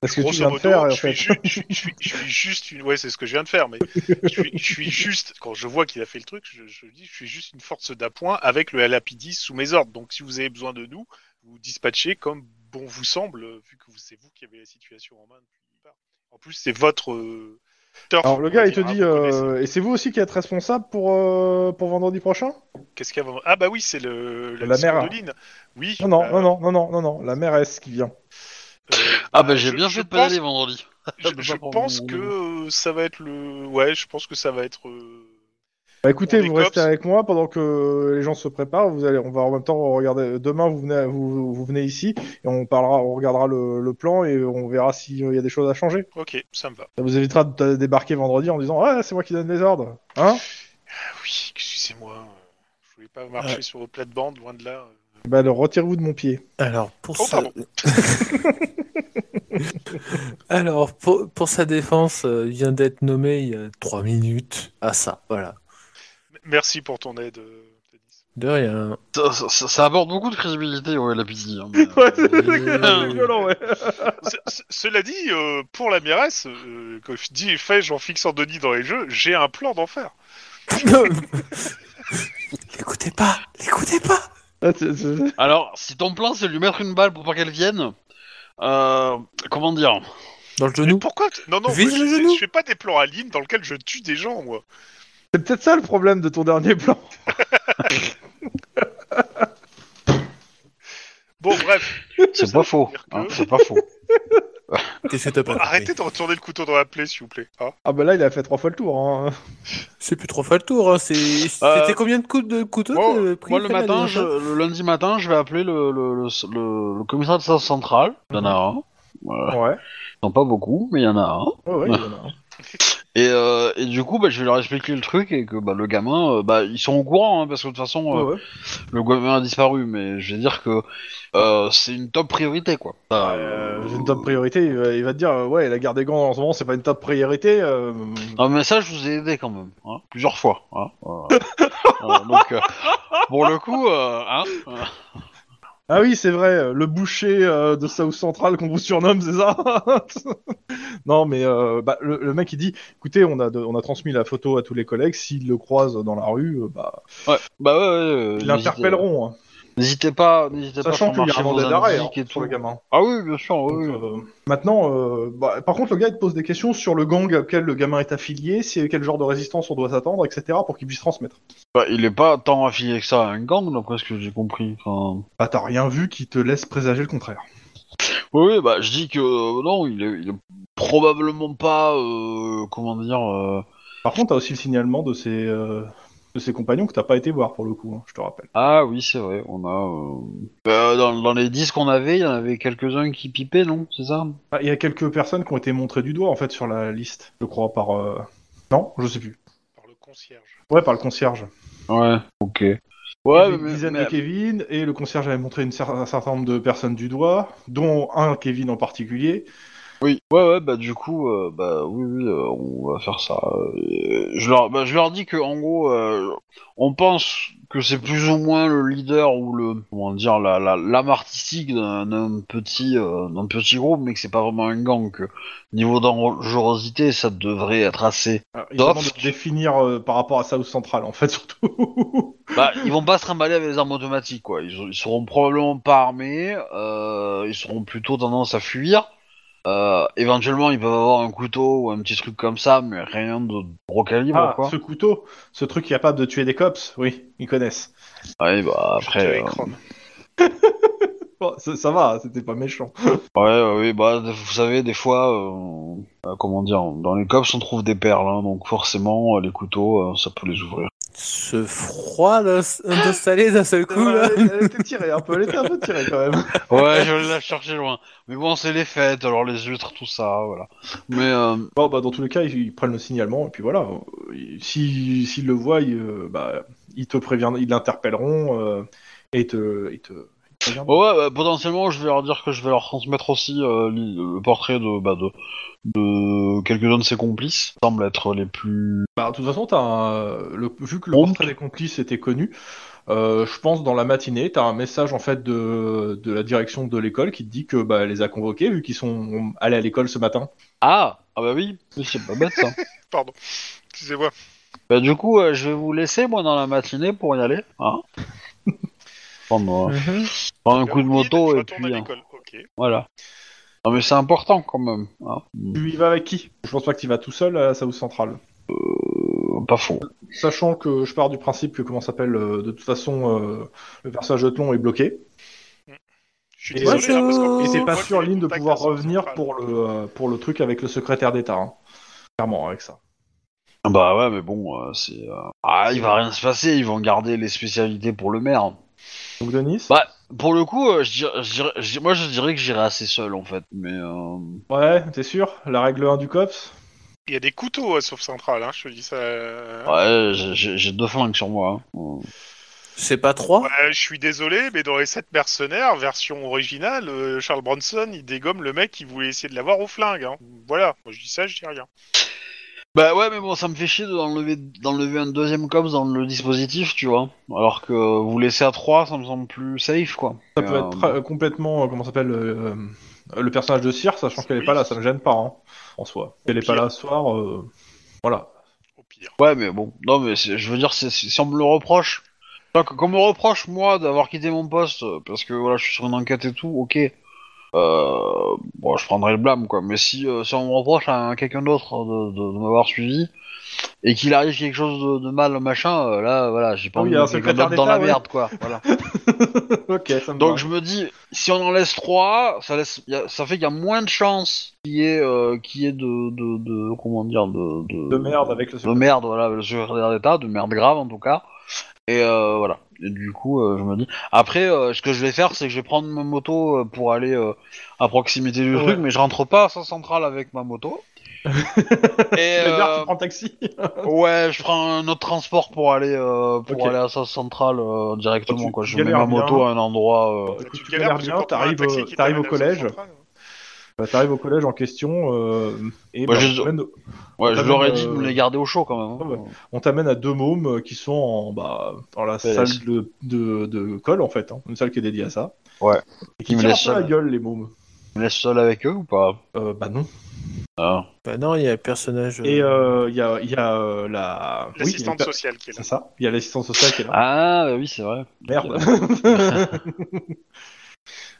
[SPEAKER 1] Parce que tu
[SPEAKER 3] Grosso
[SPEAKER 1] viens de
[SPEAKER 3] modo,
[SPEAKER 1] faire en
[SPEAKER 3] je, suis
[SPEAKER 1] fait.
[SPEAKER 3] ju- je suis- je suis- je suis juste une. Ouais, c'est ce que je viens de faire, mais je suis, je suis juste. Quand je vois qu'il a fait le truc, je, je dis je suis juste une force d'appoint avec le LAPD sous mes ordres. Donc, si vous avez besoin de nous, vous dispatchez comme bon vous semble, euh, vu que vous- c'est vous qui avez la situation en main depuis le départ. En plus, c'est votre. euh, turf,
[SPEAKER 1] Alors le
[SPEAKER 3] on
[SPEAKER 1] gars
[SPEAKER 3] va
[SPEAKER 1] il te
[SPEAKER 3] dire, hein,
[SPEAKER 1] dit,
[SPEAKER 3] vous connaissez.
[SPEAKER 1] euh, et c'est vous aussi qui êtes responsable pour, euh, pour vendredi prochain
[SPEAKER 3] Qu'est-ce qu'il y a avant- Ah, bah oui, c'est le.
[SPEAKER 1] La
[SPEAKER 3] mission
[SPEAKER 1] mère.
[SPEAKER 3] de Lynn. Oui.
[SPEAKER 1] Non non,
[SPEAKER 3] bah,
[SPEAKER 1] non non non non non non, la mairesse qui vient.
[SPEAKER 3] euh,
[SPEAKER 2] Ah, bah, j'ai
[SPEAKER 3] je-
[SPEAKER 2] bien
[SPEAKER 3] je
[SPEAKER 2] fait de
[SPEAKER 3] pense
[SPEAKER 2] pas y aller vendredi.
[SPEAKER 3] Je,
[SPEAKER 2] Je peux
[SPEAKER 3] je
[SPEAKER 2] pas prendre
[SPEAKER 3] pense
[SPEAKER 2] mon
[SPEAKER 3] que
[SPEAKER 2] rendez-vous.
[SPEAKER 3] euh, ça va être le. Ouais, je pense que ça va être. euh,
[SPEAKER 1] Bah écoutez,
[SPEAKER 3] On est
[SPEAKER 1] vous restez
[SPEAKER 3] cops.
[SPEAKER 1] avec moi pendant que euh, les gens se préparent. Vous allez, on va en même temps regarder. Demain, vous venez, vous, vous venez ici et on parlera, on regardera le, le plan et on verra s'il y a des choses à changer.
[SPEAKER 3] Ok, ça me va.
[SPEAKER 1] Ça vous évitera de t- débarquer vendredi en disant ah c'est moi qui donne les ordres, hein
[SPEAKER 3] Ah oui, excusez-moi. euh, Je voulais pas marcher sur vos plates-bandes, loin de là. euh.
[SPEAKER 1] Bah alors retirez-vous de mon pied.
[SPEAKER 4] Alors, pour
[SPEAKER 3] Oh,
[SPEAKER 4] ça.
[SPEAKER 3] pardon.
[SPEAKER 4] Alors, pour, pour sa défense, euh, il vient d'être nommé il y a 3 minutes à Ah, ça, voilà.
[SPEAKER 3] M- Merci pour ton aide, euh, Denis.
[SPEAKER 4] De rien.
[SPEAKER 2] Ça, ça- ça- ça aborde beaucoup de crédibilité, ouais, la pitié. hein, mais, euh,
[SPEAKER 4] c'est
[SPEAKER 1] violent, ouais.
[SPEAKER 3] Ce- ce- Cela dit, euh, pour la mairesse, euh, comme je dis et fait, j'en fixe en Denis dans les jeux, j'ai un plan d'enfer.
[SPEAKER 4] l'écoutez pas, l'écoutez pas
[SPEAKER 1] Ah,
[SPEAKER 2] Alors, si ton plan, c'est de lui mettre une balle pour pas qu'elle vienne, euh, comment dire
[SPEAKER 4] Dans le genou
[SPEAKER 3] Pourquoi t- Non, non,
[SPEAKER 4] Vise
[SPEAKER 3] moi,
[SPEAKER 4] le
[SPEAKER 3] je,
[SPEAKER 4] genou.
[SPEAKER 3] je fais pas des plans à ligne dans lesquels je tue des gens, moi.
[SPEAKER 1] C'est peut-être ça le problème de ton dernier plan.
[SPEAKER 3] Bon, bref.
[SPEAKER 2] C'est
[SPEAKER 3] Ça
[SPEAKER 2] pas
[SPEAKER 3] veut
[SPEAKER 2] faux.
[SPEAKER 3] dire que-
[SPEAKER 2] hein, c'est pas faux.
[SPEAKER 4] Qu'est-ce que t'as pas
[SPEAKER 3] Bon,
[SPEAKER 4] compris
[SPEAKER 3] arrêtez de retourner le couteau dans la plaie, s'il vous plaît. hein.
[SPEAKER 1] Ah bah là il a fait trois fois le tour. Hein.
[SPEAKER 4] C'est plus trois fois le tour, hein. c'est-
[SPEAKER 2] Euh,
[SPEAKER 4] C'était combien de coups de couteau
[SPEAKER 2] Moi,
[SPEAKER 4] de pris
[SPEAKER 2] moi, le
[SPEAKER 4] par la
[SPEAKER 2] matin,
[SPEAKER 4] dernière
[SPEAKER 2] je-
[SPEAKER 4] fois
[SPEAKER 2] le lundi matin, je vais appeler le, le, le- le- le commissariat de sa centrale. Il y en a un. Voilà.
[SPEAKER 1] Ouais.
[SPEAKER 2] Ils sont pas beaucoup, mais il y en a un.
[SPEAKER 1] Ouais ouais. il y en a un.
[SPEAKER 2] Et, euh, et du coup, bah, je vais leur expliquer le truc et que bah, le gamin, euh, bah, ils sont au courant, hein, parce que de toute façon, euh,
[SPEAKER 1] Ouais, ouais.
[SPEAKER 2] le gamin a disparu, mais je vais dire que euh, c'est une top priorité, quoi. Bah,
[SPEAKER 1] Euh, j'ai une top priorité. Il va, il va te dire euh, ouais la garde des gants en ce moment c'est pas une top priorité. euh,
[SPEAKER 2] Non, mais ça, je vous ai aidé quand même, hein, plusieurs fois. Hein, euh, euh, donc, euh, pour le coup, euh, hein, euh,
[SPEAKER 1] Ah oui, c'est vrai, le boucher euh, de South Central qu'on vous surnomme, c'est ça Non, mais euh, bah, le, le mec il dit, écoutez, on a, de- on a transmis la photo à tous les collègues, s'ils le croisent dans la rue, euh, bah,
[SPEAKER 2] Ouais, bah ouais, ouais, ouais,
[SPEAKER 1] ils
[SPEAKER 2] n'hésitez-
[SPEAKER 1] l'interpelleront. hein.
[SPEAKER 2] N'hésitez pas, n'hésitez pas.
[SPEAKER 1] Sachant
[SPEAKER 2] faut
[SPEAKER 1] qu'il y a un
[SPEAKER 2] marcher vos
[SPEAKER 1] mandat d'arrêt hein,
[SPEAKER 2] indices et
[SPEAKER 1] sur
[SPEAKER 2] tout.
[SPEAKER 1] le gamin.
[SPEAKER 2] Ah oui, bien sûr, oui. oui.
[SPEAKER 1] Donc, euh, maintenant, euh, bah, par contre, le gars il te pose des questions sur le gang auquel le gamin est affilié, si, quel genre de résistance on doit s'attendre, etc., pour qu'il puisse transmettre.
[SPEAKER 2] Bah, il est pas tant affilié que ça à un gang, d'après ce que j'ai compris. Enfin...
[SPEAKER 1] Bah, t'as rien vu qui te laisse présager le contraire.
[SPEAKER 2] Oui, oui, bah je dis que euh, non, il est, il est probablement pas, euh, comment dire, euh,
[SPEAKER 1] Par contre, t'as aussi le signalement de ses, euh, de ses compagnons que t'as pas été voir pour le coup, hein, je te rappelle.
[SPEAKER 2] Ah oui, c'est vrai, on a... euh, euh, dans, dans les 10 qu'on avait, il y en avait quelques-uns qui pipaient, non C'est ça
[SPEAKER 1] Ah, Il y a quelques personnes qui ont été montrées du doigt en fait sur la liste, je crois, par. euh, Non, je sais plus.
[SPEAKER 3] par le concierge.
[SPEAKER 1] Ouais, par le concierge.
[SPEAKER 2] Ouais, ok.
[SPEAKER 1] Ouais,
[SPEAKER 2] Ouais,
[SPEAKER 1] une
[SPEAKER 2] mais,
[SPEAKER 1] dizaine
[SPEAKER 2] mais-
[SPEAKER 1] de Kevin, et le concierge avait montré une cer- un certain nombre de personnes du doigt, dont un Kevin en particulier.
[SPEAKER 2] oui. ouais, ouais, bah du coup, euh, bah oui, oui, euh, on va faire ça. Euh, je, leur, bah, je leur dis que en gros, euh, on pense que c'est plus ou moins le leader ou le, comment dire, la, la, l'âme artistique d'un, d'un petit, euh, d'un petit groupe, mais que c'est pas vraiment un gang. Que niveau dangerosité, ça devrait être assez.
[SPEAKER 1] Alors, Ah, il
[SPEAKER 2] Dof.
[SPEAKER 1] demande de définir euh, par rapport à South Central, en fait, surtout.
[SPEAKER 2] Bah, ils vont pas se trimballer avec les armes automatiques, quoi. Ils, ils seront probablement pas armés, euh, ils seront plutôt tendance à fuir. Euh, éventuellement, ils peuvent avoir un couteau ou un petit truc comme ça, mais rien de gros calibre,
[SPEAKER 1] ah,
[SPEAKER 2] quoi.
[SPEAKER 1] ce couteau, ce truc capable de tuer des cops, oui, ils connaissent.
[SPEAKER 2] Ouais, bah après.
[SPEAKER 3] J'étais
[SPEAKER 2] euh,
[SPEAKER 3] avec Rome.
[SPEAKER 1] Bon, Oh, ça, ça va, c'était pas méchant.
[SPEAKER 2] ouais, ouais, ouais, bah vous savez, des fois, euh, euh, comment dire, dans les cops, on trouve des perles, hein, donc forcément, euh, les couteaux, euh, ça peut les ouvrir.
[SPEAKER 4] Ce froid là, s- installé d'un seul coup là.
[SPEAKER 1] Elle, elle était tirée un peu, elle était un peu tirée quand même.
[SPEAKER 2] Ouais, je l'ai cherché loin. Mais bon, c'est les fêtes, alors les huîtres, tout ça, voilà. Mais euh,
[SPEAKER 1] Bon, bah, dans tous les cas, ils, ils prennent le signalement, et puis voilà. Euh, ils- si- S'ils le voient, ils, euh, bah, ils te préviendront, ils l'interpelleront, euh, et ils te, ils te, ils te préviendront.
[SPEAKER 2] Ouais, ouais, bah, potentiellement, je vais leur dire que je vais leur transmettre aussi euh, li- le portrait de, bah, de, de quelques-uns de ses complices. Ils semblent être les plus.
[SPEAKER 1] Bah, de toute façon, t'as un- le... vu que le
[SPEAKER 2] Honte.
[SPEAKER 1] portrait des complices était connu, euh, je pense dans la matinée, t'as un message en fait de, de la direction de l'école qui te dit que bah, elle les a convoqués vu qu'ils sont allés à l'école ce matin.
[SPEAKER 2] Ah Ah, bah oui, Oui, c'est pas bête ça.
[SPEAKER 3] Pardon. Excusez-moi.
[SPEAKER 2] bah, du coup, euh, je vais vous laisser, moi, dans la matinée pour y aller. Hein prendre, euh, prendre un coup de moto et puis. hein,
[SPEAKER 3] Ok.
[SPEAKER 2] voilà. Non, mais c'est important quand même. hein.
[SPEAKER 1] Tu y vas avec qui Je pense pas que tu vas tout seul à South Central.
[SPEAKER 2] Euh, pas faux.
[SPEAKER 1] Sachant que je pars du principe que comment ça s'appelle, euh, de toute façon, euh, le personnage de Tlon est bloqué.
[SPEAKER 3] Je suis
[SPEAKER 1] Et
[SPEAKER 3] désolé.
[SPEAKER 4] je-
[SPEAKER 3] hein, parce qu'en
[SPEAKER 4] et
[SPEAKER 1] Et
[SPEAKER 3] plus,
[SPEAKER 1] t'es
[SPEAKER 3] on
[SPEAKER 1] pas
[SPEAKER 3] voit
[SPEAKER 1] sur
[SPEAKER 3] que les
[SPEAKER 1] ligne de
[SPEAKER 3] contacts
[SPEAKER 1] pouvoir
[SPEAKER 3] à South
[SPEAKER 1] revenir
[SPEAKER 3] Central.
[SPEAKER 1] pour le, euh, pour le truc avec le secrétaire d'État. hein. Clairement, avec ça.
[SPEAKER 2] Ah Bah ouais, mais bon, euh, c'est. euh, Ah, il va rien se passer, ils vont garder les spécialités pour le maire.
[SPEAKER 1] Donc, Denis
[SPEAKER 2] Bah, pour le coup, euh, je dirais- je dirais- je- moi je dirais que j'irai assez seul en fait, mais euh,
[SPEAKER 1] Ouais, t'es sûr La règle 1 du COPS
[SPEAKER 3] Il y a des couteaux à Sauf Central, hein, je te dis ça. euh,
[SPEAKER 2] ouais, j'ai- j'ai j'ai deux flingues sur moi. hein.
[SPEAKER 4] C'est pas trois
[SPEAKER 3] Ouais, je suis désolé, mais dans les 7 mercenaires, version originale, euh, Charles Bronson, il dégomme le mec qui voulait essayer de l'avoir au flingue. hein. Voilà, moi je dis ça, je dis rien.
[SPEAKER 2] Bah ouais, mais bon, ça me fait chier d'enlever d'enlever un deuxième cops dans le dispositif, tu vois. Alors que vous laissez à trois, ça me semble plus safe quoi.
[SPEAKER 1] Ça
[SPEAKER 2] Et,
[SPEAKER 1] peut
[SPEAKER 2] euh,
[SPEAKER 1] être euh, complètement, euh, comment ça s'appelle, euh, euh, le personnage de Cyr, sachant qu'elle est pas là, ça me gêne pas, hein, en soi. Elle est pas là ce soir, euh, voilà.
[SPEAKER 3] Au pire.
[SPEAKER 2] Ouais, mais bon, non, mais c'est- je veux dire, c'est- c'est- si on me le reproche, enfin, que- qu'on me reproche moi d'avoir quitté mon poste euh, parce que voilà, je suis sur une enquête et tout, ok. Euh, bon, je prendrai le blâme quoi. Mais si, euh, si on me reproche à, quelqu'un d'autre de, de- de m'avoir suivi et qu'il arrive quelque chose de, de mal, machin, euh, là, voilà, j'ai pas
[SPEAKER 1] Ah oui,
[SPEAKER 2] envie
[SPEAKER 1] il y a
[SPEAKER 2] de
[SPEAKER 1] un
[SPEAKER 2] mettre
[SPEAKER 1] secrétaire
[SPEAKER 2] quelqu'un d'autre dans la
[SPEAKER 1] d'État, ah ouais.
[SPEAKER 2] merde quoi. Voilà.
[SPEAKER 1] ok, ça me
[SPEAKER 2] Donc
[SPEAKER 1] va.
[SPEAKER 2] je me dis, si on en laisse trois, ça laisse, y a- ça fait qu'il y a moins de chances qu'il y ait, euh, qu'il y ait de, de, de- comment dire, de, de,
[SPEAKER 1] De merde avec le
[SPEAKER 2] de merde, voilà, le secrétaire d'État, de merde grave en tout cas. Et euh, voilà. Et du coup, euh, je me dis. Après, euh, ce que je vais faire, c'est que je vais prendre ma moto euh, pour aller euh, à proximité du
[SPEAKER 1] Ouais.
[SPEAKER 2] truc, mais je rentre pas à Saint Central avec ma moto.
[SPEAKER 1] Tu vas dire,
[SPEAKER 2] Et euh,
[SPEAKER 1] tu prends le taxi
[SPEAKER 2] ouais, je prends un autre transport pour aller euh, pour
[SPEAKER 1] Ok.
[SPEAKER 2] aller à Saint Central euh, directement.
[SPEAKER 1] Tu
[SPEAKER 2] quoi. Je mets
[SPEAKER 1] galères
[SPEAKER 2] ma
[SPEAKER 1] bien.
[SPEAKER 2] moto à un endroit. euh,
[SPEAKER 1] Écoute,
[SPEAKER 3] Bah,
[SPEAKER 1] tu galères
[SPEAKER 3] parce que
[SPEAKER 1] bien,
[SPEAKER 3] pour trouver un
[SPEAKER 1] t'arrives,
[SPEAKER 3] taxi
[SPEAKER 1] euh,
[SPEAKER 3] qui
[SPEAKER 1] t'arrives
[SPEAKER 3] t'amène
[SPEAKER 1] au
[SPEAKER 3] à hein. South
[SPEAKER 1] collège.
[SPEAKER 3] Central,
[SPEAKER 1] Bah, T'arrives au collège en question, euh, et
[SPEAKER 2] Moi,
[SPEAKER 1] bah,
[SPEAKER 2] je-
[SPEAKER 1] on t'amène-
[SPEAKER 2] Ouais, je
[SPEAKER 1] T'amènes,
[SPEAKER 2] leur ai dit de
[SPEAKER 1] euh, Ah
[SPEAKER 2] me les garder au chaud quand même. hein.
[SPEAKER 1] Ouais, on t'amène à deux mômes euh, qui sont en, bah, dans la
[SPEAKER 2] PLS.
[SPEAKER 1] salle de, de, de colle, en fait, hein, une salle qui est dédiée à ça. Et
[SPEAKER 2] Il
[SPEAKER 1] qui
[SPEAKER 2] me
[SPEAKER 1] tire un
[SPEAKER 2] laisse
[SPEAKER 1] peu la
[SPEAKER 2] seul.
[SPEAKER 1] gueule, les mômes.
[SPEAKER 2] me laisse seul avec eux ou pas
[SPEAKER 1] Euh, bah non.
[SPEAKER 2] Ah.
[SPEAKER 4] Bah non, il y a le personnage. euh,
[SPEAKER 1] Et euh, il y a, il y a euh, la... oui, il y a une
[SPEAKER 3] L'assistante
[SPEAKER 1] per-
[SPEAKER 3] sociale qui est là.
[SPEAKER 1] C'est ça. Il y a l'assistante sociale qui est là.
[SPEAKER 2] Ah, bah oui, c'est vrai.
[SPEAKER 1] Merde.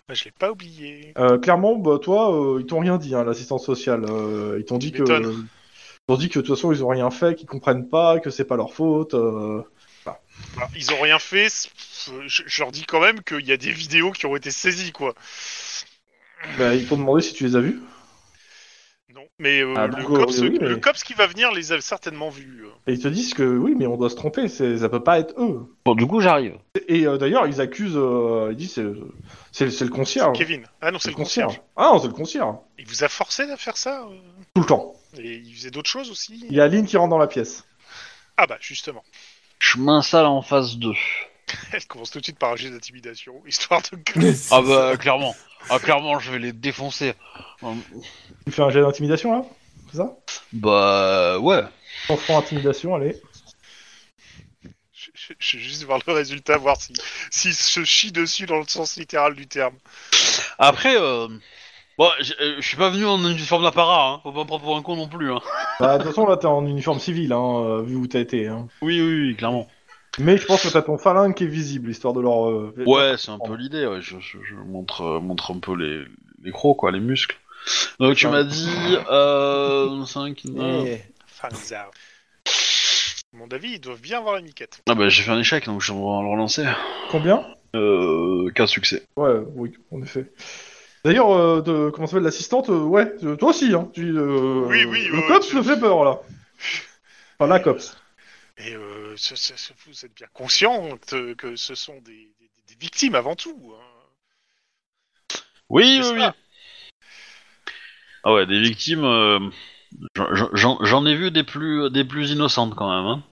[SPEAKER 3] Bah, je l'ai pas oublié.
[SPEAKER 1] Euh, clairement, bah, toi, euh, ils t'ont rien dit, hein, l'assistance sociale. Euh, ils t'ont dit que,
[SPEAKER 3] Tu m'étonnes.
[SPEAKER 1] ils t'ont dit que de toute façon, ils ont rien fait, qu'ils comprennent pas, que c'est pas leur faute. euh.
[SPEAKER 3] Alors, Bah, ils ont rien fait. c'est- Je, je leur dis quand même qu'il y a des vidéos qui ont été saisies, quoi.
[SPEAKER 1] Bah, ils t'ont demandé si tu les as vues.
[SPEAKER 3] Non, mais euh,
[SPEAKER 1] Ah,
[SPEAKER 3] le,
[SPEAKER 1] donc,
[SPEAKER 3] cops,
[SPEAKER 1] euh, oui, mais-
[SPEAKER 3] le cops qui va venir les a certainement vus. euh.
[SPEAKER 1] Et ils te disent que oui, mais on doit se tromper, c'est, ça peut pas être eux.
[SPEAKER 2] Bon, du coup, j'arrive.
[SPEAKER 1] Et euh, d'ailleurs, ils accusent, euh, ils disent c'est, c'est, le- c'est le concierge.
[SPEAKER 3] Kevin. Ah non, c'est le concierge.
[SPEAKER 1] Ah non, c'est le concierge.
[SPEAKER 3] Il vous a forcé à faire ça euh
[SPEAKER 1] Tout le temps.
[SPEAKER 3] Et il faisait d'autres choses aussi
[SPEAKER 1] Il y a Aline qui rentre dans la pièce.
[SPEAKER 3] Ah bah, justement.
[SPEAKER 2] Je m'installe en phase 2.
[SPEAKER 3] Elle commence tout de suite par un jet d'intimidation, histoire de...
[SPEAKER 2] Ah bah, clairement. Ah, clairement, je vais les défoncer. Hum,
[SPEAKER 1] Tu fais un jet d'intimidation là C'est ça
[SPEAKER 2] Bah, ouais.
[SPEAKER 1] 100 francs intimidation, allez.
[SPEAKER 3] Je, je- je vais juste voir le résultat, voir si, s'il se chie dessus dans le sens littéral du terme.
[SPEAKER 2] Après, euh... bon, j- euh, je suis pas venu en uniforme d'apparat, hein. faut pas me prendre pour un con non plus. Hein.
[SPEAKER 1] Bah, de toute façon, là, t'es en uniforme civil, hein, euh, vu où t'as été. hein.
[SPEAKER 2] Oui, oui, oui, clairement.
[SPEAKER 1] Mais je pense que t'as ton phalangue qui est visible, histoire de leur. euh,
[SPEAKER 2] Ouais, c'est un peu l'idée, ouais. je, je- je montre, euh, montre un peu les, les crocs, quoi, les muscles. Donc tu m'as dit euh, 5,
[SPEAKER 4] eh,
[SPEAKER 3] Enfin, bizarre. À mon avis, ils doivent bien avoir une niquette.
[SPEAKER 2] Ah bah j'ai fait un échec, donc je vais le relancer.
[SPEAKER 1] Combien
[SPEAKER 2] Euh, 15 succès.
[SPEAKER 1] Ouais, oui, en effet. D'ailleurs, euh, de, comment s'appelle l'assistante euh, Ouais, euh, toi aussi, hein. tu, euh,
[SPEAKER 3] Oui, oui,
[SPEAKER 1] Le
[SPEAKER 3] ouais,
[SPEAKER 1] cops
[SPEAKER 3] tu-
[SPEAKER 1] me fait peur, là. Enfin, la cops.
[SPEAKER 3] Et euh, ce- ce- ce- vous êtes bien conscient que, que ce sont des, des- des victimes avant tout. hein.
[SPEAKER 2] Oui,
[SPEAKER 3] C'est
[SPEAKER 2] oui, oui.
[SPEAKER 3] ça.
[SPEAKER 2] Ah ouais, des victimes, euh, j'en- j'en j'en ai vu des plus, des plus innocentes quand même. Hein.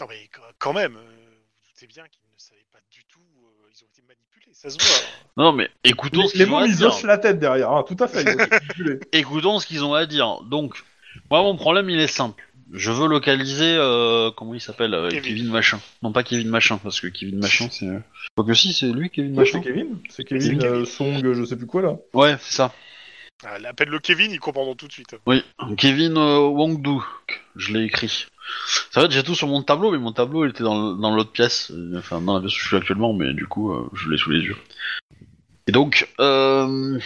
[SPEAKER 3] Non mais qu- quand même, euh, vous doutez bien qu'ils ne savaient pas du tout, euh, ils ont été manipulés, ça se voit. hein.
[SPEAKER 2] Non mais écoutons ce
[SPEAKER 1] les
[SPEAKER 2] qu'ils ont
[SPEAKER 1] mots,
[SPEAKER 2] à
[SPEAKER 1] ils
[SPEAKER 2] dire.
[SPEAKER 1] hochent la tête derrière, hein, tout à fait. ils ont calculé.
[SPEAKER 2] Écoutons ce qu'ils ont à dire. Donc, moi mon problème il est simple. Je veux localiser, euh, comment il s'appelle euh,
[SPEAKER 3] Kevin.
[SPEAKER 2] Kevin. Machin. Non pas Kevin Machin, parce que Kevin Machin c'est... euh, Faut que si, c'est lui Kevin
[SPEAKER 1] Ouais, c'est
[SPEAKER 2] Machin
[SPEAKER 1] Kevin, c'est
[SPEAKER 2] C'est
[SPEAKER 1] Kevin,
[SPEAKER 2] Kevin.
[SPEAKER 1] euh, Song, euh, je sais plus quoi, là.
[SPEAKER 2] Ouais, c'est ça.
[SPEAKER 3] Ah, L'appel le Kevin, ils comprendront tout de suite.
[SPEAKER 2] Oui, Kevin euh, Wangdu, je l'ai écrit. Ça va, j'ai tout sur mon tableau, mais mon tableau il était dans, l- dans l'autre pièce, euh, enfin dans la pièce où je suis actuellement, mais du coup euh, je l'ai sous les yeux. Et donc, euh,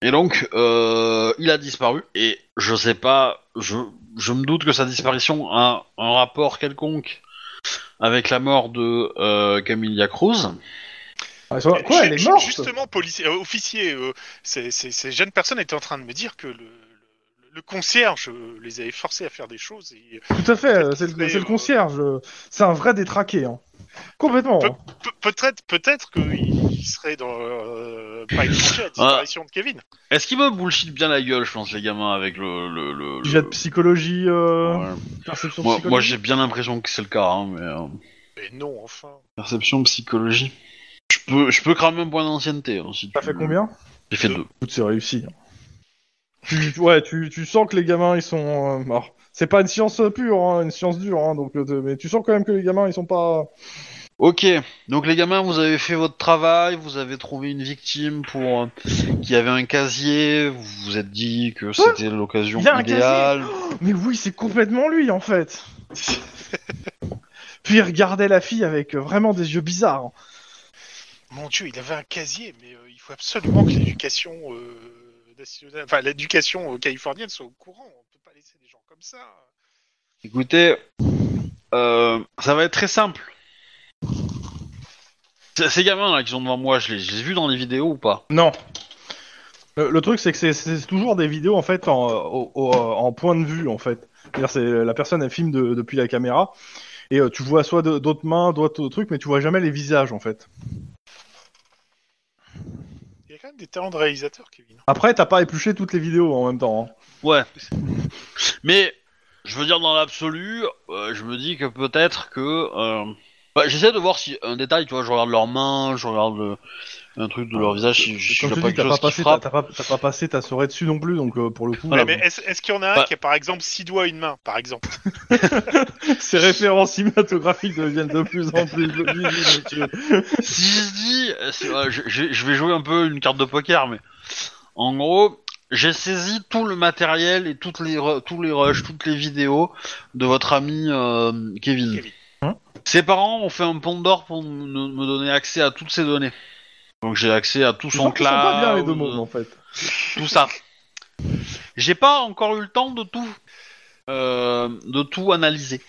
[SPEAKER 2] et donc, euh, il a disparu. Et je sais pas, je, je me doute que sa disparition a un rapport quelconque avec la mort de euh, Camilla Cruz.
[SPEAKER 1] Ah, ils sont là, Quoi,
[SPEAKER 3] Eh, Ju-
[SPEAKER 1] elle est
[SPEAKER 3] ju-
[SPEAKER 1] morte
[SPEAKER 3] Justement, policier, euh, officier, euh, ces, ces- ces jeunes personnes étaient en train de me dire que le, le- le concierge euh, les avait forcés à faire des choses. Et, euh,
[SPEAKER 1] Tout à fait, euh, c'est le,
[SPEAKER 3] Peut-être
[SPEAKER 1] c'est le
[SPEAKER 3] que-
[SPEAKER 1] concierge. euh, C'est un vrai détraqué, hein. Complètement. hein.
[SPEAKER 3] pe- peut-être, peut-être qu'ils seraient dans euh, pas expliqué la
[SPEAKER 2] Ah.
[SPEAKER 3] disparition de Kevin.
[SPEAKER 2] Est-ce qu'il me bullshit bien la gueule, je pense, les gamins, avec le... le, le,
[SPEAKER 1] Jet de
[SPEAKER 2] le-
[SPEAKER 1] psychologie, euh,
[SPEAKER 2] Ouais.
[SPEAKER 1] perception
[SPEAKER 2] Moi, moi,
[SPEAKER 1] psychologique.
[SPEAKER 2] j'ai bien l'impression que c'est le cas, hein, mais... euh,
[SPEAKER 3] Mais non, enfin.
[SPEAKER 2] Perception, psychologie. Je peux, je peux cramer un point d'ancienneté. hein, si
[SPEAKER 1] T'as
[SPEAKER 2] tu
[SPEAKER 1] fait
[SPEAKER 2] veux.
[SPEAKER 1] combien
[SPEAKER 2] J'ai fait
[SPEAKER 3] Deux.
[SPEAKER 2] deux.
[SPEAKER 1] Écoute, c'est réussi. hein. Tu, tu- ouais, tu, tu sens que les gamins, ils sont... euh, alors, c'est pas une science pure, hein, une science dure, hein, donc, euh, te- mais tu sens quand même que les gamins, ils sont pas...
[SPEAKER 2] Ok, donc les gamins, vous avez fait votre travail, vous avez trouvé une victime pour euh, qui avait un casier, vous vous êtes dit que c'était l'occasion
[SPEAKER 1] Il y a un casier
[SPEAKER 2] idéale.
[SPEAKER 1] Mais oui, c'est complètement lui, en fait Puis il regardait la fille avec euh, vraiment des yeux bizarres. hein.
[SPEAKER 3] Mon Dieu, il avait un casier, mais euh, il faut absolument que l'éducation euh, nationale, enfin l'éducation euh, californienne soit au courant. On peut pas laisser des gens comme ça.
[SPEAKER 2] Écoutez, euh, ça va être très simple. C- Ces gamins là qui sont devant moi, je les, je les ai vus dans les vidéos ou pas
[SPEAKER 1] Non. Le, le truc, c'est que c'est- c'est toujours des vidéos en fait en, euh, au- au- euh, en point de vue en fait. C'est-à-dire, c'est la personne elle filme de- depuis la caméra et euh, tu vois soit de- d'autres mains, d'autres trucs, mais tu vois jamais les visages en fait.
[SPEAKER 3] Il y a quand même des talents de réalisateur, Kevin.
[SPEAKER 1] Après, t'as pas épluché toutes les vidéos en même temps. hein.
[SPEAKER 2] Ouais. Mais je veux dire dans l'absolu, euh, je me dis que peut-être que euh, bah, j'essaie de voir si un détail, tu vois, je regarde leurs mains, je regarde euh, un truc de leur visage si si je
[SPEAKER 1] Ah, Comme je
[SPEAKER 2] vois pas
[SPEAKER 1] dis, t'as
[SPEAKER 2] quelque
[SPEAKER 1] pas,
[SPEAKER 2] chose qui
[SPEAKER 1] passé ta-
[SPEAKER 2] frappe.
[SPEAKER 1] t'as pas, t'as pas passé ta soirée dessus non plus, donc euh, pour le coup,
[SPEAKER 2] Voilà,
[SPEAKER 1] euh,
[SPEAKER 3] mais est-ce est-ce qu'il y en a un
[SPEAKER 2] Bah-
[SPEAKER 3] qui a par exemple six doigts et une main, par exemple
[SPEAKER 1] ces références cinématographiques deviennent de plus en plus euh, visibles, monsieur.
[SPEAKER 2] si je dis, euh, c'est- euh, je, je- je vais jouer un peu une carte de poker, mais en gros, j'ai saisi tout le matériel et toutes les ru- tous les rushs, toutes les vidéos de votre ami euh, Kevin.
[SPEAKER 3] Kevin.
[SPEAKER 1] Hein
[SPEAKER 2] Ses parents ont fait un pont d'or pour me- me donner accès à toutes ces données. Donc j'ai accès à tout
[SPEAKER 1] Ils
[SPEAKER 2] son
[SPEAKER 1] sont pas bien les
[SPEAKER 2] cloud,
[SPEAKER 1] deux mondes en fait.
[SPEAKER 2] tout ça. J'ai pas encore eu le temps de tout, euh, de tout analyser.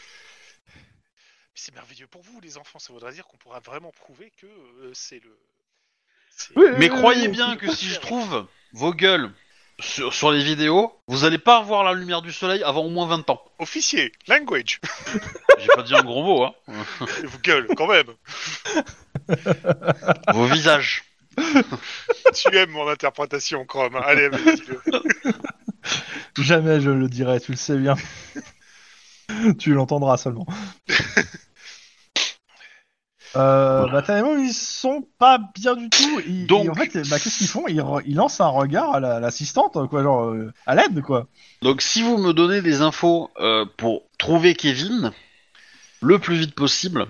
[SPEAKER 3] C'est merveilleux pour vous, les enfants. Ça voudrait dire qu'on pourra vraiment prouver que euh, c'est le. c'est-
[SPEAKER 1] Oui,
[SPEAKER 2] Mais croyez bien que si je trouve vos gueules sur, sur les vidéos, vous allez pas voir la lumière du soleil avant au moins 20 ans.
[SPEAKER 3] Officier, language.
[SPEAKER 2] J'ai pas dit un gros mot, hein.
[SPEAKER 3] Et vous gueule, quand même.
[SPEAKER 2] Vos visages.
[SPEAKER 3] tu aimes mon interprétation, Chrome. Allez, vas-y.
[SPEAKER 1] Jamais je le dirai, tu le sais bien. tu l'entendras seulement. Euh, bah, tellement ils sont pas bien du tout. Ils,
[SPEAKER 2] Donc-
[SPEAKER 1] ils- en fait, bah, qu'est-ce qu'ils font ils, re- ils lancent un regard à la- l'assistante, quoi, genre euh, à l'aide, quoi.
[SPEAKER 2] Donc si vous me donnez des infos euh, pour trouver Kevin le plus vite possible,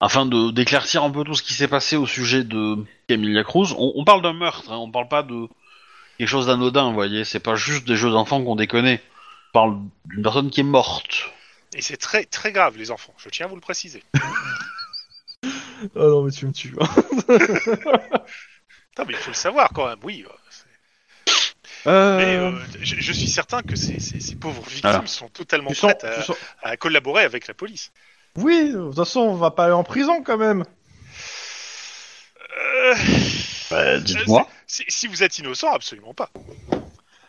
[SPEAKER 2] afin de d'éclaircir un peu tout ce qui s'est passé au sujet de Camilla Cruz, on, on parle d'un meurtre, hein, on parle pas de quelque chose d'anodin, vous voyez, c'est pas juste des jeux d'enfants qu'on déconne. On parle d'une personne qui est morte.
[SPEAKER 3] Et c'est très, très grave, les enfants. Je tiens à vous le préciser.
[SPEAKER 1] Oh non, mais tu me tues.
[SPEAKER 3] Putain, mais il faut le savoir, quand même. Oui. euh, c'est- Mais euh, je, je suis certain que ces, ces- ces pauvres victimes
[SPEAKER 2] Voilà.
[SPEAKER 3] sont totalement
[SPEAKER 1] tu sens-
[SPEAKER 3] prêtes
[SPEAKER 2] euh,
[SPEAKER 3] à,
[SPEAKER 1] tu sens-
[SPEAKER 3] à collaborer avec la police.
[SPEAKER 1] Oui, de toute façon, on va pas aller en prison quand même.
[SPEAKER 3] Euh,
[SPEAKER 2] Bah, dites-moi.
[SPEAKER 3] si, si vous êtes innocent, absolument pas.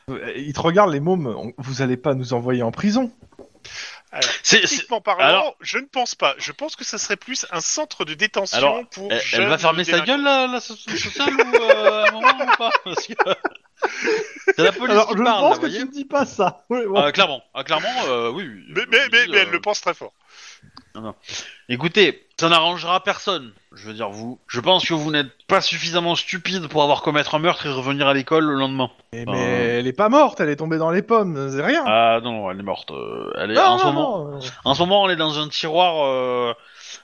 [SPEAKER 1] Euh, Ils te regardent les mômes. on- Vous allez pas nous envoyer en prison.
[SPEAKER 2] C'est- c'est-
[SPEAKER 3] Techniquement parlant,
[SPEAKER 2] alors-
[SPEAKER 3] je ne pense pas. Je pense que ça serait plus un centre de détention
[SPEAKER 2] Alors,
[SPEAKER 3] pour.
[SPEAKER 2] Elle, elle
[SPEAKER 3] jeunes
[SPEAKER 2] va fermer sa
[SPEAKER 3] délinquants.
[SPEAKER 2] gueule, la, la so- sociale, ou euh, à un moment ou pas Parce que c'est la police
[SPEAKER 1] Alors,
[SPEAKER 2] qui
[SPEAKER 1] je
[SPEAKER 2] parle, là,
[SPEAKER 1] pense
[SPEAKER 2] vous
[SPEAKER 1] que
[SPEAKER 2] voyez.
[SPEAKER 1] tu me dis pas ça. Ouais, bon.
[SPEAKER 2] Ah, clairement, ah, clairement, euh, oui. oui,
[SPEAKER 3] Mais,
[SPEAKER 2] euh,
[SPEAKER 3] mais,
[SPEAKER 2] je
[SPEAKER 3] mais-
[SPEAKER 2] dis,
[SPEAKER 3] mais elle
[SPEAKER 2] euh,
[SPEAKER 3] le pense très fort.
[SPEAKER 2] Écoutez, ça n'arrangera personne. Je veux dire vous. Je pense que vous n'êtes pas suffisamment stupide pour avoir commettre un meurtre et revenir à l'école le lendemain.
[SPEAKER 1] Mais, mais elle est pas morte, elle est tombée dans les pommes, c'est rien.
[SPEAKER 2] Ah non, non, elle est morte. euh, Elle est
[SPEAKER 1] Non,
[SPEAKER 2] en
[SPEAKER 1] non,
[SPEAKER 2] ce moment.
[SPEAKER 1] non.
[SPEAKER 2] En ce moment, elle est dans un tiroir, euh,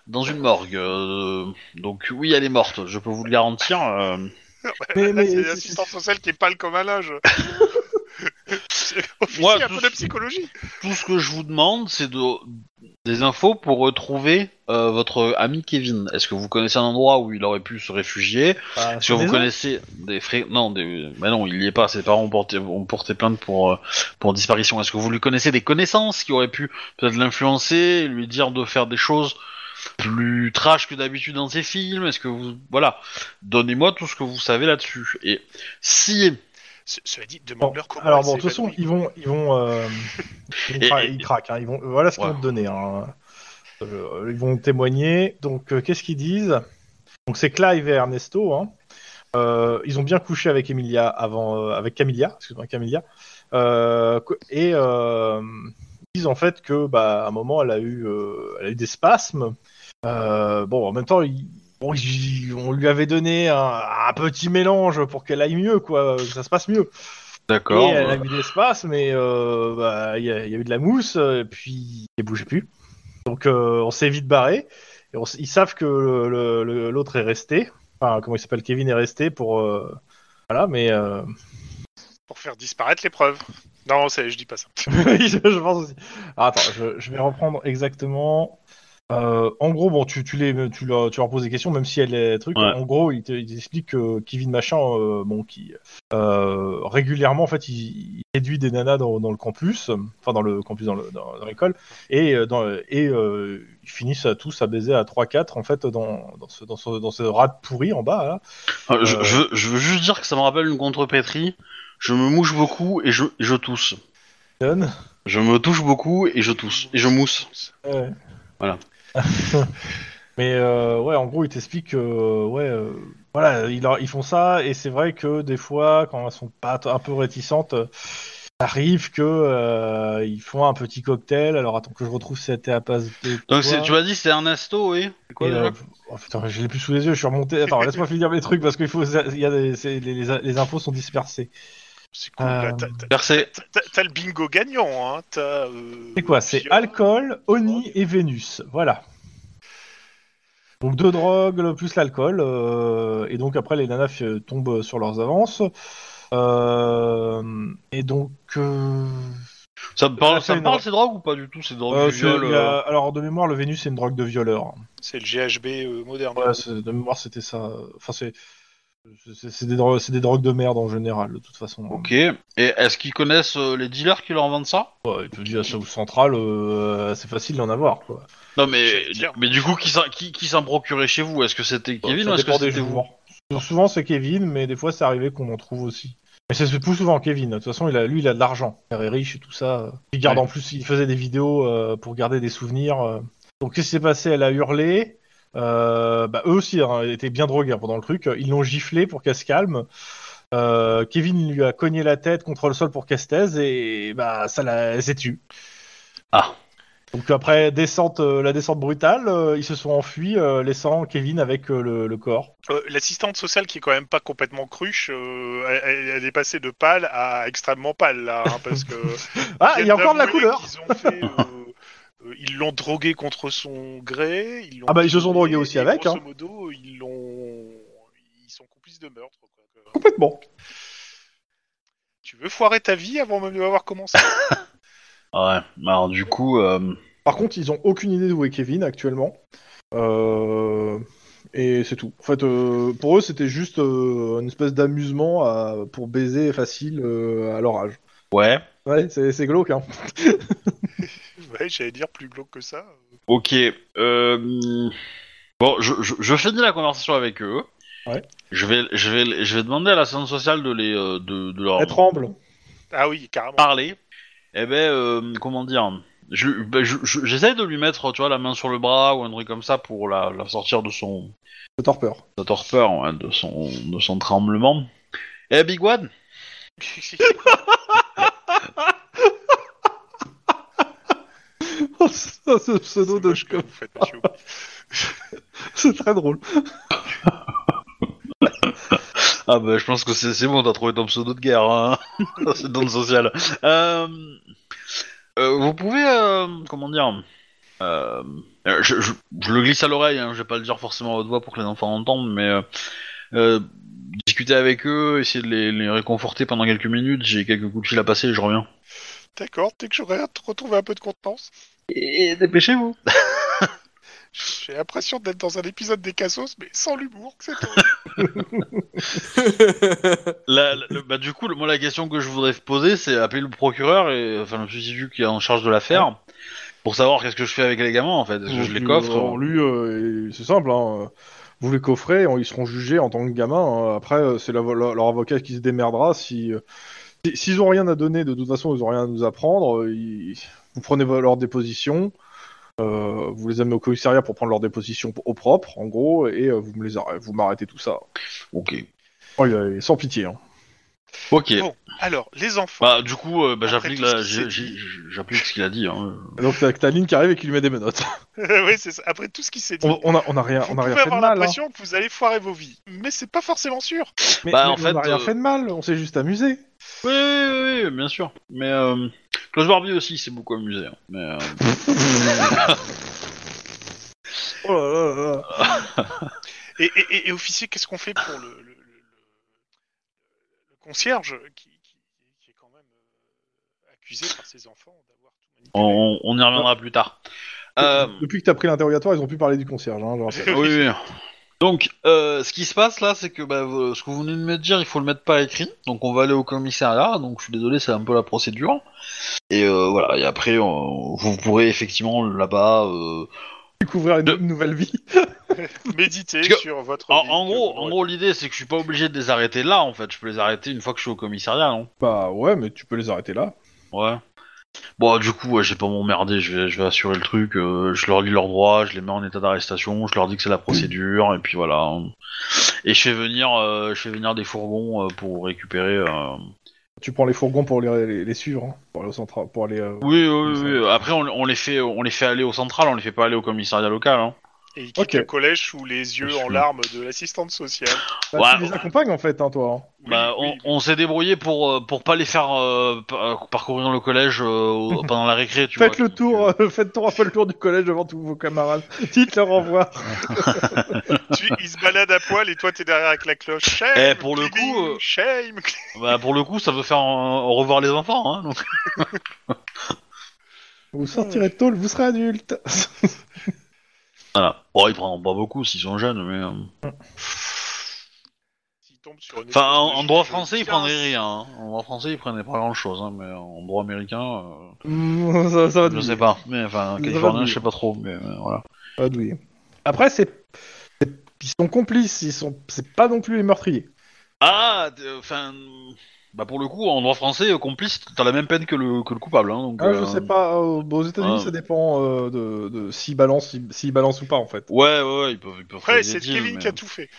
[SPEAKER 2] dans une morgue. euh, donc oui, elle est morte. Je peux vous le garantir. euh.
[SPEAKER 1] Mais,
[SPEAKER 3] Là,
[SPEAKER 1] mais-
[SPEAKER 3] c'est l'assistante sociale qui est pâle comme un linge. Officier,
[SPEAKER 2] Moi,
[SPEAKER 3] un
[SPEAKER 2] tout
[SPEAKER 3] peu
[SPEAKER 2] ce-
[SPEAKER 3] de psychologie.
[SPEAKER 2] Tout ce que je vous demande, c'est de des infos pour retrouver euh, votre ami Kevin. Est-ce que vous connaissez un endroit où il aurait pu se réfugier
[SPEAKER 1] Bah,
[SPEAKER 2] Est-ce que vous
[SPEAKER 1] des-
[SPEAKER 2] connaissez des frais Non, des... bah non, il n'y est pas. Ses parents ont porté, ont porté plainte pour euh, pour disparition. Est-ce que vous lui connaissez des connaissances qui auraient pu peut-être l'influencer, lui dire de faire des choses plus trash que d'habitude dans ses films Est-ce que vous voilà Donnez-moi tout ce que vous savez là-dessus. Et si
[SPEAKER 3] Ce- Cela dit,
[SPEAKER 1] Bon,
[SPEAKER 3] demande-leur comment.
[SPEAKER 1] alors
[SPEAKER 3] elle
[SPEAKER 1] bon, de toute
[SPEAKER 3] s'est
[SPEAKER 1] façon,
[SPEAKER 3] évanouie.
[SPEAKER 1] ils vont, ils vont, euh, ils,
[SPEAKER 2] Et-
[SPEAKER 1] cra-
[SPEAKER 2] et-
[SPEAKER 1] ils craquent. hein, ils vont, voilà ce qu'ils
[SPEAKER 2] Ouais.
[SPEAKER 1] vont te donner. hein. Euh, Ils vont témoigner. Donc, euh, qu'est-ce qu'ils disent Donc, c'est Clive et Ernesto. hein. Euh, ils ont bien couché avec Emilia avant, euh, avec Camilla, excuse-moi, Camilla. Euh, co- et euh, ils disent en fait que, bah, à un moment, elle a eu, euh, elle a eu des spasmes. Euh, bon, en même temps, il- bon, il- on lui avait donné un, un petit mélange pour qu'elle aille mieux, quoi, Euh, que ça se passe mieux.
[SPEAKER 2] d'accord,
[SPEAKER 1] Et elle a
[SPEAKER 2] euh,
[SPEAKER 1] eu de l'espace, mais euh, bah, il y, a il y a eu de la mousse, euh, et puis elle bougeait plus. Donc euh, on s'est vite barré. Et on s- ils savent que le- le- l'autre est resté. Enfin, comment il s'appelle Kevin est resté pour. euh, Voilà, mais. euh,
[SPEAKER 3] Pour faire disparaître les preuves. Non, c'est- je dis pas ça.
[SPEAKER 1] oui, je je pense aussi. Alors, attends, je, je vais reprendre exactement. Euh, en gros, bon, tu, tu, les, tu, leur, tu leur poses des questions, même si elle est truc.
[SPEAKER 2] Ouais.
[SPEAKER 1] En gros, il, te, il t'explique que Kevin Machin, euh, bon, qui euh, régulièrement, en fait, il, il séduit des nanas dans, dans le campus, enfin dans le campus, dans, le- dans- dans l'école, et euh, dans, et euh, ils finissent à tous à baiser à 3-4 en fait dans, dans ce dans ce dans ce rat pourri en bas. Là.
[SPEAKER 2] euh, je, je veux, je veux juste dire que ça me rappelle une contrepétrie. Je me mouche beaucoup et je, je tousse.
[SPEAKER 1] Donne.
[SPEAKER 2] Je me touche beaucoup et je tousse et je mousse.
[SPEAKER 1] Ouais.
[SPEAKER 2] Voilà.
[SPEAKER 1] Mais euh, ouais, en gros, ils t'expliquent que euh, ouais, euh, voilà, ils, leur- ils font ça et c'est vrai que des fois, quand elles sont pas t- un peu réticentes, euh, arrive que euh, ils font un petit cocktail. Alors attends que je retrouve cette à passe.
[SPEAKER 2] Donc c'est- tu m'as dit c'était Ernesto, oui C'est quoi,
[SPEAKER 1] Et,
[SPEAKER 2] déjà
[SPEAKER 1] euh, oh, putain, je l'ai plus sous les yeux. Je suis remonté. Attends, laisse-moi finir mes trucs parce qu'il faut. Il y a des- c'est- les, les- les infos sont dispersées.
[SPEAKER 3] C'est cool.
[SPEAKER 1] Euh,
[SPEAKER 3] là, t'as- t'as-
[SPEAKER 2] Percé.
[SPEAKER 3] t'as- t'as- T'as le bingo gagnant, hein. t'as, euh,
[SPEAKER 1] C'est quoi C'est
[SPEAKER 3] Fiora.
[SPEAKER 1] alcool, Oni et Vénus. Voilà. Donc deux drogues le- plus l'alcool. euh, et donc après les nanas euh, tombent sur leurs avances. Euh, et donc. euh,
[SPEAKER 2] Ça me parle,
[SPEAKER 1] Percé,
[SPEAKER 2] ça me
[SPEAKER 1] une
[SPEAKER 2] parle
[SPEAKER 1] drogue.
[SPEAKER 2] ces drogues ou pas du tout Ces drogues
[SPEAKER 1] euh,
[SPEAKER 2] du viol
[SPEAKER 1] c'est- il y a-
[SPEAKER 2] euh,
[SPEAKER 1] Alors de mémoire, le Vénus c'est une drogue de violeur.
[SPEAKER 3] C'est le GHB euh, moderne.
[SPEAKER 1] Ouais, c'est- de mémoire c'était ça. Enfin c'est. c'est- C'est des, drogues, c'est des drogues de merde en général, de toute façon.
[SPEAKER 2] Ok. Et est-ce qu'ils connaissent euh, les dealers qui leur vendent ça
[SPEAKER 1] Ouais, et tu te dis à South Central, euh, c'est facile d'en avoir. Quoi.
[SPEAKER 2] Non mais,
[SPEAKER 3] C'est clair.
[SPEAKER 2] mais du coup qui s'en qui, qui s'en procurait chez vous Est-ce que c'était
[SPEAKER 1] Bah,
[SPEAKER 2] Kevin
[SPEAKER 1] Ça
[SPEAKER 2] ou est-ce que
[SPEAKER 1] dépend des
[SPEAKER 2] c'était vous
[SPEAKER 1] jours. Souvent c'est Kevin, mais des fois c'est arrivé qu'on en trouve aussi. Mais c'est plus souvent Kevin. De toute façon, il a, lui, il a de l'argent. Il est riche et tout ça. Il garde
[SPEAKER 2] Ouais.
[SPEAKER 1] en plus, il faisait des vidéos euh, pour garder des souvenirs. euh. Donc qu'est-ce qui s'est passé Elle a hurlé. Euh, bah, eux aussi hein, étaient bien drogués hein, pendant le truc. Ils l'ont giflé pour qu'elle se calme. Euh, Kevin lui a cogné la tête contre le sol pour qu'elle se taise et bah ça l'a, elle s'est tue.
[SPEAKER 2] Ah.
[SPEAKER 1] Donc après descente, euh, la descente brutale, euh, ils se sont enfuis, euh, laissant Kevin avec euh, le, le corps.
[SPEAKER 3] Euh, L'assistante sociale qui est quand même pas complètement cruche, euh, elle- elle, elle est passée de pâle à extrêmement pâle là, hein, parce que
[SPEAKER 1] Ah, il y a
[SPEAKER 3] viennent
[SPEAKER 1] encore de la
[SPEAKER 3] d'avouer
[SPEAKER 1] couleur.
[SPEAKER 3] qu'ils ont fait, euh, euh, ils l'ont drogué contre son gré. Ils l'ont
[SPEAKER 1] Ah bah, ils se sont
[SPEAKER 3] tué,
[SPEAKER 1] drogués aussi
[SPEAKER 3] et
[SPEAKER 1] avec,
[SPEAKER 3] Grosso
[SPEAKER 1] hein.
[SPEAKER 3] modo, ils l'ont, ils sont complices de meurtre. quoi. Euh,
[SPEAKER 1] Complètement.
[SPEAKER 3] Tu veux foirer ta vie avant même de l'avoir commencé
[SPEAKER 2] Ah Ouais. Bah, Alors du coup, euh,
[SPEAKER 1] Par contre, ils ont aucune idée d'où est Kevin actuellement. Euh, Et c'est tout. En fait, euh, pour eux, c'était juste euh, une espèce d'amusement à- pour baiser facile euh, à leur âge.
[SPEAKER 2] ouais.
[SPEAKER 1] Ouais, c'est c'est glauque. Hein.
[SPEAKER 3] Ouais, j'allais dire plus glauque que ça.
[SPEAKER 2] Ok. Euh... Bon, je, je, je finis la conversation avec eux.
[SPEAKER 1] Ouais.
[SPEAKER 2] Je vais, je vais, je vais demander à la séance sociale de les, euh, de, de leur
[SPEAKER 1] Elle tremble.
[SPEAKER 3] Ah oui, carrément.
[SPEAKER 2] parler. Eh ben, euh, comment dire je, ben, je- je- J'essaie de lui mettre, tu vois, la main sur le bras ou un truc comme ça pour la, la sortir de son,
[SPEAKER 1] De torpeur.
[SPEAKER 2] sa torpeur, ouais, de son, de son tremblement. Eh, Big One,
[SPEAKER 1] ce pseudo de
[SPEAKER 3] moche, quand même, vous faites, monsieur.
[SPEAKER 1] c'est très drôle.
[SPEAKER 2] Ah bah je pense que c'est c'est bon, t'as trouvé ton pseudo de guerre, hein C'est dans le social. Euh, euh, vous pouvez, euh, comment dire euh, euh, je, je- je le glisse à l'oreille, hein, je vais pas le dire forcément à haute voix pour que les enfants entendent, mais euh, euh, discuter avec eux, essayer de les, les réconforter pendant quelques minutes, j'ai quelques coups de fil à passer et je reviens.
[SPEAKER 3] D'accord, dès que j'aurai retrouvé un peu de contenance,
[SPEAKER 2] Et, et dépêchez-vous
[SPEAKER 3] j'ai l'impression d'être dans un épisode des Cassos, mais sans l'humour, c'est tout.
[SPEAKER 2] La- la- le- bah, Du coup, le- moi la question que je voudrais poser, c'est appeler le procureur, et, enfin le substitut qui est en charge de l'affaire, pour savoir qu'est-ce que je fais avec les gamins en fait, est-ce que je les coffre
[SPEAKER 1] Alors, lui, euh, il- c'est simple. hein, euh, Vous les coffrez, on- ils seront jugés en tant que gamins. hein. Après, euh, c'est la- la- leur avocat qui se démerdera. Si euh, si- s'ils ont rien à donner, de toute façon, ils ont rien à nous apprendre. euh, ils- Vous prenez vo- leur déposition. euh, vous les amenez au commissariat pour prendre leur déposition p- au propre, en gros, et euh, vous me les arrêtez, vous m'arrêtez tout ça.
[SPEAKER 2] Ok.
[SPEAKER 1] Oh, il est sans pitié. hein.
[SPEAKER 2] Ok.
[SPEAKER 3] Bon, alors, les enfants.
[SPEAKER 2] Bah du coup, euh, bah,
[SPEAKER 3] Après
[SPEAKER 2] j'applique
[SPEAKER 3] tout ce
[SPEAKER 2] la-
[SPEAKER 3] qui s'est
[SPEAKER 2] j'ai- j'ai- j'applique ce qu'il a dit. Hein.
[SPEAKER 1] Donc t'as t'as Lynn qui arrive et qui lui met des menottes.
[SPEAKER 3] oui, c'est ça. Après tout ce qui s'est dit,
[SPEAKER 1] Bah. On, on a, on a rien,
[SPEAKER 3] vous
[SPEAKER 1] on a
[SPEAKER 3] pouvez
[SPEAKER 1] rien fait
[SPEAKER 3] avoir
[SPEAKER 1] de mal. hein.
[SPEAKER 3] l'impression que vous allez foirer vos vies. Mais c'est pas forcément sûr.
[SPEAKER 1] Mais,
[SPEAKER 2] Bah,
[SPEAKER 1] mais
[SPEAKER 2] en fait,
[SPEAKER 1] on a rien
[SPEAKER 2] euh,
[SPEAKER 1] fait de mal. On s'est juste amusé.
[SPEAKER 2] Oui, oui, oui, bien sûr. Mais euh, Klaus Barbie aussi, c'est beaucoup amusé. hein. Mais euh,
[SPEAKER 1] Oh là là là.
[SPEAKER 3] Et, et- et- et officier, qu'est-ce qu'on fait pour le, le- le- le- le concierge qui, qui- qui est quand même euh, accusé par ses enfants d'avoir tout manipulé
[SPEAKER 2] on, on y reviendra plus tard. Euh,
[SPEAKER 1] Depuis que t'as pris l'interrogatoire, ils ont pu parler du concierge. Hein, je rappelle.
[SPEAKER 2] oui, oui. Donc, euh, ce qui se passe là, c'est que bah, vous- ce que vous venez de me dire, il faut le mettre par écrit. Donc, on va aller au commissariat. Donc, je suis désolé, c'est un peu la procédure. Et euh, voilà. Et après, on- vous pourrez effectivement là-bas. euh,
[SPEAKER 1] Découvrir une
[SPEAKER 2] De-
[SPEAKER 1] nouvelle vie.
[SPEAKER 3] Méditer
[SPEAKER 2] Parce que-
[SPEAKER 3] sur votre.
[SPEAKER 2] En,
[SPEAKER 3] vie
[SPEAKER 2] en
[SPEAKER 3] que
[SPEAKER 2] gros,
[SPEAKER 3] vous
[SPEAKER 2] en
[SPEAKER 3] aurez-
[SPEAKER 2] gros, l'idée, c'est que je suis pas obligé de les arrêter là. En fait, je peux les arrêter une fois que je suis au commissariat, non
[SPEAKER 1] Bah ouais, mais tu peux les arrêter là.
[SPEAKER 2] Ouais. Bon, du coup, ouais, j'ai pas m'emmerder, je vais, je vais assurer le truc, euh, je leur lis leurs droits, je les mets en état d'arrestation, je leur dis que c'est la procédure, et puis voilà. Et je fais venir, euh, je fais venir des fourgons euh, pour récupérer euh,
[SPEAKER 1] Tu prends les fourgons pour les, les- les suivre, hein, pour aller au central, pour aller. euh,
[SPEAKER 2] Oui, oui, oui, oui. Après, on, on les fait, on les fait aller au central, on les fait pas aller au commissariat local. Hein.
[SPEAKER 3] Et il quitte
[SPEAKER 1] Ok.
[SPEAKER 3] le collège sous les yeux
[SPEAKER 2] Je
[SPEAKER 3] en
[SPEAKER 2] suis-
[SPEAKER 3] larmes de l'assistante sociale.
[SPEAKER 1] bah,
[SPEAKER 2] Ouais.
[SPEAKER 1] tu les accompagnes en fait, hein, toi. hein.
[SPEAKER 3] Oui,
[SPEAKER 2] Bah, on
[SPEAKER 3] oui,
[SPEAKER 2] on s'est débrouillé pour euh, pour pas les faire euh, pa- euh, parcourir le collège euh, au- pendant la récré. Tu
[SPEAKER 1] Faites
[SPEAKER 2] vois,
[SPEAKER 1] le
[SPEAKER 2] donc,
[SPEAKER 1] tour,
[SPEAKER 2] euh,
[SPEAKER 1] euh, faites un peu le tour du collège devant tous vos camarades. Dites leur au revoir.
[SPEAKER 3] Tu- il se balade à poil et toi t'es derrière avec la cloche. Shame,
[SPEAKER 2] Eh, pour le
[SPEAKER 3] Clébing,
[SPEAKER 2] coup, euh,
[SPEAKER 3] shame.
[SPEAKER 2] bah, pour le coup, ça veut faire euh, au revoir les enfants. Hein, donc.
[SPEAKER 1] Vous sortirez tôt, vous serez adulte.
[SPEAKER 2] Voilà. Bon, ils prennent pas beaucoup s'ils sont jeunes, mais. euh,
[SPEAKER 3] Il tombe sur une
[SPEAKER 2] Enfin, en,
[SPEAKER 3] espèce de
[SPEAKER 2] en droit
[SPEAKER 3] jeu-
[SPEAKER 2] français, ils
[SPEAKER 3] Tiens,
[SPEAKER 2] prendraient rien. hein. En droit français, ils prenaient pas grand chose, mais en droit américain, euh,
[SPEAKER 1] Mm, ça, ça va
[SPEAKER 2] je
[SPEAKER 1] devenir.
[SPEAKER 2] sais pas. Mais
[SPEAKER 1] Ça
[SPEAKER 2] enfin,
[SPEAKER 1] va
[SPEAKER 2] californien,
[SPEAKER 1] de
[SPEAKER 2] je sais
[SPEAKER 1] lui.
[SPEAKER 2] pas trop. Mais euh, voilà.
[SPEAKER 1] Ah, oui. Après, c'est. c'est- Ils sont complices, ils sont. C'est pas non plus les meurtriers.
[SPEAKER 2] Ah, enfin, bah pour le coup, en droit français, euh, complice, t'as la même peine que le, que le coupable. Hein, donc,
[SPEAKER 1] Ah, je
[SPEAKER 2] euh,
[SPEAKER 1] sais pas, euh, bon, aux États-Unis,
[SPEAKER 2] ah.
[SPEAKER 1] ça dépend euh, de, de s'ils balancent, s'ils- s'ils balancent ou pas en fait.
[SPEAKER 2] Ouais, ouais, ouais, ils peuvent, ils peuvent faire
[SPEAKER 3] Ouais,
[SPEAKER 2] des
[SPEAKER 3] c'est
[SPEAKER 2] deals,
[SPEAKER 3] Kevin
[SPEAKER 2] mais-
[SPEAKER 3] qui a tout fait.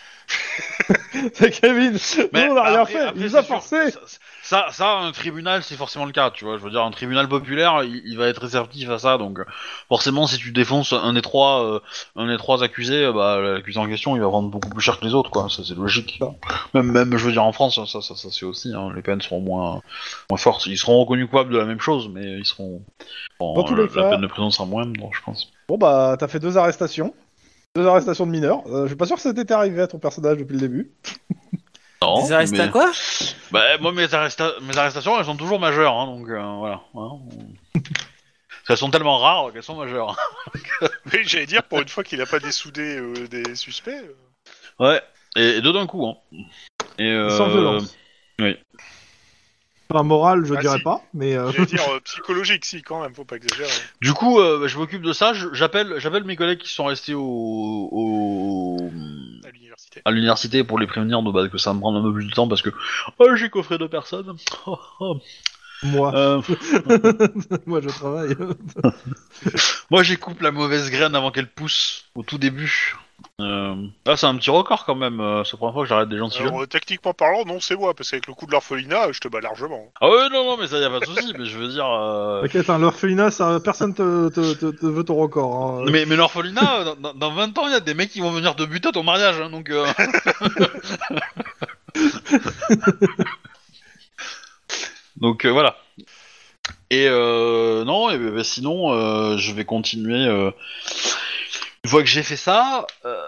[SPEAKER 1] C'est Kevin,
[SPEAKER 2] Mais
[SPEAKER 1] nous on a rien
[SPEAKER 2] après-
[SPEAKER 1] fait,
[SPEAKER 2] après,
[SPEAKER 1] il nous
[SPEAKER 2] c'est
[SPEAKER 1] a
[SPEAKER 2] sûr,
[SPEAKER 1] forcé.
[SPEAKER 2] ça- Ça, ça, un tribunal, c'est forcément le cas, tu vois. Je veux dire, un tribunal populaire, il, il va être réceptif à ça, donc euh, forcément, si tu défonces un des trois, euh, un des trois accusés, euh, bah, l'accusé en question, il va vendre beaucoup plus cher que les autres, quoi. Ça, c'est logique.
[SPEAKER 1] Non.
[SPEAKER 2] Même, même, je veux dire, en France, ça, ça, ça, c'est aussi. hein, les peines seront moins, moins fortes. Ils seront reconnus coupables de la même chose, mais ils seront. bon,
[SPEAKER 1] Dans tous
[SPEAKER 2] la,
[SPEAKER 1] les
[SPEAKER 2] la
[SPEAKER 1] cas-
[SPEAKER 2] peine de prison sera moins, bon, je pense.
[SPEAKER 1] Bon bah, t'as fait deux arrestations. Deux arrestations de mineurs. Euh, je suis pas sûr que ça t'était arrivé à ton personnage depuis le début.
[SPEAKER 2] Non,
[SPEAKER 4] Ils restent à
[SPEAKER 2] hein, mais-
[SPEAKER 4] quoi
[SPEAKER 2] Bah, moi, mes, arresta- mes arrestations, elles sont toujours majeures, hein, donc euh, voilà. hein. elles sont tellement rares qu'elles sont majeures.
[SPEAKER 3] Oui, j'allais dire, pour une fois qu'il a pas dessoudé euh, des suspects. euh,
[SPEAKER 2] Ouais, et, et deux d'un coup. Hein. Et, euh,
[SPEAKER 1] Sans violence.
[SPEAKER 2] oui.
[SPEAKER 1] Enfin, moral, je
[SPEAKER 3] Ah,
[SPEAKER 1] dirais
[SPEAKER 3] si.
[SPEAKER 1] pas, mais. euh,
[SPEAKER 3] J'allais dire euh, psychologique, si, quand même, faut pas exagérer. hein,
[SPEAKER 2] Du coup, euh, je m'occupe de ça, je- j'appelle j'appelle mes collègues qui sont restés au, au-
[SPEAKER 3] à l'université.
[SPEAKER 2] à l'université pour les prévenir de, bah, que ça va me prend un peu plus de temps parce que oh, j'ai coffré deux personnes. Oh, oh.
[SPEAKER 1] Moi,
[SPEAKER 2] Euh,
[SPEAKER 1] moi je travaille.
[SPEAKER 2] moi, j'ai coupé la mauvaise graine avant qu'elle pousse au tout début. Euh, ah, c'est un petit record quand même, euh, c'est la première fois que j'arrête des gens si jeunes.
[SPEAKER 3] Alors, euh, techniquement parlant, non, c'est moi, parce qu'avec le coup de l'orphelinat, je te bats largement. hein.
[SPEAKER 2] Ah ouais, non, non, mais ça y a pas de souci, mais je veux dire. euh,
[SPEAKER 1] T'inquiète, hein, l'orphelinat, ça, personne te, te- te- te veut ton record. hein.
[SPEAKER 2] Mais, mais l'orphelinat, euh, dans, dans 20 ans, il y a des mecs qui vont venir te buter à ton mariage, hein, donc. euh, donc euh, voilà. Et euh, non, et, ben, ben, sinon, euh, je vais continuer. euh, Une fois que j'ai fait ça, euh,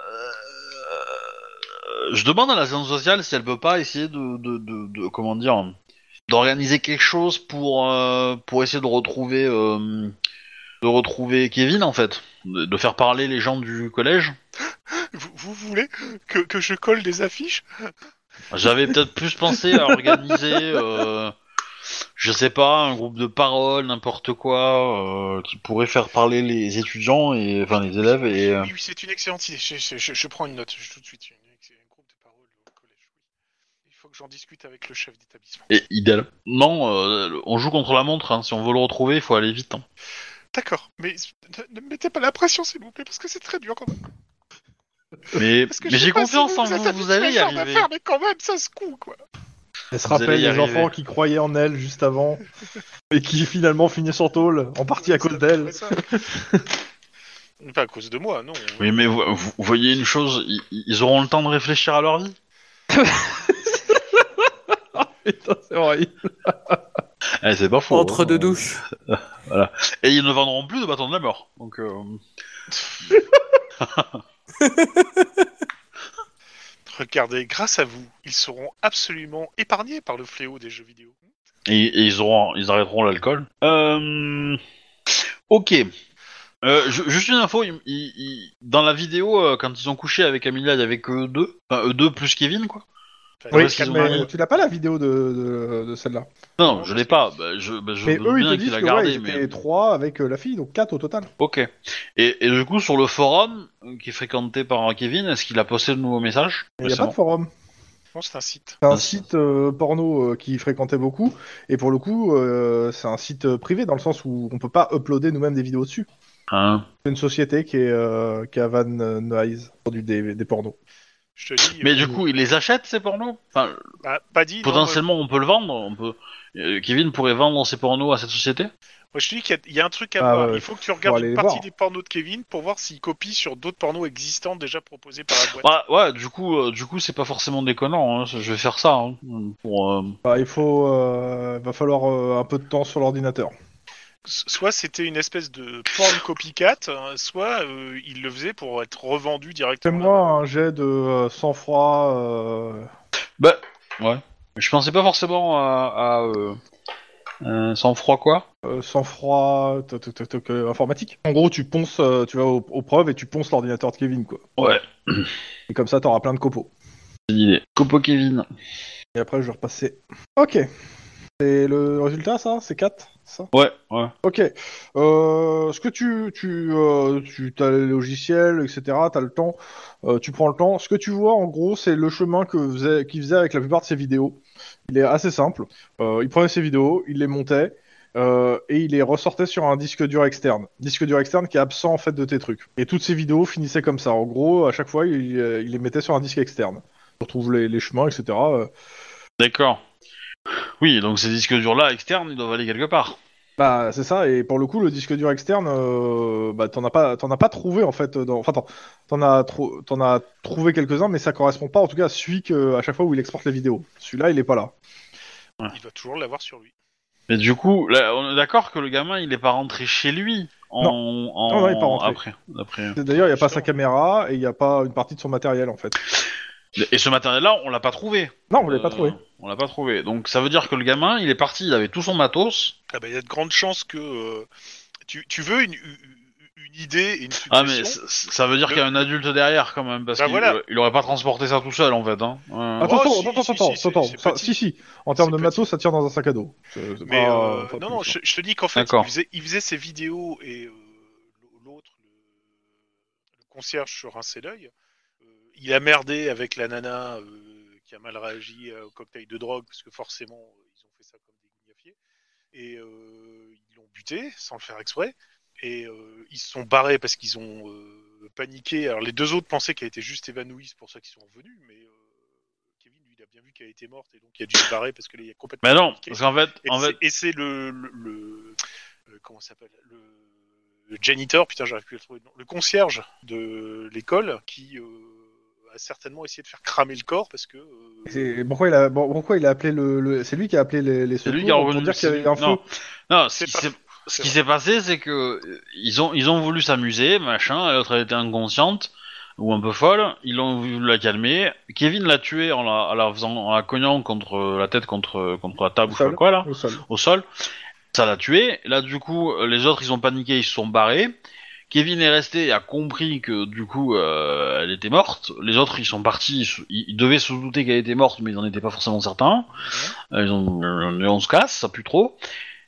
[SPEAKER 2] je demande à la séance sociale si elle peut pas essayer de, de, de- de- comment dire, d'organiser quelque chose pour euh, pour essayer de retrouver euh, de retrouver Kevin en fait, de, de faire parler les gens du collège.
[SPEAKER 3] Vous, vous voulez que, que je colle des affiches
[SPEAKER 2] J'avais peut-être plus pensé à organiser, euh, je sais pas, un groupe de parole, n'importe quoi, euh, qui pourrait faire parler les étudiants et enfin les élèves et euh,
[SPEAKER 3] Oui, oui, c'est une excellente idée. Je, je- je- je prends une note je- tout de suite. Une, un groupe de parole au collège. Il faut que j'en discute avec le chef d'établissement.
[SPEAKER 2] Et idéal. Non, euh, le- on joue contre la montre. hein. Si on veut le retrouver, il faut aller vite. hein.
[SPEAKER 3] D'accord, mais ne, ne me mettez pas la pression, s'il vous plaît, parce que c'est très dur quand même.
[SPEAKER 2] Mais,
[SPEAKER 3] Parce que je
[SPEAKER 2] mais
[SPEAKER 3] sais
[SPEAKER 2] j'ai
[SPEAKER 3] pas
[SPEAKER 2] confiance
[SPEAKER 3] si
[SPEAKER 2] en
[SPEAKER 3] vous,
[SPEAKER 2] vous.
[SPEAKER 3] êtes
[SPEAKER 2] Vous
[SPEAKER 3] habitués à
[SPEAKER 2] allez
[SPEAKER 3] ce
[SPEAKER 2] y
[SPEAKER 3] genre
[SPEAKER 2] arriver.
[SPEAKER 3] d'affaires, mais quand même, ça se coud, quoi.
[SPEAKER 1] Elle se
[SPEAKER 2] Vous allez
[SPEAKER 1] rappelle
[SPEAKER 2] y
[SPEAKER 1] les
[SPEAKER 2] arriver.
[SPEAKER 1] enfants qui croyaient en elle juste avant et qui finalement finissent en tôle, en partie à cause d'elle.
[SPEAKER 3] Pas à cause de moi, non.
[SPEAKER 2] Oui, mais vous, vous voyez une chose. Ils, ils auront le temps de réfléchir à leur vie.
[SPEAKER 1] Putain, c'est horrible.
[SPEAKER 2] Eh, c'est pas faux.
[SPEAKER 4] Entre
[SPEAKER 2] hein.
[SPEAKER 4] deux douches.
[SPEAKER 2] Et ils ne vendront plus de bâton de la mort. Donc. euh,
[SPEAKER 3] Regardez, grâce à vous, ils seront absolument épargnés par le fléau des jeux vidéo.
[SPEAKER 2] Et, et ils, auront, ils arrêteront l'alcool. Euh, Ok. Euh, ju- juste une info, il- il- il- dans la vidéo, euh, quand ils ont couché avec Amelia, il y avait que eux deux. Enfin, eux deux plus Kevin, quoi.
[SPEAKER 3] Enfin,
[SPEAKER 1] Oui,
[SPEAKER 3] parce qu'ils ont
[SPEAKER 1] mais
[SPEAKER 3] un-
[SPEAKER 2] mis-
[SPEAKER 1] tu l'as pas la vidéo de, de- de celle-là.
[SPEAKER 2] Non, je l'ai pas. Bah, je bah, je
[SPEAKER 1] Mais
[SPEAKER 2] me
[SPEAKER 1] eux,
[SPEAKER 2] doute
[SPEAKER 1] ils te
[SPEAKER 2] bien qu'il
[SPEAKER 1] disent
[SPEAKER 2] a
[SPEAKER 1] que
[SPEAKER 2] gardé.
[SPEAKER 1] ouais, ils
[SPEAKER 2] mais...
[SPEAKER 1] étaient trois avec euh, la fille, donc quatre au total.
[SPEAKER 2] Ok. Et, et du coup, sur le forum euh, qui est fréquenté par Kevin, est-ce qu'il a posté de nouveaux messages
[SPEAKER 1] Il n'y a pas de forum.
[SPEAKER 3] Non, c'est un site.
[SPEAKER 1] C'est un
[SPEAKER 2] Ah, c'est-
[SPEAKER 1] site euh, porno euh, qui fréquentait beaucoup, et pour le coup, euh, c'est un site euh, privé dans le sens où on peut pas uploader nous-mêmes des vidéos dessus.
[SPEAKER 2] Hein
[SPEAKER 1] C'est une société qui est euh, qui est à Van Nuys pour du des, des pornos.
[SPEAKER 3] Je te dis.
[SPEAKER 2] Mais
[SPEAKER 3] euh,
[SPEAKER 2] du coup, il les achète ces pornos Enfin,
[SPEAKER 3] bah, pas dit. non,
[SPEAKER 2] potentiellement, on peut le vendre. On peut. euh, Kevin pourrait vendre ses pornos à cette société.
[SPEAKER 3] euh, moi, je te dis qu'il y a- il y, a un truc à
[SPEAKER 1] Ah,
[SPEAKER 3] voir.
[SPEAKER 1] ouais,
[SPEAKER 3] il faut que tu regardes
[SPEAKER 1] aller
[SPEAKER 3] une
[SPEAKER 1] les
[SPEAKER 3] partie
[SPEAKER 1] voir.
[SPEAKER 3] des pornos de Kevin pour voir s'il copie sur d'autres pornos existants déjà proposés par la boîte.
[SPEAKER 2] Ouais, ouais, du coup, euh, du coup, c'est pas forcément déconnant. hein, Je vais faire ça. hein, pour, euh,
[SPEAKER 1] Bah, il faut, euh, va falloir euh, un peu de temps sur l'ordinateur.
[SPEAKER 3] S- Soit c'était une espèce de porn copycat, hein, soit euh, il le faisait pour être revendu directement.
[SPEAKER 1] Fais-moi un jet de euh, sang-froid. euh,
[SPEAKER 2] Je pensais pas forcément à, à, euh, euh, sans froid quoi.
[SPEAKER 1] euh, sang-froid toc, toc, toc, toc, euh, informatique. En gros, tu ponces, euh, tu vas aux, aux preuves et tu ponces l'ordinateur de Kevin, quoi.
[SPEAKER 2] Ouais,
[SPEAKER 1] Et comme ça, t'auras plein de copeaux.
[SPEAKER 2] c'est une idée. Copo Kevin.
[SPEAKER 1] Et après, je vais repasser. Ok. C'est le résultat, ça C'est 4 ça
[SPEAKER 2] Ouais, ouais.
[SPEAKER 1] Ok. Euh, ce que tu, tu, euh, tu as le logiciel, etc. T'as le temps. euh, tu prends le temps. Ce que tu vois, en gros, c'est le chemin que faisait, qu'il faisait avec la plupart de ses vidéos. Il est assez simple. Euh, il prenait ses vidéos, il les montait euh, et il les ressortait sur un disque dur externe. Disque dur externe qui est absent en fait de tes trucs. Et toutes ses vidéos finissaient comme ça. En gros, à chaque fois, il, euh, il les mettait sur un disque externe. Tu retrouves les, les chemins, etc. euh,
[SPEAKER 2] D'accord. Oui, donc ces disques durs là externes, ils doivent aller quelque part.
[SPEAKER 1] Bah c'est ça et pour le coup le disque dur externe euh, bah t'en as pas t'en as pas trouvé en fait dans enfin t'en- t'en as trou- t'en as trouvé quelques-uns mais ça correspond pas en tout cas à celui que à chaque fois où il exporte les vidéos celui-là il est pas là
[SPEAKER 3] Il va toujours l'avoir sur lui.
[SPEAKER 2] Mais du coup, là, on est d'accord que le gamin, il est pas rentré chez lui. En, en-
[SPEAKER 1] Non, non, il est pas rentré.
[SPEAKER 2] Après, après.
[SPEAKER 1] Et d'ailleurs il y a pas sa
[SPEAKER 3] Justement.
[SPEAKER 1] caméra et il y a pas une partie de son matériel en fait
[SPEAKER 2] Et ce matériel-là, on l'a pas trouvé.
[SPEAKER 1] non on l'a
[SPEAKER 2] Euh,
[SPEAKER 1] pas trouvé
[SPEAKER 2] On l'a pas trouvé. Donc ça veut dire que le gamin, il est parti, il avait tout son matos.
[SPEAKER 3] Ah bah, il y a de grandes chances que euh, tu, tu veux une, une idée et une suggestion.
[SPEAKER 2] Ah mais c- c- ça veut dire
[SPEAKER 3] Le-
[SPEAKER 2] qu'il y a un adulte derrière quand même parce
[SPEAKER 3] Bah
[SPEAKER 2] qu'il
[SPEAKER 3] voilà.
[SPEAKER 2] il aurait pas transporté ça tout seul en fait. Hein. Ouais.
[SPEAKER 1] attends attends
[SPEAKER 3] Oh, si,
[SPEAKER 1] attends
[SPEAKER 3] si,
[SPEAKER 1] attends
[SPEAKER 3] si, c'est-
[SPEAKER 1] attends
[SPEAKER 3] c'est
[SPEAKER 1] ça-
[SPEAKER 3] petit.
[SPEAKER 1] si si en termes
[SPEAKER 3] C'est
[SPEAKER 1] de
[SPEAKER 3] petit.
[SPEAKER 1] matos ça tient dans un sac à dos C'est- c'est
[SPEAKER 3] Mais
[SPEAKER 1] pas- pas
[SPEAKER 3] euh, non,
[SPEAKER 1] plus, hein.
[SPEAKER 3] non, je, je te dis qu'en fait,
[SPEAKER 2] D'accord.
[SPEAKER 3] il faisait, il faisait ses vidéos et euh, l'autre, le, le concierge sur un l'œil, euh, il a merdé avec la nana euh, qui a mal réagi au cocktail de drogue, parce que forcément, euh, ils ont fait ça comme des guignafiers. Et euh, ils l'ont buté, sans le faire exprès. Et euh, ils se sont barrés parce qu'ils ont euh, paniqué. Alors les deux autres pensaient qu'elle était juste évanouie, c'est pour ça qu'ils sont revenus, mais... euh, Kevin, lui, il a bien vu qu'elle était morte et donc il a dû se barrer parce qu'elle est complètement.
[SPEAKER 2] Mais non
[SPEAKER 3] paniquée.
[SPEAKER 2] parce qu'en fait
[SPEAKER 3] Et
[SPEAKER 2] en
[SPEAKER 3] c'est-
[SPEAKER 2] fait
[SPEAKER 3] Et c'est le, le, le- le- Comment ça s'appelle le, le janitor, putain, j'arrive plus à le trouver. le nom. Le concierge de l'école qui euh, a certainement essayé de faire cramer le corps parce que. euh,
[SPEAKER 1] c'est- pourquoi il a bon, pourquoi il a appelé le, le- c'est lui qui a appelé les, les
[SPEAKER 2] c'est
[SPEAKER 1] secours
[SPEAKER 2] lui qui a
[SPEAKER 1] pour
[SPEAKER 2] revenu.
[SPEAKER 1] dire qu'il y
[SPEAKER 2] c'est
[SPEAKER 1] avait
[SPEAKER 2] lui-
[SPEAKER 1] un feu
[SPEAKER 2] Non, non ce
[SPEAKER 3] C'est
[SPEAKER 2] qui
[SPEAKER 3] pas
[SPEAKER 2] s'est- ce
[SPEAKER 3] c'est
[SPEAKER 2] qui
[SPEAKER 3] vrai.
[SPEAKER 2] s'est passé c'est que euh, ils ont ils ont voulu s'amuser machin, l'autre elle était inconsciente ou un peu folle, ils l'ont voulu la calmer. Kevin l'a tuée en la, en la faisant en la cognant contre euh, la tête contre contre la table ou je sais
[SPEAKER 1] Sol.
[SPEAKER 2] pas quoi là.
[SPEAKER 1] au sol
[SPEAKER 2] au sol. Ça l'a tué. Là, du coup, euh, les autres, ils ont paniqué, ils se sont barrés. Kevin est resté et a compris que, du coup, euh, elle était morte. Les autres, ils sont partis. Ils, se- ils- ils devaient se douter qu'elle était morte, mais ils n'en étaient pas forcément certains. Euh, ils ont, euh, on se casse, ça pue trop.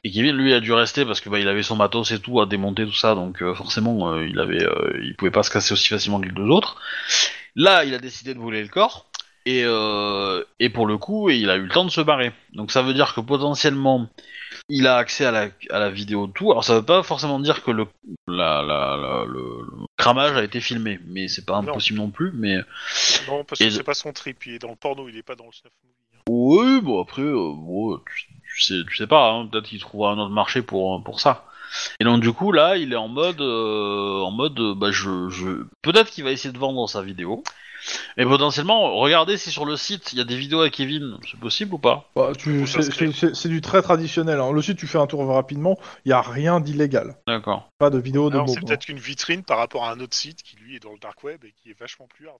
[SPEAKER 2] Et Kevin, lui, a dû rester parce que bah, il avait son matos et tout à démonter tout ça, donc euh, forcément, euh, il avait, euh, il pouvait pas se casser aussi facilement que les deux autres. Là, il a décidé de voler le corps et euh, et pour le coup, il a eu le temps de se barrer. Donc ça veut dire que potentiellement, il a accès à la à la vidéo de tout. Alors ça veut pas forcément dire que le la, la- la- le, le cramage a été filmé, mais c'est pas
[SPEAKER 3] Non.
[SPEAKER 2] impossible non, plus. Mais
[SPEAKER 3] Non, parce
[SPEAKER 2] Et
[SPEAKER 3] que
[SPEAKER 2] le-
[SPEAKER 3] c'est pas son trip, il est dans le porno, il est pas dans le snuff movie.
[SPEAKER 2] oui, bon après, euh, bon, tu, tu sais, tu sais pas, hein, peut-être qu'il trouvera un autre marché pour pour ça. Et donc du coup là, il est en mode, euh, en mode, euh, bah je, je... peut-être qu'il va essayer de vendre sa vidéo. Et potentiellement, regardez si sur le site il y a des vidéos à Kevin, c'est possible ou pas
[SPEAKER 1] Bah, tu-
[SPEAKER 3] Faut
[SPEAKER 1] c'est-
[SPEAKER 3] s'inscrire.
[SPEAKER 1] c'est c'est du très traditionnel. hein. Le site, tu fais un tour rapidement, il n'y a rien d'illégal.
[SPEAKER 2] D'accord.
[SPEAKER 1] Pas de vidéo de
[SPEAKER 3] Alors
[SPEAKER 1] mots.
[SPEAKER 3] c'est peut-être une vitrine par rapport à un autre site qui lui est dans le dark web et qui est vachement plus hard.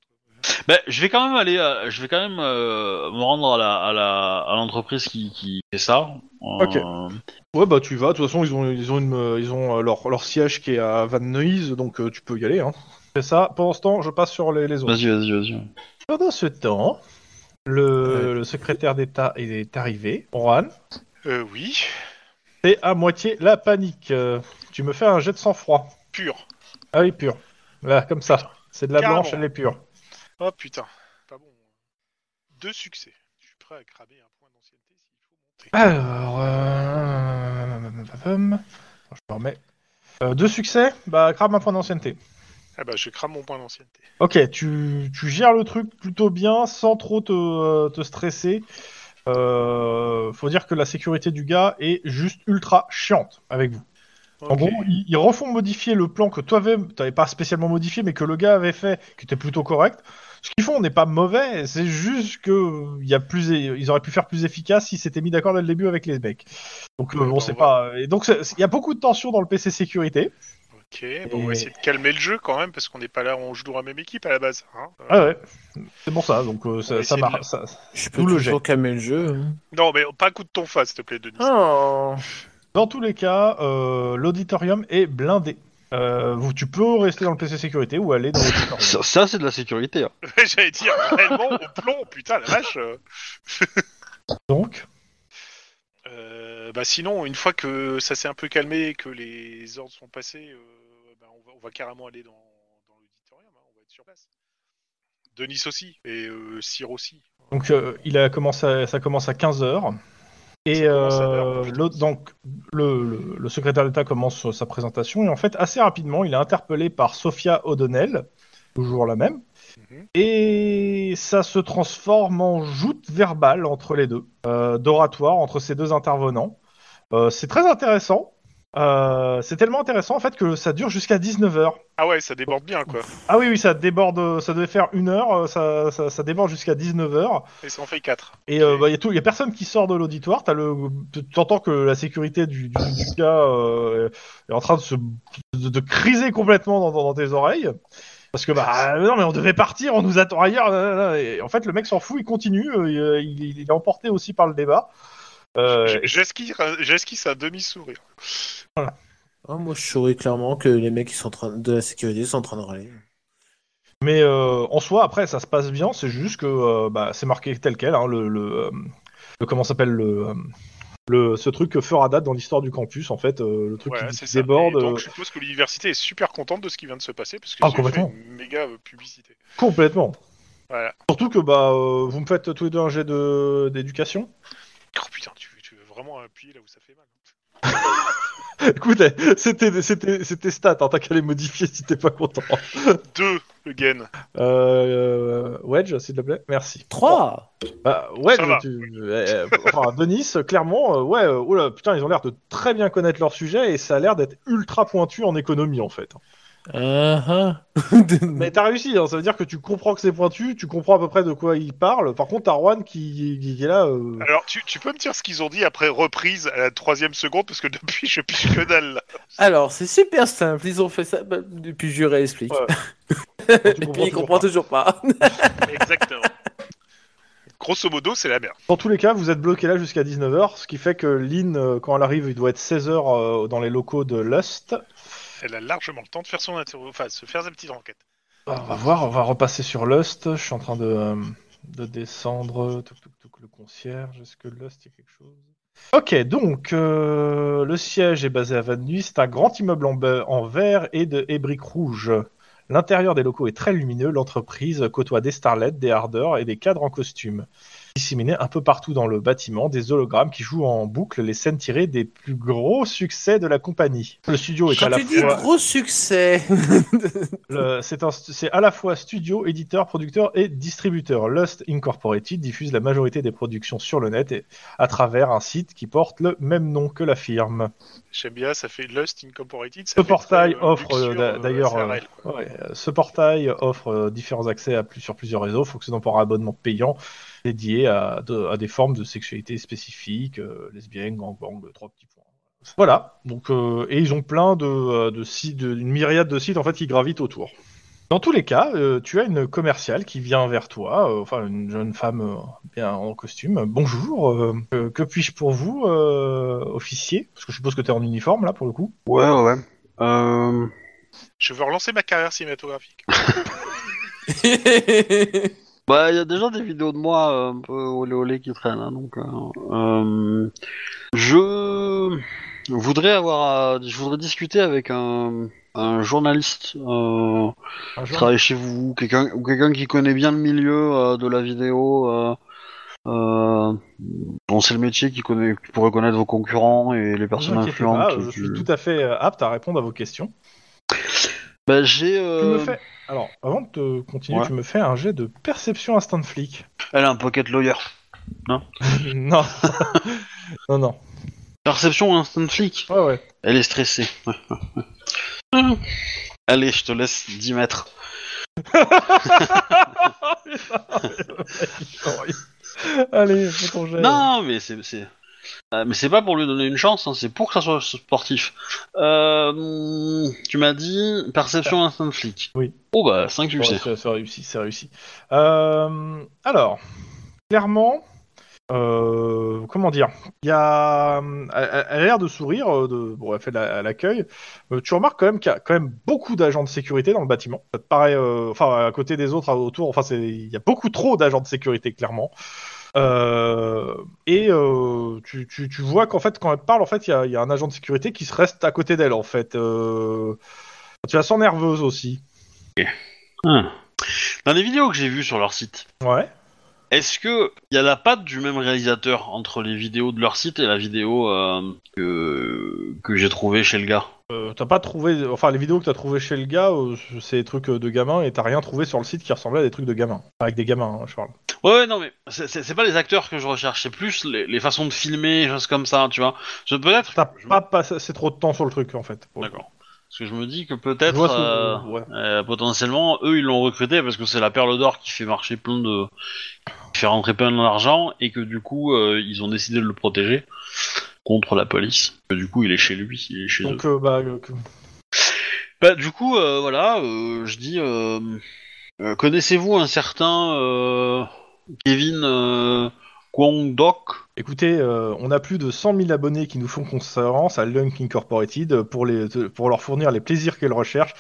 [SPEAKER 2] Ben je vais quand même aller, euh, je vais quand même euh, me rendre à la à la à l'entreprise qui qui fait ça. Euh,
[SPEAKER 1] Ok. Ouais, bah tu vas. De toute façon, ils ont, ils ont, une, euh, ils ont euh, leur, leur siège qui est à Van Nuys, donc euh, tu peux y aller. Hein. Fais ça. Pendant ce temps, je passe sur les, les autres.
[SPEAKER 2] Vas-y, vas-y, vas-y.
[SPEAKER 5] Bah, Pendant ce temps, le, le secrétaire d'État est arrivé. Juan,
[SPEAKER 3] Euh, oui,
[SPEAKER 5] c'est à moitié la panique. Euh, tu me fais un jet de sang-froid.
[SPEAKER 3] pur.
[SPEAKER 5] Ah oui, pur. Là, comme ça. C'est de la
[SPEAKER 3] Carrément.
[SPEAKER 5] blanche, elle est pure.
[SPEAKER 3] Oh putain, pas bon. Deux succès. Je suis prêt à cramer un point d'ancienneté s'il faut monter.
[SPEAKER 5] Alors,
[SPEAKER 1] hum,
[SPEAKER 5] euh... pam, pam, pam, pam. Attends, je me remets. Euh, deux succès, bah crame un point d'ancienneté.
[SPEAKER 3] Ah bah, je crame mon point d'ancienneté.
[SPEAKER 1] Ok, tu, tu gères le truc plutôt bien sans trop te, euh, te stresser. Euh, faut dire que la sécurité du gars est juste ultra chiante avec vous. En
[SPEAKER 3] Ok.
[SPEAKER 1] gros, ils, ils refont modifier le plan que toi-même, t'avais pas spécialement modifié, mais que le gars avait fait, qui était plutôt correct. Ce qu'ils font n'est pas mauvais, c'est juste que euh, il y a plus, ils auraient pu faire plus efficace s'ils s'étaient mis d'accord dès le début avec les mecs. Donc euh,
[SPEAKER 3] Ouais,
[SPEAKER 1] bon,
[SPEAKER 3] on
[SPEAKER 1] c'est
[SPEAKER 3] va.
[SPEAKER 1] pas. Et donc c'est- c'est- il y a beaucoup de tension dans le PC sécurité.
[SPEAKER 3] Ok, bon, on va essayer de calmer le jeu quand même, parce qu'on n'est pas là, on joue dans la même équipe à la base. hein. Euh,
[SPEAKER 1] Ah ouais, c'est pour ça. Donc euh, ça,
[SPEAKER 3] va
[SPEAKER 1] ça
[SPEAKER 3] essayer de
[SPEAKER 1] marche.
[SPEAKER 3] le-
[SPEAKER 1] ça-
[SPEAKER 4] Je
[SPEAKER 1] D'où
[SPEAKER 4] peux
[SPEAKER 1] le
[SPEAKER 4] toujours calmer le jeu. hein.
[SPEAKER 3] Non, mais pas coup de ton face, s'il te plaît, Denis.
[SPEAKER 4] Oh.
[SPEAKER 1] Dans tous les cas, euh, l'auditorium est blindé. Euh, vous- tu peux rester dans le PC sécurité ou aller dans l'auditorium.
[SPEAKER 2] Ça, ça, c'est de la sécurité. hein.
[SPEAKER 3] J'allais dire réellement au plomb, putain, la vache. euh.
[SPEAKER 1] Donc,
[SPEAKER 3] Euh, bah sinon, une fois que ça s'est un peu calmé et que les ordres sont passés, euh, bah, on, va, on va carrément aller dans, dans l'auditorium, hein, on va être sur place. Denis aussi, et euh, Cyr aussi.
[SPEAKER 1] donc euh, il a commencé à- ça commence à 15h. Et
[SPEAKER 3] Ça commence à l'heure,
[SPEAKER 1] euh,
[SPEAKER 3] putain.
[SPEAKER 1] l'autre- donc, le, le- le secrétaire d'État commence sa présentation. Et en fait, assez rapidement, il est interpellé par Sophia O'Donnell, toujours la même.
[SPEAKER 3] Mhm.
[SPEAKER 1] Et ça se transforme en joute verbale entre les deux, euh, d'oratoire entre ces deux intervenants. Euh, c'est très intéressant. Euh, c'est tellement intéressant en fait que ça dure jusqu'à 19h.
[SPEAKER 3] Ah ouais, ça déborde bien, quoi.
[SPEAKER 1] Ah oui, oui, ça déborde, euh, ça devait faire une heure, euh, ça, ça, ça déborde jusqu'à 19h.
[SPEAKER 3] Et ça en fait 4.
[SPEAKER 1] Et euh, bah, il y a tout- il y a personne qui sort de l'auditoire. T'as le, t'entends que la sécurité du, du, du gars euh, est en train de se, de, de criser complètement dans, dans- dans tes oreilles. Parce que bah non mais on devait partir, on nous attend ailleurs. nan, nan, nan. Et en fait le mec s'en fout, il continue, euh, il, il- il est emporté aussi par le débat. Euh,
[SPEAKER 3] J'esquisse un- j'esquisse un demi-sourire.
[SPEAKER 4] Ah, moi, je saurais clairement que les mecs qui sont en train de la sécurité sont en train de râler.
[SPEAKER 1] Mais euh, en soi, après, ça se passe bien. C'est juste que euh, bah, c'est marqué tel quel. hein, le, le, euh, le- comment s'appelle le, euh, le ce truc que fera date dans l'histoire du campus en fait. euh, le truc
[SPEAKER 3] Voilà,
[SPEAKER 1] qui
[SPEAKER 3] c'est ça.
[SPEAKER 1] déborde
[SPEAKER 3] Et donc,
[SPEAKER 1] euh,
[SPEAKER 3] je suppose que l'université est super contente de ce qui vient de se passer, parce que
[SPEAKER 1] Ah,
[SPEAKER 3] j'ai fait
[SPEAKER 1] complètement.
[SPEAKER 3] une méga euh, publicité.
[SPEAKER 1] complètement.
[SPEAKER 3] Voilà.
[SPEAKER 1] Surtout que bah euh, vous me faites tous les deux un jet de d'éducation.
[SPEAKER 3] Oh putain, tu, tu veux vraiment appuyer là où ça fait mal.
[SPEAKER 1] Écoute, c'était c'était c'était stats. hein, T'as qu'à les modifier si t'es pas content.
[SPEAKER 3] Deux, again.
[SPEAKER 1] Euh, euh, Wedge, s'il te plaît. Merci.
[SPEAKER 4] 3
[SPEAKER 1] Bah, ouais,
[SPEAKER 3] Ça
[SPEAKER 1] je-
[SPEAKER 3] va.
[SPEAKER 1] tu- euh, euh, enfin, Denis, euh, clairement, euh, ouais, euh, oula, putain, ils ont l'air de très bien connaître leur sujet et ça a l'air d'être ultra pointu en économie en fait.
[SPEAKER 4] Ah
[SPEAKER 1] Mais t'as réussi, hein, ça veut dire que tu comprends que c'est pointu, tu comprends à peu près de quoi ils parlent. Par contre, t'as Juan qui, qui est là. euh,
[SPEAKER 3] Alors, tu, tu peux me dire ce qu'ils ont dit après reprise à la troisième seconde, parce que depuis, je piche que dalle. là.
[SPEAKER 4] Alors, c'est super simple, ils ont fait ça bah, depuis je réexplique.
[SPEAKER 1] Ouais.
[SPEAKER 4] Et
[SPEAKER 1] tu
[SPEAKER 4] puis ils
[SPEAKER 1] toujours
[SPEAKER 4] comprennent
[SPEAKER 1] pas.
[SPEAKER 4] toujours pas.
[SPEAKER 3] Exactement. Grosso modo, c'est la merde.
[SPEAKER 1] Dans tous les cas, vous êtes bloqué là jusqu'à 19h, ce qui fait que Lynn, euh, quand elle arrive, il doit être 16h euh, dans les locaux de Lust.
[SPEAKER 3] Elle a largement le temps de faire son interro- enfin, de se faire sa petite enquête.
[SPEAKER 1] Ah, On va voir, on va repasser sur Lust. Je suis en train de, euh, de descendre. Touc, touc, touc, le concierge, est-ce que Lust, il y a quelque chose Ok, donc euh, le siège est basé à Van Nuys. C'est un grand immeuble en, be- en verre et de et briques rouges. L'intérieur des locaux est très lumineux. L'entreprise côtoie des starlets, des hardeurs et des cadres en costume. Disséminés un peu partout dans le bâtiment, des hologrammes qui jouent en boucle les scènes tirées des plus gros succès de la compagnie. Le studio est à
[SPEAKER 4] Quand
[SPEAKER 1] la
[SPEAKER 4] tu dis
[SPEAKER 1] fois...
[SPEAKER 4] gros succès
[SPEAKER 1] Le- C'est un stu- c'est à la fois studio, éditeur, producteur et distributeur. Lust Incorporated diffuse la majorité des productions sur le net et à travers un site qui porte le même nom que la firme.
[SPEAKER 3] J'aime bien, ça fait Lust Incorporated.
[SPEAKER 1] Ce
[SPEAKER 3] Ça fait
[SPEAKER 1] portail
[SPEAKER 3] très, euh,
[SPEAKER 1] offre,
[SPEAKER 3] luxure,
[SPEAKER 1] euh, d'a-
[SPEAKER 3] euh,
[SPEAKER 1] d'ailleurs,
[SPEAKER 3] SRL, quoi.
[SPEAKER 1] Ouais, euh, ce portail offre euh, différents accès à plus, sur plusieurs réseaux, fonctionnant par abonnement payant dédié à, de- à des formes de sexualité spécifiques, euh, lesbiennes, gangbang, euh, trois petits points. Voilà. Donc, euh, et ils ont plein de, euh, de sites, de- une myriade de sites en fait qui gravitent autour. Dans tous les cas, euh, tu as une commerciale qui vient vers toi, euh, enfin une jeune femme euh, bien en costume. Bonjour, euh, que, que puis-je pour vous, euh, officier Parce que je suppose que tu es en uniforme là pour le coup.
[SPEAKER 2] Ouais, ouais. Euh,
[SPEAKER 3] Je veux relancer ma carrière cinématographique.
[SPEAKER 2] Bah, il y a déjà des vidéos de moi euh, un peu olé olé qui traînent, hein, donc. euh, euh, je voudrais avoir, à- je voudrais discuter avec un, un journaliste euh,
[SPEAKER 1] Un
[SPEAKER 2] qui
[SPEAKER 1] jour-
[SPEAKER 2] travaille chez vous, quelqu'un ou quelqu'un qui connaît bien le milieu euh, de la vidéo. Euh, euh, dont c'est le métier qui, connaît, qui pourrait connaître vos concurrents et les
[SPEAKER 1] Ne vous
[SPEAKER 2] personnes
[SPEAKER 1] inquiétez pas,
[SPEAKER 2] influentes.
[SPEAKER 1] je
[SPEAKER 2] du-
[SPEAKER 1] suis tout à fait euh, apte à répondre à vos questions.
[SPEAKER 2] Bah, j'ai.
[SPEAKER 1] Tu
[SPEAKER 2] euh,
[SPEAKER 1] me fais. Alors, avant de te continuer,
[SPEAKER 2] ouais.
[SPEAKER 1] tu me fais un jet de perception instant flic.
[SPEAKER 2] Elle a un pocket lawyer.
[SPEAKER 1] non. non, non.
[SPEAKER 2] Perception instant flic.
[SPEAKER 1] Ouais, ouais.
[SPEAKER 2] Elle est stressée. Ouais, ouais, ouais. Ah. Allez, je te laisse 10 mètres.
[SPEAKER 1] Ah, Allez, fais ton jet.
[SPEAKER 2] Non, mais c'est. c'est- euh, mais c'est pas pour lui donner une chance, hein, c'est pour que ça soit sportif. Euh, tu m'as dit perception instant flic.
[SPEAKER 1] Ah. Oui.
[SPEAKER 2] Oh bah 5
[SPEAKER 1] Ouais,
[SPEAKER 2] succès.
[SPEAKER 1] c'est c'est réussi, c'est réussi. Euh, alors, clairement, euh, comment dire, il y a, elle, elle- elle a l'air de sourire, euh, de, bon, elle fait la- à l'accueil. Euh, tu remarques quand même qu'il y a quand même beaucoup d'agents de sécurité dans le bâtiment. Ça te paraît, euh, enfin, à côté des autres, à- autour, enfin, c'est- il y a beaucoup trop d'agents de sécurité, clairement. Euh, et euh, tu, tu- tu vois qu'en fait, quand elle parle, en fait, il y a, il y a un agent de sécurité qui se reste à côté d'elle, en fait. Euh, tu la sens nerveuse aussi.
[SPEAKER 2] Ah. Dans les vidéos que j'ai vues sur leur site,
[SPEAKER 1] Ouais.
[SPEAKER 2] est-ce que il y a la patte du même réalisateur entre les vidéos de leur site et la vidéo euh, que, que j'ai trouvée chez le gars
[SPEAKER 1] Euh, t'as pas trouvé, enfin les vidéos que t'as trouvées chez le gars, euh, c'est des trucs euh, de gamins et t'as rien trouvé sur le site qui ressemblait à des trucs de gamins, avec des gamins, hein, je parle.
[SPEAKER 2] Ouais, ouais, non, mais c'est- c'est c'est pas les acteurs que je recherche, c'est plus les, les façons de filmer, choses comme ça, tu vois. Je peut-être.
[SPEAKER 1] T'as
[SPEAKER 2] je-
[SPEAKER 1] pas passé assez trop de temps sur le truc en fait.
[SPEAKER 2] D'accord. Parce que je me dis que
[SPEAKER 1] Je vois
[SPEAKER 2] peut-être,
[SPEAKER 1] ce que-
[SPEAKER 2] euh,
[SPEAKER 1] ouais.
[SPEAKER 2] euh, potentiellement, eux, ils l'ont recruté parce que c'est la perle d'or qui fait marcher plein de, qui fait rentrer plein d'argent et que du coup, euh, ils ont décidé de le protéger contre la police. Que du coup, il est chez lui, il est chez eux.
[SPEAKER 1] Donc euh, bah, euh, que-
[SPEAKER 2] Bah, du coup, euh, voilà, euh, je dis, euh, euh, connaissez-vous un certain euh, Kevin euh, Kwon Dok
[SPEAKER 1] écoutez, euh, on a plus de 100 000 abonnés qui nous font concurrence à Lunk Incorporated euh, pour les, pour leur fournir les plaisirs qu'elles recherchent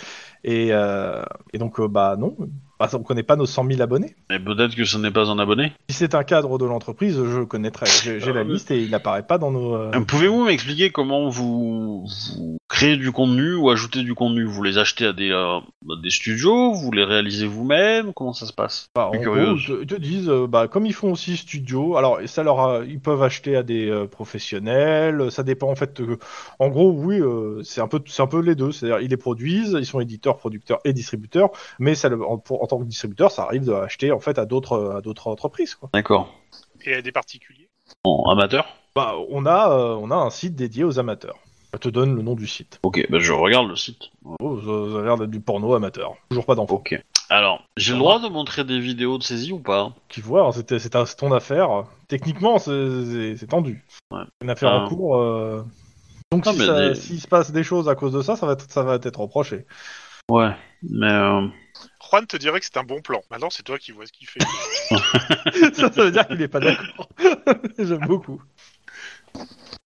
[SPEAKER 1] et, euh, et donc euh, bah non, bah, on connaît pas nos 100 000 abonnés.
[SPEAKER 2] Mais peut-être que ce n'est pas un abonné.
[SPEAKER 1] Si c'est un cadre de l'entreprise, je connaîtrai, j'ai j'ai la
[SPEAKER 2] Euh,
[SPEAKER 1] liste et il apparaît pas dans nos. euh,
[SPEAKER 2] Euh, Pouvez-vous m'expliquer comment vous, vous créez du contenu ou ajoutez du contenu Vous les achetez à des, euh, à des studios Vous les réalisez vous-même Comment ça se passe
[SPEAKER 1] Bah, en
[SPEAKER 2] Je suis
[SPEAKER 1] gros,
[SPEAKER 2] curieuse.
[SPEAKER 1] ils te disent, euh, bah, comme ils font aussi studio, alors et ça leur a- ils peuvent acheter à des euh, professionnels, ça dépend en fait. euh, en gros, oui, euh, c'est un peu, c'est un peu les deux, c'est-à-dire ils les produisent, ils sont éditeurs, producteurs et distributeurs, mais ça, le- en, pour- en tant que distributeur, ça arrive d'acheter en fait à d'autres, euh, à d'autres entreprises. Quoi.
[SPEAKER 2] D'accord.
[SPEAKER 3] Et à des particuliers.
[SPEAKER 2] En amateur
[SPEAKER 1] Bah, on a, euh, on a un site dédié aux amateurs. Je te donne le nom du site.
[SPEAKER 2] Ok, bah je regarde le site.
[SPEAKER 1] Oh, ça, ça a l'air d'être du porno amateur. Toujours pas d'enfant.
[SPEAKER 2] Ok. Alors, j'ai le droit de montrer des vidéos de saisie ou pas
[SPEAKER 1] Tu vois, hein, c'était- c'est un- c'est ton affaire. Techniquement, c'est- c'est c'est tendu.
[SPEAKER 2] Ouais.
[SPEAKER 1] C'est Une affaire
[SPEAKER 2] Ah.
[SPEAKER 1] en cours. euh, Donc,
[SPEAKER 2] Ah,
[SPEAKER 1] si
[SPEAKER 2] mais
[SPEAKER 1] ça-
[SPEAKER 2] des-
[SPEAKER 1] s'il se passe des choses à cause de ça, ça va être, ça va être reproché.
[SPEAKER 2] Ouais. Mais euh,
[SPEAKER 3] Juan te dirait que c'est un bon plan. Maintenant, c'est toi qui vois ce qu'il fait.
[SPEAKER 1] ça, ça veut dire qu'il n'est pas d'accord. J'aime beaucoup.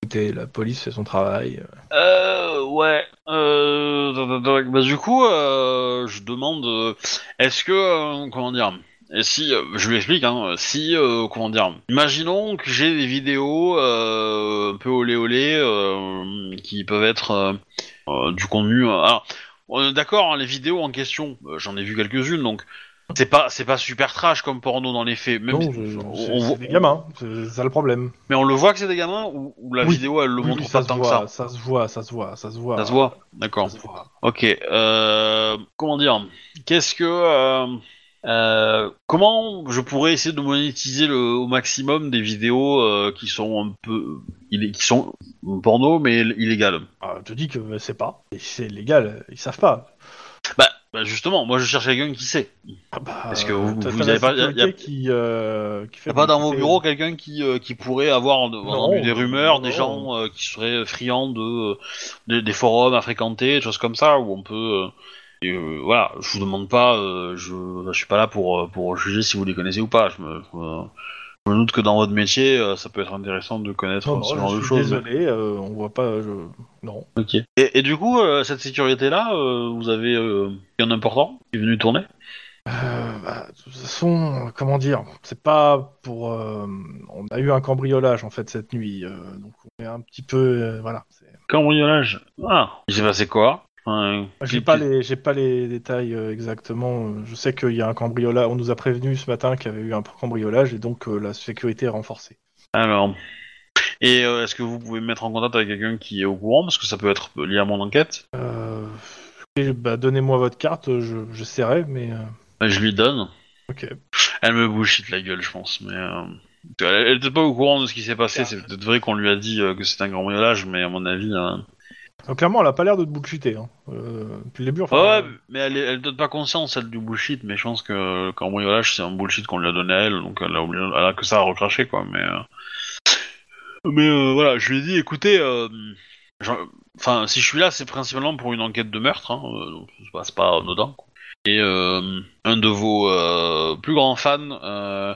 [SPEAKER 1] Écoutez, la police fait son travail.
[SPEAKER 2] Euh, ouais. Euh, tac, tac, tac. bah, du coup, euh, je demande, euh, est-ce que, euh, comment dire, et si, euh, je lui explique, hein, si, euh, comment dire, imaginons que j'ai des vidéos euh, un peu olé olé euh, qui peuvent être euh, euh, du contenu. euh, alors, on est d'accord, hein, les vidéos en question, euh, j'en ai vu quelques-unes, donc c'est pas, c'est pas super trash comme porno dans les faits. Même
[SPEAKER 1] Non,
[SPEAKER 2] si-
[SPEAKER 1] je-
[SPEAKER 2] on-
[SPEAKER 1] c'est
[SPEAKER 2] on
[SPEAKER 1] c'est
[SPEAKER 2] voit-
[SPEAKER 1] des gamins, c'est c'est ça le problème.
[SPEAKER 2] mais on le voit que c'est des gamins ou, ou la
[SPEAKER 1] Oui.
[SPEAKER 2] vidéo elle le
[SPEAKER 1] Oui,
[SPEAKER 2] montre
[SPEAKER 1] oui,
[SPEAKER 2] pas
[SPEAKER 1] se
[SPEAKER 2] tant que
[SPEAKER 1] voit,
[SPEAKER 2] ça.
[SPEAKER 1] ça se voit, ça se voit, ça se voit.
[SPEAKER 2] Ça se voit, d'accord.
[SPEAKER 1] Ça se voit.
[SPEAKER 2] Ok, euh, comment dire Qu'est-ce que... euh, euh, comment je pourrais essayer de monétiser le, au maximum des vidéos euh, qui sont un peu... illé- qui sont porno mais ill- illégales
[SPEAKER 1] Ah, je te dis que c'est pas. Et C'est légal, ils savent pas.
[SPEAKER 2] bah, bah justement, moi je cherche quelqu'un qui sait.
[SPEAKER 1] Ah bah,
[SPEAKER 2] Est-ce que vous-
[SPEAKER 1] t'as-
[SPEAKER 2] vous
[SPEAKER 1] t'as la
[SPEAKER 2] avez pas- y a-
[SPEAKER 1] sécurité
[SPEAKER 2] y a-
[SPEAKER 1] qui, euh, qui fait
[SPEAKER 2] Y a pas dans vos
[SPEAKER 1] c'est-
[SPEAKER 2] bureaux quelqu'un qui, euh, qui pourrait avoir de-
[SPEAKER 1] Non,
[SPEAKER 2] entendu des
[SPEAKER 1] non,
[SPEAKER 2] rumeurs, des
[SPEAKER 1] non.
[SPEAKER 2] gens euh, qui seraient friands de, euh, des- des forums à fréquenter, des choses comme ça, où on peut... euh, et, euh, voilà, je vous demande pas, euh, je, je suis pas là pour, euh, pour juger si vous les connaissez ou pas. Je me, je me- je me doute que dans votre métier, euh, ça peut être intéressant de connaître
[SPEAKER 1] Non, non,
[SPEAKER 2] ce
[SPEAKER 1] Oh, je
[SPEAKER 2] genre de
[SPEAKER 1] suis
[SPEAKER 2] choses.
[SPEAKER 1] Désolé, euh, on voit pas. je- Non.
[SPEAKER 2] mais- Ok. Et, et du coup, euh, cette sécurité-là, euh, vous avez euh, quelqu'un d'important qui est venu tourner
[SPEAKER 1] Euh, bah, de toute façon, euh, comment dire, c'est pas pour. euh, On a eu un cambriolage en fait cette nuit, euh, donc on est un petit peu, euh, voilà. c'est-
[SPEAKER 2] Cambriolage. Ah, il s'est passé quoi Enfin,
[SPEAKER 1] J'ai pas les, j'ai pas les détails euh, exactement. euh, Je sais qu'il y a un cambriolage. On nous a prévenu ce matin qu'il y avait eu un cambriolage et donc euh, la sécurité est renforcée.
[SPEAKER 2] Alors. Et euh, est-ce que vous pouvez me mettre en contact avec quelqu'un qui est au courant Parce que ça peut être lié à mon enquête.
[SPEAKER 1] Euh, Et, bah, Donnez-moi votre carte, je, je serrai, mais. euh,
[SPEAKER 2] Bah, je lui donne.
[SPEAKER 1] Ok.
[SPEAKER 2] Elle me bullshit la gueule, je pense. Mais euh, elle elle était pas au courant de ce qui s'est passé. C'est peut-être vrai qu'on lui a dit euh, que c'était un cambriolage, mais à mon avis. euh,
[SPEAKER 1] Donc, clairement, elle a pas l'air de te bullshiter. Hein. Euh, depuis le début,
[SPEAKER 2] Ouais,
[SPEAKER 1] enfin,
[SPEAKER 2] ouais, mais elle, est- elle donne pas conscience, elle, du bullshit, mais je pense que le cambriolage, c'est un bullshit qu'on lui a donné à elle, donc elle a, oublié- elle a que ça à recracher, quoi, mais... euh. Mais euh, voilà, je lui ai dit, écoutez, euh, j'en- enfin, si je suis là, c'est principalement pour une enquête de meurtre, hein, euh, donc c'est pas- c'est pas anodin, quoi. Et euh, un de vos euh, plus grands fans euh,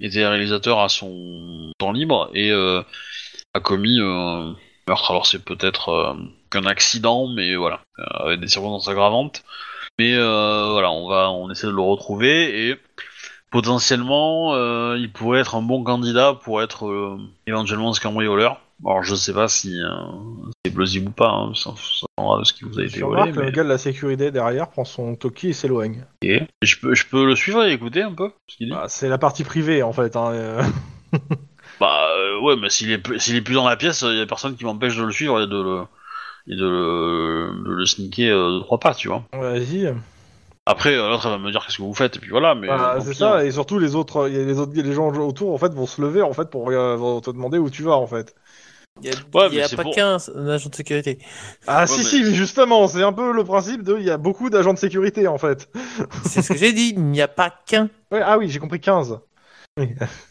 [SPEAKER 2] était réalisateur à son temps libre et euh, a commis euh, meurtre. Alors c'est peut-être euh, qu'un accident, mais voilà, euh, avec des circonstances aggravantes. Mais euh, voilà, on va, on essaie de le retrouver et potentiellement, euh, il pourrait être un bon candidat pour être euh, éventuellement ce cambrioleur. Alors je sais pas si euh, c'est plausible ou pas, hein, ça, ça dépendra de ce qui vous a été
[SPEAKER 1] tu
[SPEAKER 2] volé.
[SPEAKER 1] remarques,
[SPEAKER 2] mais-
[SPEAKER 1] le gars de la sécurité derrière prend son toki et s'éloigne.
[SPEAKER 2] Ok. Et je peux, je peux le suivre et écouter un peu ce qu'il dit.
[SPEAKER 1] Bah, c'est la partie privée, en fait. Hein. euh.
[SPEAKER 2] Bah euh, ouais, mais s'il est, plus- s'il est plus dans la pièce, il y a personne qui m'empêche de le suivre et de le, et de le, de le sneaker euh, de trois pas, tu vois.
[SPEAKER 1] Vas-y.
[SPEAKER 2] Après, euh, l'autre elle va me dire qu'est-ce que vous faites, et puis voilà, mais...
[SPEAKER 1] Bah,
[SPEAKER 2] euh, tant
[SPEAKER 1] c'est
[SPEAKER 2] pis,
[SPEAKER 1] ça,
[SPEAKER 2] hein.
[SPEAKER 1] et surtout les autres, euh, les autres, les gens autour en fait vont se lever en fait pour euh, vont te demander où tu vas en fait.
[SPEAKER 4] Il n'y a,
[SPEAKER 2] Ouais,
[SPEAKER 4] il y a
[SPEAKER 2] mais c'est
[SPEAKER 4] pas
[SPEAKER 2] pour-
[SPEAKER 4] qu'un un agent de sécurité.
[SPEAKER 1] Ah
[SPEAKER 2] Ouais,
[SPEAKER 1] si
[SPEAKER 2] mais-
[SPEAKER 1] si, mais justement, c'est un peu le principe de, il y a beaucoup d'agents de sécurité en fait.
[SPEAKER 4] C'est ce que j'ai dit, il n'y a pas qu'un.
[SPEAKER 1] Ouais, ah oui, j'ai compris 15.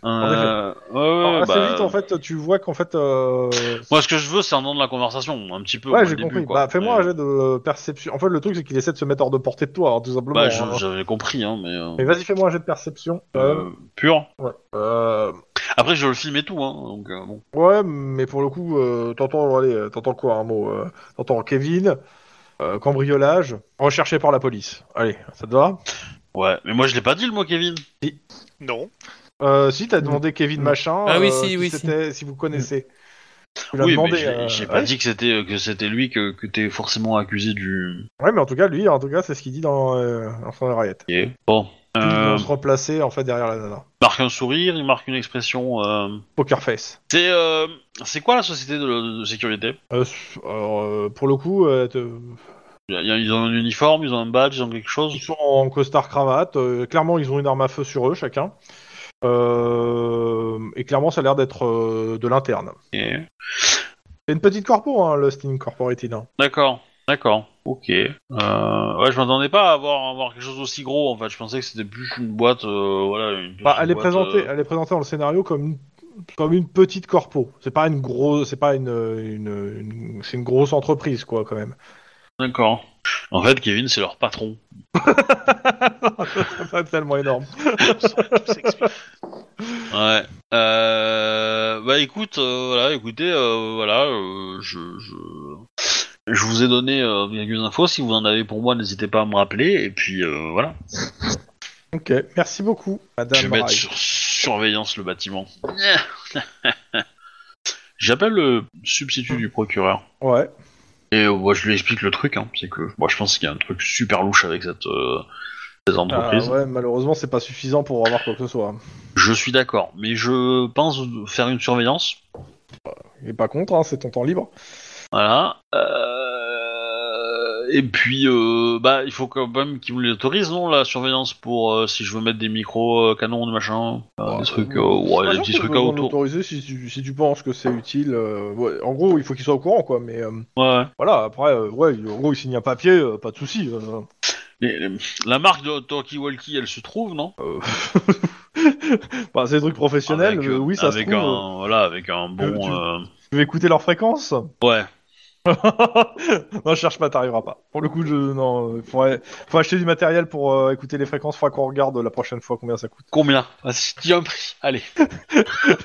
[SPEAKER 2] Euh, ouais, ouais,
[SPEAKER 1] Alors, assez
[SPEAKER 2] bah,
[SPEAKER 1] vite en fait, tu vois qu'en fait. euh,
[SPEAKER 2] Moi, ce que je veux, c'est un nom de la conversation, un petit peu. au
[SPEAKER 1] ouais,
[SPEAKER 2] début,
[SPEAKER 1] j'ai compris.
[SPEAKER 2] quoi.
[SPEAKER 1] Bah, fais-moi un
[SPEAKER 2] Mais-
[SPEAKER 1] jet de perception. En fait, le truc c'est qu'il essaie de se mettre hors de portée de toi, hein, tout simplement.
[SPEAKER 2] Bah, je-
[SPEAKER 1] hein.
[SPEAKER 2] j'avais compris, hein, mais... euh,
[SPEAKER 1] Mais vas-y, fais-moi un jet de perception.
[SPEAKER 2] euh, pur.
[SPEAKER 1] Euh, ouais. Euh,
[SPEAKER 2] Après, je le filme et tout, hein, donc euh, bon.
[SPEAKER 1] Ouais, mais pour le coup, euh, t'entends, allez, euh, t'entends quoi un mot euh, T'entends Kevin, euh, cambriolage, recherché par la police. Allez, ça te va
[SPEAKER 2] Ouais, mais moi, je l'ai pas dit, le mot Kevin.
[SPEAKER 3] Non.
[SPEAKER 1] euh, Si t'as demandé Kevin
[SPEAKER 4] Mm.
[SPEAKER 1] machin,
[SPEAKER 4] Ah oui,
[SPEAKER 1] euh,
[SPEAKER 4] si, oui, si.
[SPEAKER 1] c'était, si. vous connaissez. Tu l'as
[SPEAKER 2] Oui,
[SPEAKER 1] demandé.
[SPEAKER 2] mais j'ai-
[SPEAKER 1] euh,
[SPEAKER 2] j'ai
[SPEAKER 1] ouais.
[SPEAKER 2] pas dit que c'était que c'était lui que, que t'es forcément accusé du...
[SPEAKER 1] Ouais, mais en tout cas, lui, en tout cas, c'est ce qu'il dit dans euh, dans son oreillette.
[SPEAKER 2] Ok. Bon.
[SPEAKER 1] Ils
[SPEAKER 2] Euh,
[SPEAKER 1] vont se remplacer en fait derrière la nana.
[SPEAKER 2] il marque un sourire, il marque une expression. euh,
[SPEAKER 1] Poker face.
[SPEAKER 2] C'est euh, c'est quoi la société de, de sécurité
[SPEAKER 1] Euh, alors, euh, pour le coup, euh, te-
[SPEAKER 2] Y a- y a- Ils ont un uniforme, ils ont un badge, ils ont quelque chose
[SPEAKER 1] Ils sont en costard cravate. euh, clairement, ils ont une arme à feu sur eux chacun. Euh, et clairement, ça a l'air d'être euh, de l'interne.
[SPEAKER 2] Ok.
[SPEAKER 1] C'est une petite corpo, hein, Lost Incorporated. hein.
[SPEAKER 2] D'accord, d'accord, ok. Euh, ouais, je m'attendais pas à avoir, à avoir quelque chose d'aussi gros en fait. Je pensais que c'était plus une boîte. euh, voilà, une
[SPEAKER 1] Bah, elle, est
[SPEAKER 2] boîte,
[SPEAKER 1] présentée,
[SPEAKER 2] euh,
[SPEAKER 1] elle est présentée dans le scénario comme une, comme une petite corpo. C'est pas une grosse, c'est pas une, une- une- c'est une grosse entreprise quoi quand même.
[SPEAKER 2] D'accord. En fait, Kevin, c'est leur patron.
[SPEAKER 1] C'est tellement énorme.
[SPEAKER 3] Tout s'explique.
[SPEAKER 2] Ouais. Euh, bah écoute, euh, voilà, écoutez, euh, voilà, euh, je, je, je vous ai donné euh, quelques infos. Si vous en avez pour moi, n'hésitez pas à me rappeler. Et puis euh, voilà.
[SPEAKER 1] Ok, merci beaucoup, Madame.
[SPEAKER 2] Je vais mettre
[SPEAKER 1] Raille.
[SPEAKER 2] sur surveillance le bâtiment. J'appelle le substitut du procureur.
[SPEAKER 1] Ouais.
[SPEAKER 2] Et euh, moi, je lui explique le truc, hein, c'est que moi, je pense qu'il y a un truc super louche avec cette, euh, cette
[SPEAKER 1] Ah,
[SPEAKER 2] entreprise.
[SPEAKER 1] ouais, malheureusement, c'est pas suffisant pour avoir quoi que ce soit.
[SPEAKER 2] Je suis d'accord, mais je pense faire une surveillance.
[SPEAKER 1] Il est pas contre, hein, c'est ton temps libre.
[SPEAKER 2] Voilà. Euh, Et puis, euh, bah, il faut quand même qu'ils me l'autorisent, non, la surveillance pour euh, si je veux mettre des micros, euh, canons, des machins, euh,
[SPEAKER 1] Ouais. Ah
[SPEAKER 2] des trucs, euh, ouais, des petits trucs à autour.
[SPEAKER 1] Autorisé si tu, si tu penses que c'est utile. euh, ouais, en gros, il faut qu'il soit au courant, quoi. Mais euh,
[SPEAKER 2] Ouais.
[SPEAKER 1] voilà, après, euh, ouais, en gros, il signe un papier, euh, pas de souci. euh.
[SPEAKER 2] Et, euh, la marque de Talkie Walkie, elle se trouve, non
[SPEAKER 1] Bah, c'est des trucs professionnels,
[SPEAKER 2] Avec,
[SPEAKER 1] euh,
[SPEAKER 2] euh,
[SPEAKER 1] oui, ça se
[SPEAKER 2] avec
[SPEAKER 1] trouve. euh,
[SPEAKER 2] un, voilà, avec un
[SPEAKER 1] Euh,
[SPEAKER 2] bon.
[SPEAKER 1] tu-
[SPEAKER 2] euh,
[SPEAKER 1] Tu veux écouter leur fréquence
[SPEAKER 2] Ouais.
[SPEAKER 1] Non, je cherche pas, t'arriveras pas. Pour le coup, je, non, euh, faut, faut acheter du matériel pour euh, écouter les fréquences, faudra qu'on regarde la prochaine fois combien ça coûte.
[SPEAKER 2] Combien Vas-y, dis un prix. Allez.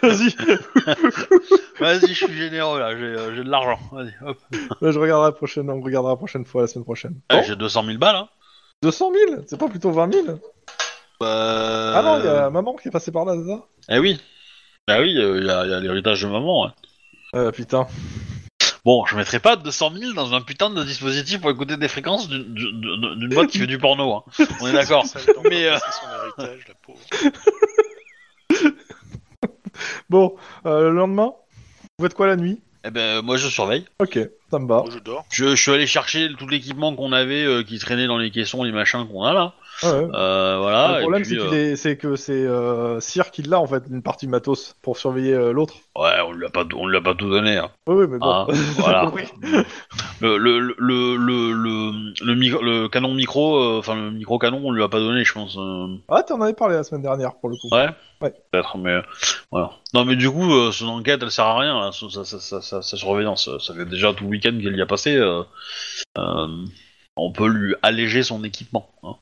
[SPEAKER 1] Vas-y,
[SPEAKER 2] Vas-y, je suis généreux là, j'ai euh, j'ai de l'argent. Vas-y, hop.
[SPEAKER 1] je regarderai la prochaine, on regardera la prochaine fois, la semaine prochaine.
[SPEAKER 2] Eh,
[SPEAKER 1] Bon,
[SPEAKER 2] j'ai 200 000 balles. Hein.
[SPEAKER 1] 200 000 C'est pas plutôt 20 000
[SPEAKER 2] Bah...
[SPEAKER 1] Ah non, il y a maman qui est passée par là, c'est ça
[SPEAKER 2] Eh oui. Bah oui, euh, il y a, il y a l'héritage de maman. ouais.
[SPEAKER 1] euh, Putain.
[SPEAKER 2] Bon, je mettrai pas 200 000 dans un putain de dispositif pour écouter des fréquences d'une- d'une d'une boîte qui fait du porno. Hein. On est d'accord.
[SPEAKER 3] Ça va
[SPEAKER 2] Mais, euh,
[SPEAKER 3] pas passer son héritage, la pauvre.
[SPEAKER 1] Bon, euh, le lendemain Vous faites quoi la nuit
[SPEAKER 2] Eh ben, moi je surveille.
[SPEAKER 1] Ok. ça me va.
[SPEAKER 3] Moi, je dors.
[SPEAKER 2] Je, je suis allé chercher tout l'équipement qu'on avait euh, qui traînait dans les caissons, les machins qu'on a là.
[SPEAKER 1] Ouais, ouais.
[SPEAKER 2] Euh, voilà.
[SPEAKER 1] le
[SPEAKER 2] et
[SPEAKER 1] problème,
[SPEAKER 2] puis,
[SPEAKER 1] c'est
[SPEAKER 2] euh,
[SPEAKER 1] qu'il est- c'est que c'est euh, Cyr qui l'a en fait, une partie matos pour surveiller euh, l'autre.
[SPEAKER 2] Ouais, on lui a pas, on lui a pas tout donné. hein.
[SPEAKER 1] Oui, oui, mais bon.
[SPEAKER 2] Ah, voilà. Le, le, le, le, le, le micro- le canon micro, euh, enfin le micro canon, on lui a pas donné, je pense. euh.
[SPEAKER 1] Ah, t'en avais parlé la semaine dernière pour le coup.
[SPEAKER 2] Ouais.
[SPEAKER 1] Ouais.
[SPEAKER 2] Peut-être, mais euh, voilà. Non, mais du coup, euh, son enquête, elle sert à rien. hein. Là. Sa, sa- sa- sa- sa- sa surveillance, euh, ça fait déjà tout le week-end qu'elle y a passé. euh, euh, on peut lui alléger son équipement. hein.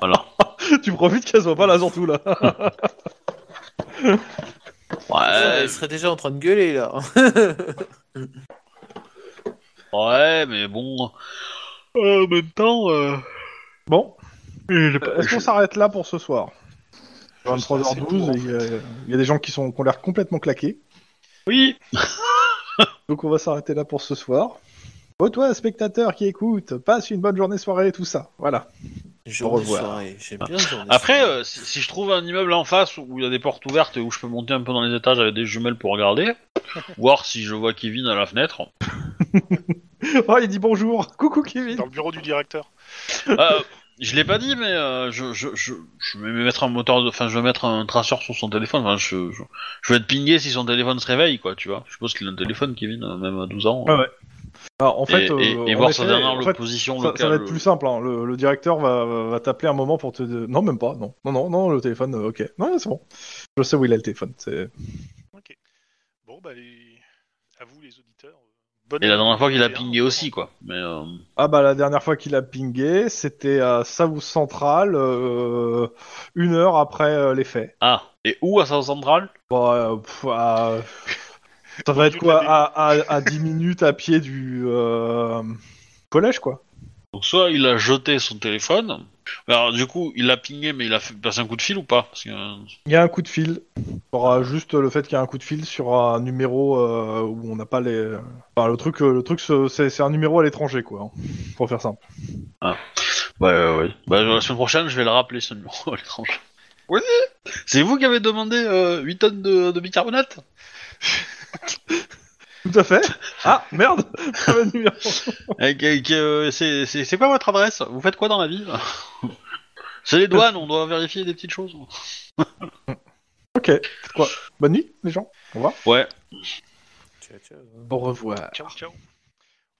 [SPEAKER 2] voilà.
[SPEAKER 1] tu profites qu'elle soit pas là surtout là.
[SPEAKER 2] Ouais, Euh,
[SPEAKER 4] Il serait déjà en train de gueuler là.
[SPEAKER 2] ouais, mais bon. Euh, en même temps, euh,
[SPEAKER 1] bon,
[SPEAKER 2] il est pas-
[SPEAKER 1] est-ce qu'on s'arrête là pour ce soir
[SPEAKER 3] C'est tout,
[SPEAKER 1] 23h12,
[SPEAKER 3] en
[SPEAKER 1] il y a- il y, a des gens qui, sont, qui ont l'air complètement claqués.
[SPEAKER 2] oui.
[SPEAKER 1] Donc on va s'arrêter là pour ce soir. Bon, toi, spectateur qui écoute, passe une bonne journée, soirée et tout ça. Voilà.
[SPEAKER 4] Journée,
[SPEAKER 1] revoir.
[SPEAKER 4] soirée. J'aime bien journée,
[SPEAKER 2] Après,
[SPEAKER 4] soirée.
[SPEAKER 2] euh, si, si je trouve un immeuble en face où il y a des portes ouvertes et où je peux monter un peu dans les étages avec des jumelles pour regarder, voir si je vois Kevin à la fenêtre.
[SPEAKER 1] Oh, il dit bonjour. Coucou Kevin.
[SPEAKER 3] Dans le bureau du directeur.
[SPEAKER 2] Euh, je l'ai pas dit, mais euh, je, je, je, je vais mettre un moteur, de... enfin je vais mettre un traceur sur son téléphone. Enfin, je, je, je vais te pinguer si son téléphone se réveille, quoi. Tu vois. Je suppose qu'il a un téléphone, Kevin, euh, même à 12 ans.
[SPEAKER 1] Ouais, ouais. Alors, en fait,
[SPEAKER 2] et,
[SPEAKER 1] euh,
[SPEAKER 2] et- et
[SPEAKER 1] en
[SPEAKER 2] voir
[SPEAKER 1] effet,
[SPEAKER 2] sa dernière
[SPEAKER 1] en fait,
[SPEAKER 2] position
[SPEAKER 1] ça,
[SPEAKER 2] locale.
[SPEAKER 1] ça va être plus simple. hein. Le, le directeur va, va- va t'appeler un moment pour te. de- Non, même pas. Non, non, non, non le téléphone. euh, ok. Non, c'est bon. Je sais où il a le téléphone. c'est-
[SPEAKER 3] Ok. Bon, bah, les... à vous, les auditeurs. Bonne
[SPEAKER 2] Et la dernière fois qu'il a
[SPEAKER 3] 21,
[SPEAKER 2] pingué aussi, quoi. Mais euh,
[SPEAKER 1] Ah bah la dernière fois qu'il a pingé, c'était à South Central, euh, une heure après euh, les faits.
[SPEAKER 2] ah, et où à South Central
[SPEAKER 1] Bah, euh, pff, à- Ça va être quoi à, à, à 10 minutes à pied du euh, collège, quoi.
[SPEAKER 2] Donc soit il a jeté son téléphone. Alors du coup, il a pingé, mais il a fait- passé un coup de fil ou pas Parce que, euh,
[SPEAKER 1] Il y a un coup de fil. T'auras juste le fait qu'il y a un coup de fil sur un numéro euh, où on n'a pas les. Enfin, le truc, euh, le truc, c'est- c'est c'est un numéro à l'étranger, quoi. hein, pour faire simple.
[SPEAKER 2] Ouais, ouais, ouais. Bah, la semaine prochaine, je vais le rappeler, ce numéro à l'étranger. Oui C'est vous qui avez demandé euh, 8 tonnes de, de bicarbonate
[SPEAKER 1] Tout à fait. Ah merde. Pas le numéro.
[SPEAKER 2] Eh, que- que, euh, C'est c'est- c'est quoi votre adresse Vous faites quoi dans la vie C'est les douanes, on doit vérifier des petites choses.
[SPEAKER 1] ok. Quoi. Bonne nuit, les gens. Au revoir.
[SPEAKER 2] Ouais.
[SPEAKER 4] Ciao, ciao.
[SPEAKER 1] Au revoir.
[SPEAKER 3] Ciao, ciao.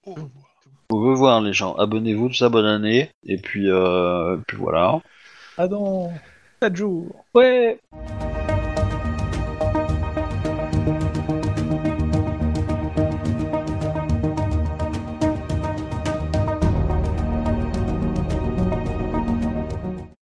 [SPEAKER 3] Au revoir.
[SPEAKER 2] Au revoir, les gens. Abonnez-vous, tout ça, bonne année. Et puis, euh, puis voilà.
[SPEAKER 1] À dans 7 jours.
[SPEAKER 6] Ouais.